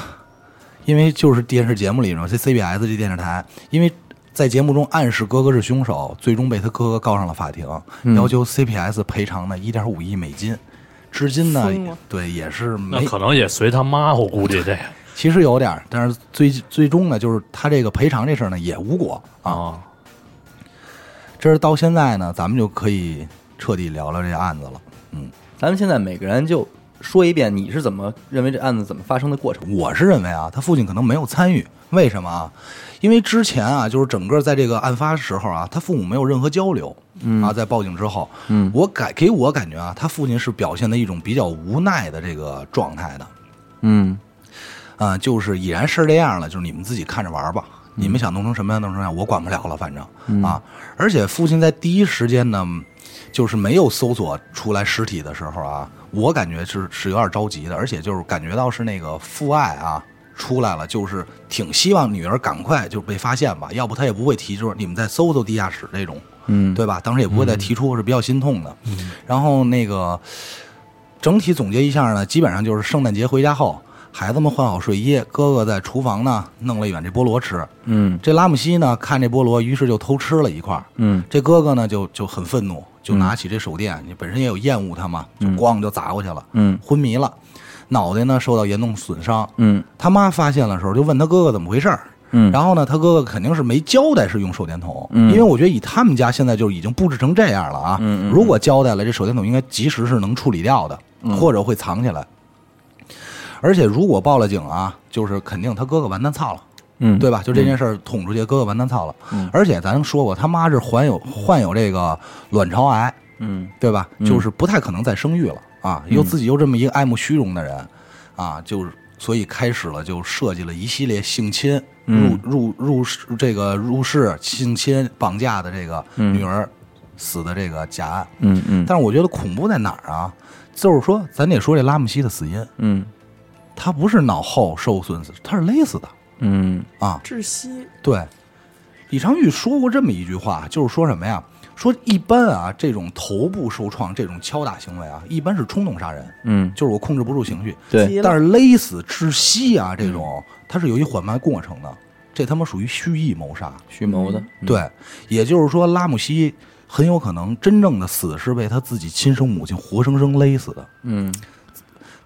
Speaker 1: 因为就是电视节目里头，这 CBS 这电视台，因为在节目中暗示哥哥是凶手，最终被他哥哥告上了法庭，
Speaker 4: 嗯
Speaker 1: 要求 CPS 赔偿呢一点五亿美金。至今呢
Speaker 3: 疯了，
Speaker 1: 对，也是
Speaker 4: 那
Speaker 1: 没，
Speaker 4: 可能也随他妈，我估计这个
Speaker 1: 其实有点儿，但是最最终呢，就是他这个赔偿这事儿呢也无果啊。
Speaker 4: 啊，
Speaker 1: 这是到现在呢，咱们就可以彻底聊聊这案子了。
Speaker 2: 咱们现在每个人就说一遍，你是怎么认为这案子怎么发生的过程？
Speaker 1: 我是认为啊，他父亲可能没有参与，为什么啊？因为之前啊，就是整个在这个案发时候啊，他父母没有任何交流，啊，在报警之后，嗯，我感给我感觉啊，他父亲是表现的一种比较无奈的这个状态的，
Speaker 6: 嗯
Speaker 1: 啊，就是已然是这样了，就是你们自己看着玩儿吧，你
Speaker 6: 嗯
Speaker 1: 们想弄成什么样弄成什么样，我管不了了，反正、啊。而且父亲在第一时间呢，就是没有搜索出来尸体的时候啊，我感觉是是有点着急的，而且就是感觉到是那个父爱啊。出来了，就是挺希望女儿赶快就被发现吧，要不他也不会提出你们再搜搜地下室这种，
Speaker 6: 嗯
Speaker 1: 对吧？当时也不会再提出，是比较心痛的。然后那个整体总结一下呢，基本上就是圣诞节回家后，孩子们换好睡衣，哥哥在厨房呢弄了一碗这菠萝吃。
Speaker 6: 嗯
Speaker 1: 这拉姆西呢看这菠萝，于是就偷吃了一块儿。
Speaker 6: 嗯
Speaker 1: 这哥哥呢就就很愤怒，就拿起这手电，你本身也有厌恶他嘛，就咣就砸过去了，
Speaker 6: 嗯
Speaker 1: 昏迷了，脑袋呢受到严重损伤。
Speaker 6: 嗯
Speaker 1: 他妈发现的时候就问他哥哥怎么回事儿，
Speaker 6: 嗯
Speaker 1: 然后呢，他哥哥肯定是没交代是用手电筒，
Speaker 6: 嗯
Speaker 1: 因为我觉得以他们家现在就已经布置成这样了啊，
Speaker 6: 嗯嗯嗯
Speaker 1: 如果交代了，这手电筒应该及时是能处理掉的，
Speaker 6: 嗯
Speaker 1: 或者会藏起来。而且如果报了警啊，就是肯定他哥哥完蛋操了，
Speaker 6: 嗯
Speaker 1: 对吧？就这件事儿捅出去，哥哥完蛋操了。而且咱说过，他妈是患有患有这个卵巢癌，
Speaker 6: 嗯
Speaker 1: 对吧？就是不太可能再生育了啊！又自己又这么一个爱慕虚荣的人啊，就是所以开始了，就设计了一系列性侵、
Speaker 6: 嗯
Speaker 1: 入入入室这个入室性侵、绑架的这个
Speaker 6: 嗯
Speaker 1: 女儿死的这个假案。
Speaker 6: 嗯嗯
Speaker 1: 但是我觉得恐怖在哪儿啊？就是说，咱得说这拉姆西的死因，
Speaker 6: 嗯
Speaker 1: 他不是脑后受损，他是勒死的
Speaker 6: 嗯
Speaker 1: 啊。
Speaker 3: 窒息，
Speaker 1: 对，李昌钰说过这么一句话，就是说什么呀？说一般啊，这种头部受创这种敲打行为啊，一般是冲动杀人，
Speaker 6: 嗯，
Speaker 1: 就是我控制不住情绪。
Speaker 6: 对，
Speaker 3: 急了
Speaker 1: 但是勒死、窒息啊，这种它是有一缓慢过程的，这他妈属于蓄意谋杀。
Speaker 6: 蓄谋的，
Speaker 1: 对，也就是说，拉姆西很有可能真正的死是被他自己亲生母亲活生生勒死的。
Speaker 6: 嗯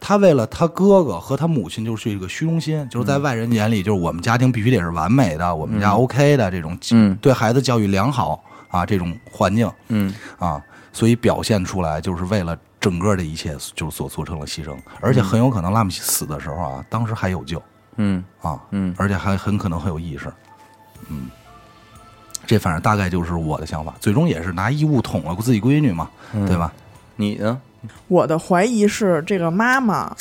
Speaker 1: 他为了他哥哥和他母亲，就是一个虚荣心，就是
Speaker 6: 嗯
Speaker 1: 在外人眼里，就是我们家庭必须得是完美的，我们家 OK 的这种，
Speaker 6: 嗯
Speaker 1: 对孩子教育良好啊，这种环境
Speaker 6: 嗯
Speaker 1: 啊，所以表现出来就是为了整个这一切，就是所做成了牺牲，而且很有可能拉姆西死的时候啊，当时还有救
Speaker 6: 嗯
Speaker 1: 啊，
Speaker 6: 嗯
Speaker 1: 而且还很可能很有意识，嗯，这反正大概就是我的想法，最终也是拿衣物捅了自己闺女嘛，
Speaker 2: 嗯
Speaker 1: 对吧？
Speaker 6: 你呢？
Speaker 3: 我的怀疑是这个妈妈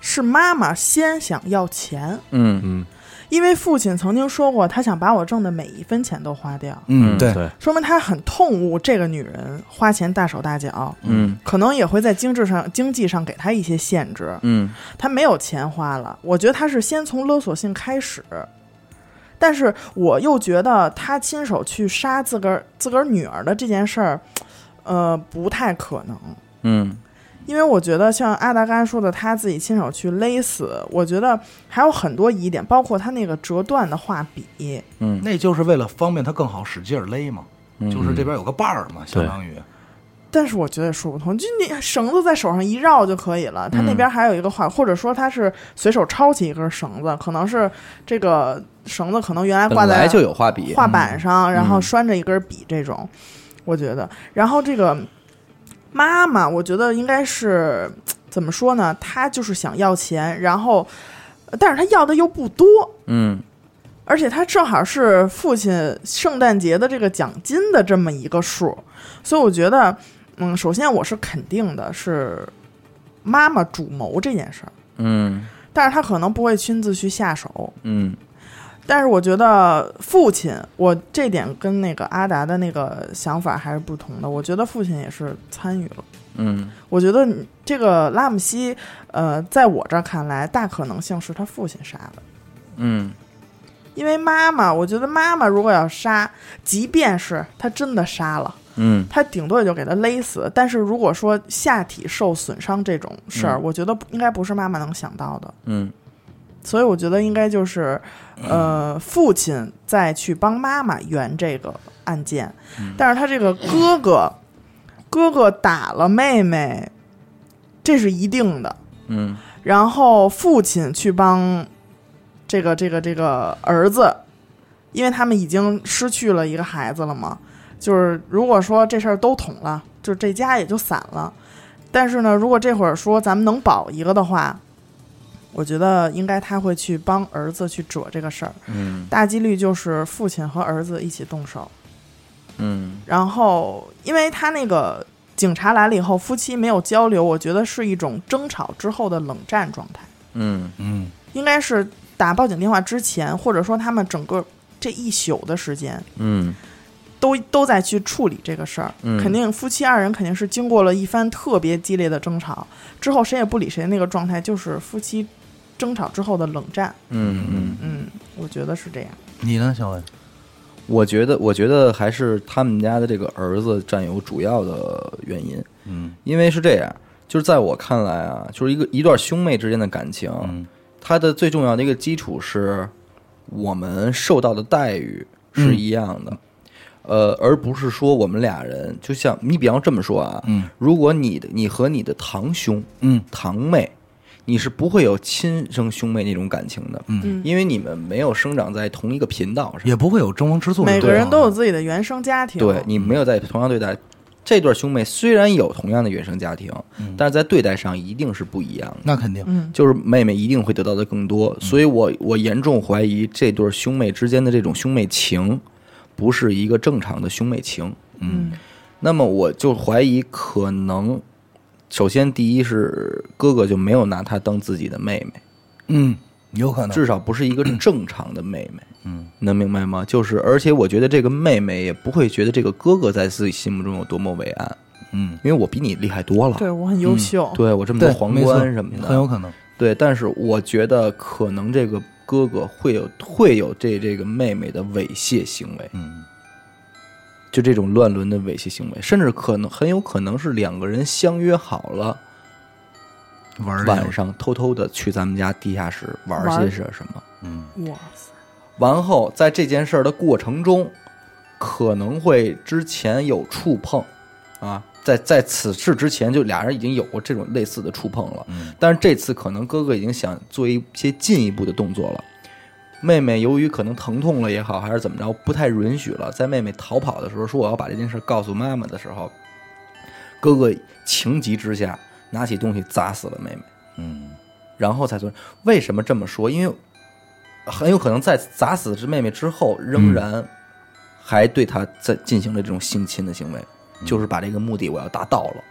Speaker 3: 是妈妈先想要钱，
Speaker 6: 嗯
Speaker 4: 嗯，
Speaker 3: 因为父亲曾经说过，他想把我挣的每一分钱都花掉，
Speaker 1: 嗯，
Speaker 6: 嗯
Speaker 1: 对，
Speaker 4: 对，
Speaker 3: 说明他很痛恶这个女人花钱大手大脚，
Speaker 6: 嗯
Speaker 3: 可能也会在经济上经济上给他一些限制。
Speaker 6: 嗯
Speaker 3: 他没有钱花了。我觉得他是先从勒索性开始，但是我又觉得他亲手去杀自个儿自个儿女儿的这件事儿，呃，不太可能。
Speaker 6: 嗯
Speaker 3: 因为我觉得像阿达刚才说的，他自己亲手去勒死，我觉得还有很多疑点，包括他那个折断的画笔，
Speaker 1: 那就是为了方便他更好使劲儿勒嘛，
Speaker 2: 嗯
Speaker 1: 就是这边有个把儿嘛，相当于。
Speaker 3: 但是我觉得也说不通，就你绳子在手上一绕就可以了。
Speaker 2: 嗯
Speaker 3: 他那边还有一个话，或者说他是随手抄起一根绳子，可能是这个绳子可能原来挂
Speaker 2: 本
Speaker 3: 在
Speaker 2: 来就有画笔，嗯
Speaker 3: 画板上，然后拴着一根笔这种，我觉得。然后这个妈妈，我觉得应该是怎么说呢？她就是想要钱，然后但是她要的又不多，
Speaker 6: 嗯
Speaker 3: 而且她正好是父亲圣诞节的这个奖金的这么一个数，所以我觉得，嗯，首先我是肯定的是妈妈主谋这件事儿，
Speaker 6: 嗯
Speaker 3: 但是她可能不会亲自去下手。
Speaker 6: 嗯
Speaker 3: 但是我觉得父亲，我这点跟那个阿达的那个想法还是不同的。我觉得父亲也是参与了。
Speaker 2: 嗯，
Speaker 3: 我觉得你这个拉姆西，呃，在我这儿看来，大可能性是他父亲杀的。
Speaker 2: 嗯，
Speaker 3: 因为妈妈，我觉得妈妈如果要杀，即便是他真的杀了，
Speaker 2: 嗯，
Speaker 3: 他顶多也就给他勒死。但是如果说下体受损伤这种事儿，我觉得不应该不是妈妈能想到的。
Speaker 2: 嗯，
Speaker 3: 所以我觉得应该就是，
Speaker 2: 嗯
Speaker 3: 呃，父亲再去帮妈妈圆这个案件，
Speaker 2: 嗯
Speaker 3: 但是他这个哥哥，哥哥打了妹妹，这是一定的。
Speaker 2: 嗯，
Speaker 3: 然后父亲去帮这个这个这个儿子，因为他们已经失去了一个孩子了嘛。就是如果说这事儿都捅了，就这家也就散了。但是呢，如果这会儿说咱们能保一个的话，我觉得应该他会去帮儿子去遮这个事儿，
Speaker 2: 嗯，
Speaker 3: 大几率就是父亲和儿子一起动手。
Speaker 2: 嗯，
Speaker 3: 然后，因为他那个警察来了以后，夫妻没有交流，我觉得是一种争吵之后的冷战状态，
Speaker 2: 嗯，
Speaker 1: 嗯，
Speaker 3: 应该是打报警电话之前，或者说他们整个这一宿的时间
Speaker 2: 嗯，
Speaker 3: 都都在去处理这个事儿。
Speaker 2: 嗯
Speaker 3: 肯定夫妻二人肯定是经过了一番特别激烈的争吵之后，谁也不理谁的那个状态，就是夫妻争吵之后的冷战。
Speaker 2: 嗯，嗯。
Speaker 3: 嗯，我觉得是这样。
Speaker 1: 你呢，小伟？
Speaker 2: 我觉得，我觉得还是他们家的这个儿子占有主要的原因，
Speaker 1: 嗯
Speaker 2: 因为是这样，就是在我看来啊，就是一个一段兄妹之间的感情，
Speaker 1: 嗯
Speaker 2: 它的最重要的一个基础是我们受到的待遇是一样
Speaker 1: 嗯
Speaker 2: 的，呃，而不是说我们俩人，就像你比方这么说啊，
Speaker 1: 嗯
Speaker 2: 如果你的你和你的堂兄
Speaker 1: 嗯
Speaker 2: 堂妹，你是不会有亲生兄妹那种感情的，
Speaker 3: 嗯
Speaker 2: 因为你们没有生长在同一个频道上。
Speaker 1: 也不会有争风吃醋。啊
Speaker 3: 每个人都有自己的原生家庭，
Speaker 2: 啊对你没有在同样对待这对兄妹，虽然有同样的原生家庭，但是在对待上一定是不一样的。
Speaker 1: 那肯定，
Speaker 3: 嗯
Speaker 2: 就是妹妹一定会得到的更多，所以我我严重怀疑这对兄妹之间的这种兄妹情，不是一个正常的兄妹情。
Speaker 3: 嗯
Speaker 2: 那么我就怀疑，可能首先第一是哥哥就没有拿她当自己的妹妹，
Speaker 1: 嗯，有可能。
Speaker 2: 至少不是一个正常的妹妹。
Speaker 1: 嗯，
Speaker 2: 能明白吗？就是，而且我觉得这个妹妹也不会觉得这个哥哥在自己心目中有多么伟岸，
Speaker 1: 嗯，
Speaker 2: 因为我比你厉害多了。
Speaker 3: 对我很优秀，
Speaker 2: 对我这么多
Speaker 1: 对，
Speaker 2: 皇
Speaker 1: 没错
Speaker 2: 冠什么的，
Speaker 1: 很有可能。
Speaker 2: 对。但是我觉得可能这个哥哥会有会有这这个妹妹的猥亵行为，
Speaker 1: 嗯
Speaker 2: 就这种乱伦的猥亵行为，甚至可能很有可能是两个人相约好了，
Speaker 1: 玩儿这个
Speaker 2: 晚，上偷偷的去咱们家地下室玩
Speaker 3: 玩
Speaker 2: 些什什么。
Speaker 1: 嗯
Speaker 3: 哇塞，
Speaker 2: 完后，在这件事儿的过程中，可能会之前有触碰，啊，在在此事之前就俩人已经有过这种类似的触碰了，
Speaker 1: 嗯
Speaker 2: 但是这次可能哥哥已经想做一些进一步的动作了。妹妹由于可能疼痛了也好，还是怎么着，不太允许了。在妹妹逃跑的时候，说我要把这件事告诉妈妈的时候，哥哥情急之下拿起东西砸死了妹妹。
Speaker 1: 嗯
Speaker 2: 然后才说为什么这么说？因为很有可能在砸死这妹妹之后，仍然还对她在进行了这种性侵的行为，就是把这个目的我要达到了。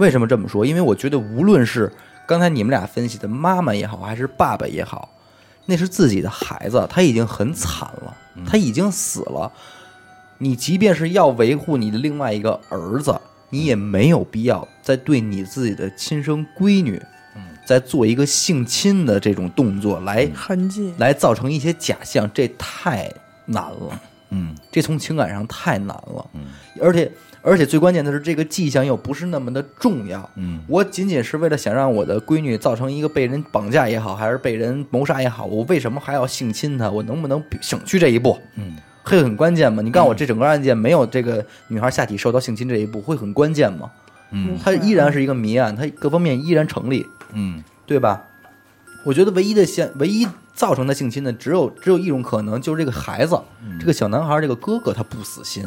Speaker 2: 为什么这么说？因为我觉得无论是刚才你们俩分析的妈妈也好，还是爸爸也好，那是自己的孩子，他已经很惨了，他已经死了。你即便是要维护你的另外一个儿子，你也没有必要再对你自己的亲生闺女，再做一个性侵的这种动作来
Speaker 3: 痕迹，
Speaker 2: 来造成一些假象，这太难了。
Speaker 1: 嗯
Speaker 2: 这从情感上太难了，而且而且最关键的是，这个迹象又不是那么的重要。
Speaker 1: 嗯，
Speaker 2: 我仅仅是为了想让我的闺女造成一个被人绑架也好，还是被人谋杀也好，我为什么还要性侵她？我能不能省去这一步？
Speaker 1: 嗯，
Speaker 2: 会很关键吗？你告诉我，这整个案件没有这个女孩下体受到性侵这一步，会很关键吗？
Speaker 1: 嗯
Speaker 3: 啊
Speaker 2: 它依然是一个谜案，它各方面依然成立，
Speaker 1: 嗯
Speaker 2: 对吧？我觉得唯一的现，唯一造成的性侵呢，只有只有一种可能，就是这个孩子，这个小男孩，这个哥哥，他不死心，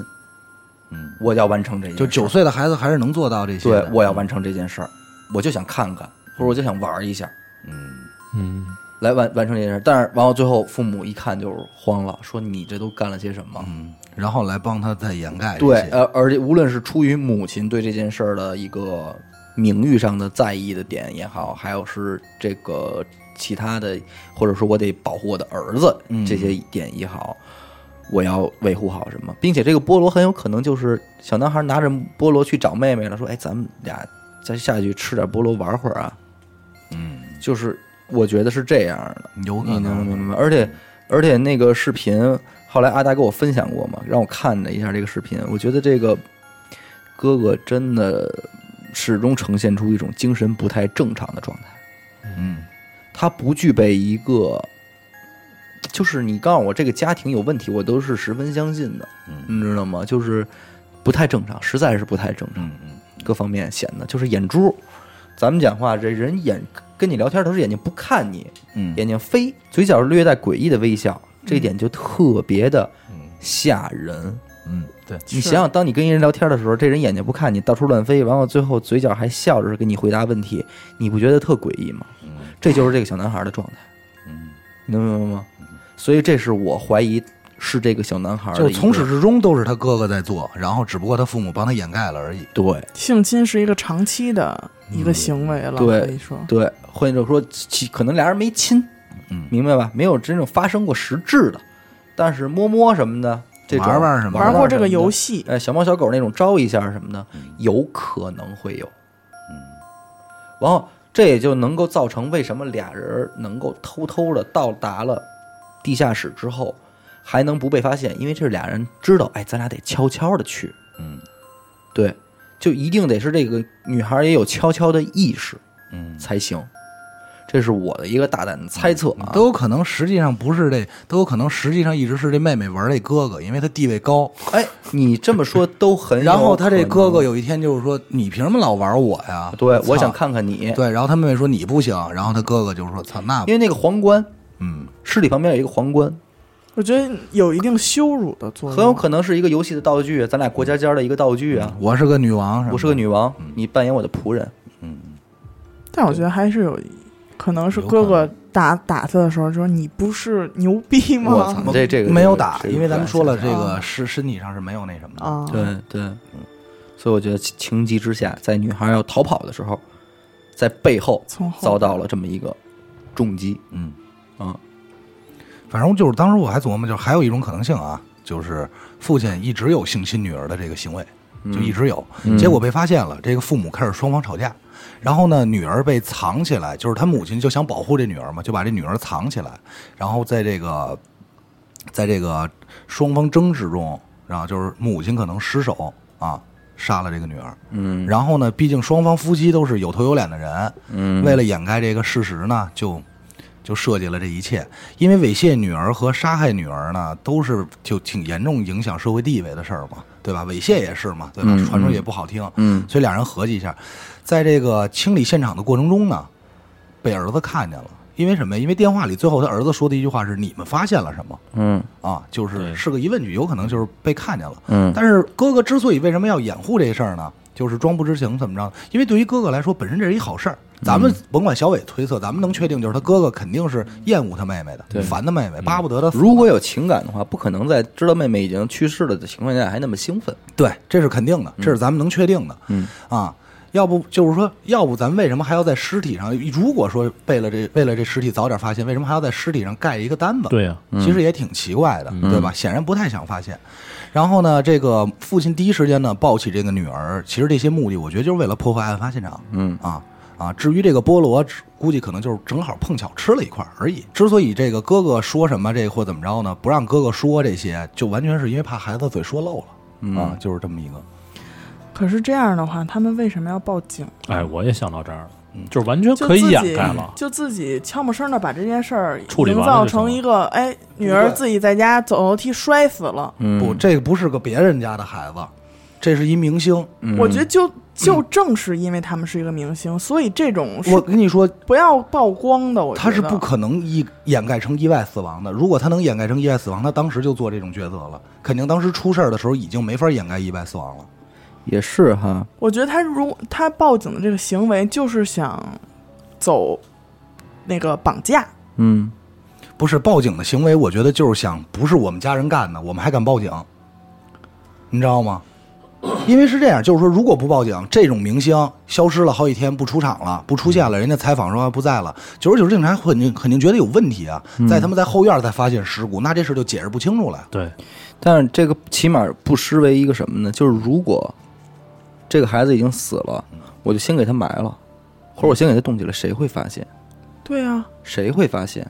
Speaker 1: 嗯，
Speaker 2: 我要完成这件事
Speaker 1: 就
Speaker 2: 儿，
Speaker 1: 九岁的孩子还是能做到这些的。
Speaker 2: 对，我要完成这件事儿，我就想看看，或者我就想玩一下，
Speaker 1: 嗯
Speaker 4: 嗯，
Speaker 2: 来完完成这件事儿。但是完了最后，父母一看就是慌了，说你这都干了些什么？
Speaker 1: 嗯，然后来帮他再掩盖这
Speaker 2: 对，
Speaker 1: 些
Speaker 2: 呃，而且无论是出于母亲对这件事儿的一个名誉上的在意的点也好，还有是这个其他的，或者说我得保护我的儿子
Speaker 1: 嗯
Speaker 2: 这些点也好，我要维护好什么，并且这个菠萝很有可能就是小男孩拿着菠萝去找妹妹了，说：“哎，咱们俩再下去吃点菠萝玩会儿啊。”嗯，就是我觉得是这样的。
Speaker 1: 有
Speaker 2: 你
Speaker 1: 可
Speaker 2: 能
Speaker 1: 能。
Speaker 2: 明白吗？而且而且那个视频，后来阿达给我分享过嘛，让我看了一下这个视频，我觉得这个哥哥真的始终呈现出一种精神不太正常的状态，
Speaker 1: 嗯，
Speaker 2: 他不具备一个。就是你告诉我这个家庭有问题，我都是十分相信的，你知道吗？就是不太正常，实在是不太正常，各方面显得就是眼珠。咱们讲话，这人眼跟你聊天的时候眼睛不看你，
Speaker 1: 嗯
Speaker 2: 眼睛飞，嘴角略带诡异的微笑，这一点就特别的吓人。
Speaker 1: 嗯，对，
Speaker 2: 你想想，当你跟一人聊天的时候，这人眼睛不看你，到处乱飞，然后最后嘴角还笑着跟你回答问题，你不觉得特诡异吗？
Speaker 1: 嗯
Speaker 2: 这就是这个小男孩的状态。嗯，你能明白吗？所以这是我怀疑是这个小男孩的一
Speaker 1: 就
Speaker 2: 个，
Speaker 1: 是从始至终都是他哥哥在做，然后只不过他父母帮他掩盖了而已。
Speaker 2: 对
Speaker 3: 性侵是一个长期的一个行为了，
Speaker 2: 对
Speaker 3: 可以说，
Speaker 2: 对，或者说其可能俩人没亲，
Speaker 1: 嗯
Speaker 2: 明白吧？没有真正发生过实质的，但是摸摸什么的，这种
Speaker 1: 玩玩什么的
Speaker 3: 玩过这
Speaker 2: 什
Speaker 3: 个
Speaker 2: 么的
Speaker 3: 游戏，
Speaker 2: 呃，小猫小狗那种招一下什么的，
Speaker 1: 嗯
Speaker 2: 有可能会有。然后这也就能够造成为什么俩人能够偷偷的到达了地下室之后，还能不被发现，因为这是俩人知道，哎，咱俩得悄悄的去。
Speaker 1: 嗯，
Speaker 2: 对，就一定得是这个女孩也有悄悄的意识
Speaker 1: 嗯，
Speaker 2: 才行。这是我的一个大胆的猜测啊，
Speaker 1: 嗯都有可能实际上不是这，都有可能实际上一直是这妹妹玩这哥哥，因为他地位高。
Speaker 2: 哎，你这么说都 很有可能。
Speaker 1: 然后他这哥哥有一天就是说：“你凭什么老玩我呀？”
Speaker 2: 对，
Speaker 1: 操
Speaker 2: 我想。看看你，
Speaker 1: 对，然后他妹妹说：“你不行。”然后他哥哥就说：“操，那
Speaker 2: 因为那个皇冠，
Speaker 1: 嗯，
Speaker 2: 尸体旁边有一个皇冠，
Speaker 3: 我觉得有一定羞辱的作用，
Speaker 2: 很有可能是一个游戏的道具，咱俩国家间的一个道具啊。
Speaker 1: 我是个女王，
Speaker 3: 嗯
Speaker 2: 我是个女王，你扮演我的仆人，
Speaker 3: 但我觉得还是有，可能是哥哥打打他的时候说：“你不是牛逼
Speaker 2: 我操
Speaker 3: 吗
Speaker 2: 这这个
Speaker 1: 没有打，
Speaker 2: 这个啊
Speaker 1: 因为咱们说了，
Speaker 2: 这
Speaker 1: 这
Speaker 2: 个
Speaker 1: 个是身体上是没有那什么？”的。
Speaker 3: 啊，
Speaker 2: 对对，嗯，所以我觉得情情急之下，在女孩要逃跑的时候，在背后
Speaker 3: 从后
Speaker 2: 遭到了这么一个重击，
Speaker 1: 嗯
Speaker 2: 啊，
Speaker 1: 反正就是当时我还琢磨，就是还有一种可能性啊，就是父亲一直有性侵女儿的这个行为，就一直有，结果被发现了，这个父母开始双方吵架，然后呢，女儿被藏起来，就是他母亲就想保护这女儿嘛，就把这女儿藏起来，然后在这个，在这个双方争执中，然后就是母亲可能失手啊。杀了这个女儿，嗯，然后呢，毕竟双方夫妻都是有头有脸的人，嗯，为了掩盖这个事实呢，就就设计了这一切。因为猥亵女儿和杀害女儿呢，都是就挺严重影响社会地位的事儿嘛，对吧？猥亵也是嘛，对吧？传出去也不好听，
Speaker 2: 嗯，
Speaker 1: 所以俩人合计一下，在这个清理现场的过程中呢，被儿子看见了。因为什么呀？因为电话里最后他儿子说的一句话是：“你们发现了什么
Speaker 2: 嗯？”
Speaker 1: 啊，就是
Speaker 4: 对
Speaker 1: 是个疑问句，有可能就是被看见了。
Speaker 2: 嗯
Speaker 1: 但是哥哥之所以为什么要掩护这事儿呢？就是装不知情怎么着？因为对于哥哥来说，本身这是一好事儿。
Speaker 2: 嗯
Speaker 1: 咱们甭管小伟推测，咱们能确定就是他哥哥肯定是厌恶他妹妹的，烦他妹妹，巴不得他死。
Speaker 2: 嗯如果有情感的话，不可能在知道妹妹已经去世了的情况下还那么兴奋，
Speaker 1: 对，这是肯定的，这是咱们能确定的。
Speaker 2: 嗯
Speaker 1: 啊，要不就是说，要不咱们为什么还要在尸体上？如果说为了这为了这尸体早点发现，为什么还要在尸体上盖一个单子？
Speaker 4: 对呀
Speaker 1: 其实也挺奇怪的，对吧？显然不太想发现。然后呢，这个父亲第一时间呢抱起这个女儿，其实这些目的，我觉得就是为了破坏案发现场。嗯啊啊，至于这个菠萝，只估计可能就是正好碰巧吃了一块儿而已。之所以这个哥哥说什么这或怎么着呢，不让哥哥说这些，就完全是因为怕孩子嘴说漏了。啊，就是这么一个，
Speaker 3: 可是这样的话，他们为什么要报警？
Speaker 4: 哎，我也想到这儿了，
Speaker 1: 嗯
Speaker 4: 就是完全可以掩盖了。
Speaker 3: 就自己悄没声的把这件事儿
Speaker 4: 处理
Speaker 3: 营
Speaker 4: 完了
Speaker 3: 造
Speaker 4: 就行
Speaker 3: 成
Speaker 4: 了
Speaker 3: 一个哎，女儿自己在家走楼梯摔死了。
Speaker 2: 嗯
Speaker 1: 不，这个不是个别人家的孩子，这是一明星。
Speaker 4: 嗯
Speaker 3: 我觉得就就正是因为他们是一个明星，所以这种是
Speaker 1: 我跟你说，
Speaker 3: 不要曝光的。我觉
Speaker 1: 他
Speaker 3: 得
Speaker 1: 是不可能一掩盖成意外死亡的。如果他能掩盖成意外死亡，他当时就做这种抉择了。肯定当时出事儿的时候已经没法掩盖意外死亡了。
Speaker 2: 也是哈，
Speaker 3: 我觉得他如他报警的这个行为，就是想走那个绑架。
Speaker 2: 嗯
Speaker 1: 不是报警的行为，我觉得就是想，不是我们家人干的，我们还敢报警，你知道吗？因为是这样，就是说，如果不报警，这种明星消失了好几天，不出场了，不出现了，人家采访说啊不在了，久而久之，警察肯定肯定觉得有问题啊。
Speaker 2: 嗯
Speaker 1: 在他们在后院才发现尸骨，那这事就解释不清楚了。
Speaker 4: 对，
Speaker 2: 但是这个起码不失为一个什么呢？就是如果这个孩子已经死了，我就先给他埋了，或者我先给他冻起来，谁会发现？
Speaker 3: 对啊，
Speaker 2: 谁会发现？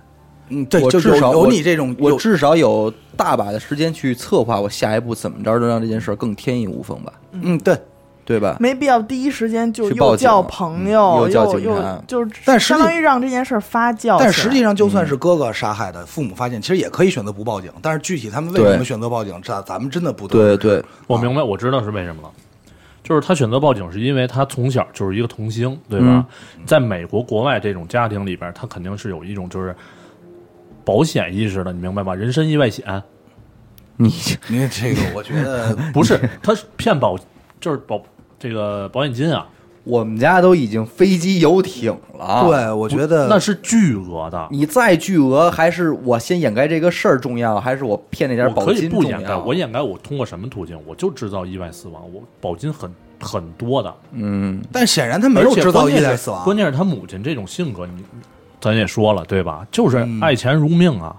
Speaker 1: 嗯，对，
Speaker 2: 我
Speaker 1: 就
Speaker 2: 至
Speaker 1: 是
Speaker 2: 少
Speaker 1: 有
Speaker 2: 我
Speaker 1: 你这种，
Speaker 2: 我
Speaker 1: 有
Speaker 2: 至少有大把的时间去策划我下一步怎么着能让这件事儿更天衣无缝吧，
Speaker 1: 嗯对，
Speaker 2: 对吧？
Speaker 3: 没必要第一时间就
Speaker 2: 去报
Speaker 3: 又
Speaker 2: 警嗯
Speaker 3: 叫朋友，
Speaker 2: 又叫
Speaker 3: 又
Speaker 2: 警察
Speaker 3: 又就是，
Speaker 1: 但实
Speaker 3: 相
Speaker 1: 际
Speaker 3: 当于让这件事儿发
Speaker 4: 啊
Speaker 3: 酵起来。
Speaker 1: 但实际上，就算是哥哥杀害的，父母发
Speaker 4: 嗯
Speaker 1: 现其实也可以选择不报警，但是具体他们为什么
Speaker 2: 对
Speaker 1: 选择报警，这咱们真的不得而
Speaker 2: 对
Speaker 1: 知
Speaker 2: 对，
Speaker 4: 我
Speaker 1: 啊
Speaker 4: 明白，我知道是为什么了。就是他选择报警，是因为他从小就是一个童星，对吧？
Speaker 1: 嗯
Speaker 4: 在美国、国外这种家庭里边，他肯定是有一种就是保险意识的，你明白吧？人身意外险
Speaker 2: 你
Speaker 1: 您这个我觉 得
Speaker 4: 不 是他是骗保，就是保这个保险金啊，
Speaker 2: 我们家都已经飞机游艇了，，
Speaker 1: 对，我觉得
Speaker 4: 啊那是巨额的。
Speaker 2: 你再巨额，还是我先掩盖这个事儿重要，还是我骗那点
Speaker 4: 我
Speaker 2: 保
Speaker 4: 可以
Speaker 2: 金
Speaker 4: 不
Speaker 2: 重
Speaker 4: 掩盖，
Speaker 2: 要？
Speaker 4: 我掩盖我通过什么途径？我就制造意外死亡，我保金很很多的，
Speaker 2: 嗯，
Speaker 1: 但显然他没有
Speaker 4: 而且
Speaker 1: 制造
Speaker 4: 关键
Speaker 1: 意外
Speaker 4: 是
Speaker 1: 死亡，
Speaker 4: 关键是他母亲这种性格，你咱也说了对吧？就是
Speaker 1: 嗯
Speaker 4: 爱钱如命啊。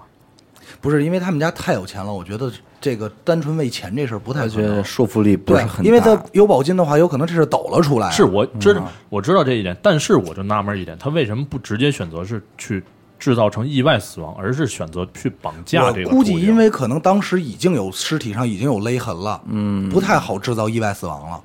Speaker 1: 不是因为他们家太有钱了，我觉得这个单纯为钱这事儿不太
Speaker 2: 我
Speaker 1: 可
Speaker 2: 觉得
Speaker 1: 能。
Speaker 2: 说服力不是
Speaker 1: 对
Speaker 2: 很，大，
Speaker 1: 因为他有保金的话，有可能这是抖了出来。
Speaker 4: 是我知
Speaker 1: 嗯
Speaker 4: 道，我知道这一点，但是我就纳闷一点，他为什么不直接选择是去制造成意外死亡，而是选择去绑架
Speaker 1: 我
Speaker 4: 这个途径？
Speaker 1: 估计因为可能当时已经有尸体上已经有勒痕了，嗯，不太好制造意外死亡了。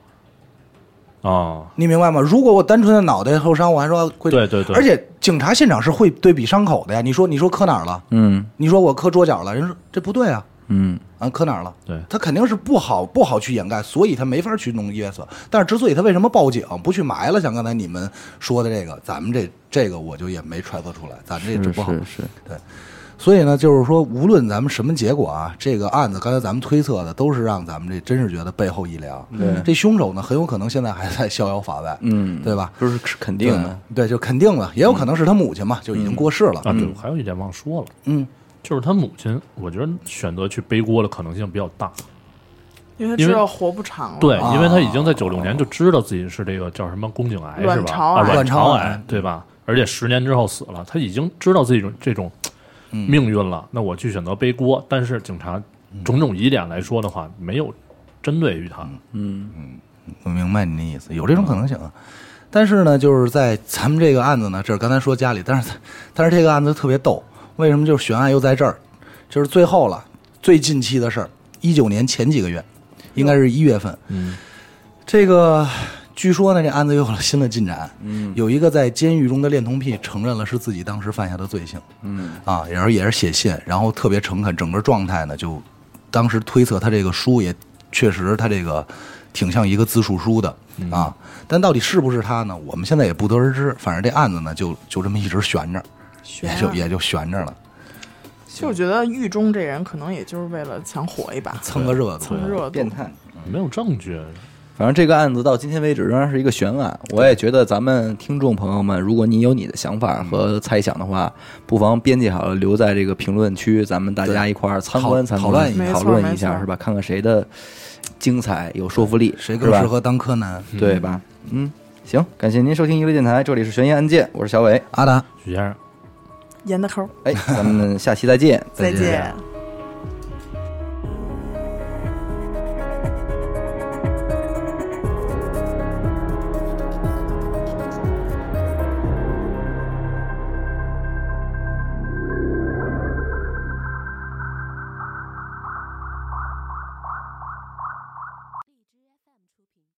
Speaker 4: 啊，
Speaker 1: 你明白吗？如果我单纯的脑袋受伤，我还说会
Speaker 4: 对对对
Speaker 1: 而且警察现场是会对比伤口的呀。你说你说磕哪儿了？
Speaker 2: 嗯
Speaker 1: 你说我磕桌角了，人说这不对啊，
Speaker 2: 嗯，
Speaker 1: 啊磕哪儿了？
Speaker 4: 对
Speaker 1: 他肯定是不好不好去掩盖，所以他没法去弄意外死亡。但是之所以他为什么报警不去埋了，像刚才你们说的这个，咱们这这个我就也没揣测出来，咱这也
Speaker 2: 是
Speaker 4: 嗯
Speaker 1: 这不好。
Speaker 2: 是是，
Speaker 1: 所以呢，就是说，无论咱们什么结果啊，这个案子刚才咱们推测的，都是让咱们这真是觉得背后一凉。
Speaker 2: 嗯对
Speaker 1: 这凶手呢，很有可能现在还在逍遥法外，
Speaker 2: 嗯，
Speaker 1: 对吧？
Speaker 2: 不是是肯定的，嗯
Speaker 1: 对，对，就肯定了，也有可能是他母亲嘛，就已经过世了。
Speaker 4: 啊，对，我还有一点忘说了，
Speaker 1: 嗯，
Speaker 4: 就是他母亲，我觉得选择去背锅的可能性比较大。
Speaker 3: 哦因为他
Speaker 4: 因
Speaker 3: 知
Speaker 4: 为
Speaker 3: 道活不长了，
Speaker 4: 对，
Speaker 1: 啊
Speaker 4: 因为他已经在九六年就知道自己是这个叫什么宫颈癌是
Speaker 3: 卵
Speaker 4: 吧？
Speaker 3: 巢
Speaker 4: 啊
Speaker 3: 癌
Speaker 4: 卵
Speaker 1: 卵
Speaker 4: 巢
Speaker 1: 巢癌
Speaker 4: 癌对吧？而且十年之后死了，他已经知道自己这种这种
Speaker 1: 嗯
Speaker 4: 命运了。那我去选择背锅，但是警察种种疑点来说的话，没有针对于
Speaker 1: 嗯
Speaker 4: 他。
Speaker 1: 我明白你的意思，有这种可能性啊。但是呢，就是在咱们这个案子呢，这是刚才说家里，但是但是这个案子特别逗，为什么就是悬案又在这儿？就是最后了，最近期的事儿，一九年前几个月，应该是一月份。
Speaker 4: 嗯，
Speaker 1: 这个据说呢，这案子又有了新的进展。嗯，有一个在监狱中的恋童癖承认了是自己当时犯下的罪行。嗯，啊，然后也是写信，然后特别诚恳，整个状态呢，就当时推测他这个书也确实他这个挺像一个自述书的啊，但到底是不是他呢？我们现在也不得而知。反正这案子呢，就就这么一直悬着，
Speaker 3: 悬
Speaker 1: 也
Speaker 3: 啊
Speaker 1: 哎就也就悬着了，
Speaker 3: 其实我觉得狱中这人可能也就是为了想火一把，
Speaker 1: 蹭个热度。
Speaker 3: 蹭热度
Speaker 2: 变。态。
Speaker 4: 没有证据，
Speaker 2: 反正这个案子到今天为止仍然是一个悬案。我也觉得咱们听众朋友们，如果你有你的想法和猜想的话，不妨编辑好了留在这个评论区，咱们大家一块儿参观
Speaker 1: 讨
Speaker 2: 参
Speaker 1: 讨
Speaker 2: 观、
Speaker 1: 论一
Speaker 3: 下
Speaker 2: 讨
Speaker 3: 没错
Speaker 2: 论一
Speaker 3: 没
Speaker 2: 下
Speaker 3: 错
Speaker 2: 是吧？看看谁的精彩有说服力，
Speaker 1: 嗯谁
Speaker 2: 是
Speaker 1: 更
Speaker 2: 吧
Speaker 1: 适合当柯南？
Speaker 2: 对吧？嗯，行，感谢您收听一乐电台，这里是悬疑案件，我是小伟。
Speaker 1: 阿达。
Speaker 4: 许先生。
Speaker 3: 严的抠儿，
Speaker 2: 哎，咱们下期再见。
Speaker 1: 再
Speaker 3: 再
Speaker 1: 见
Speaker 3: 见。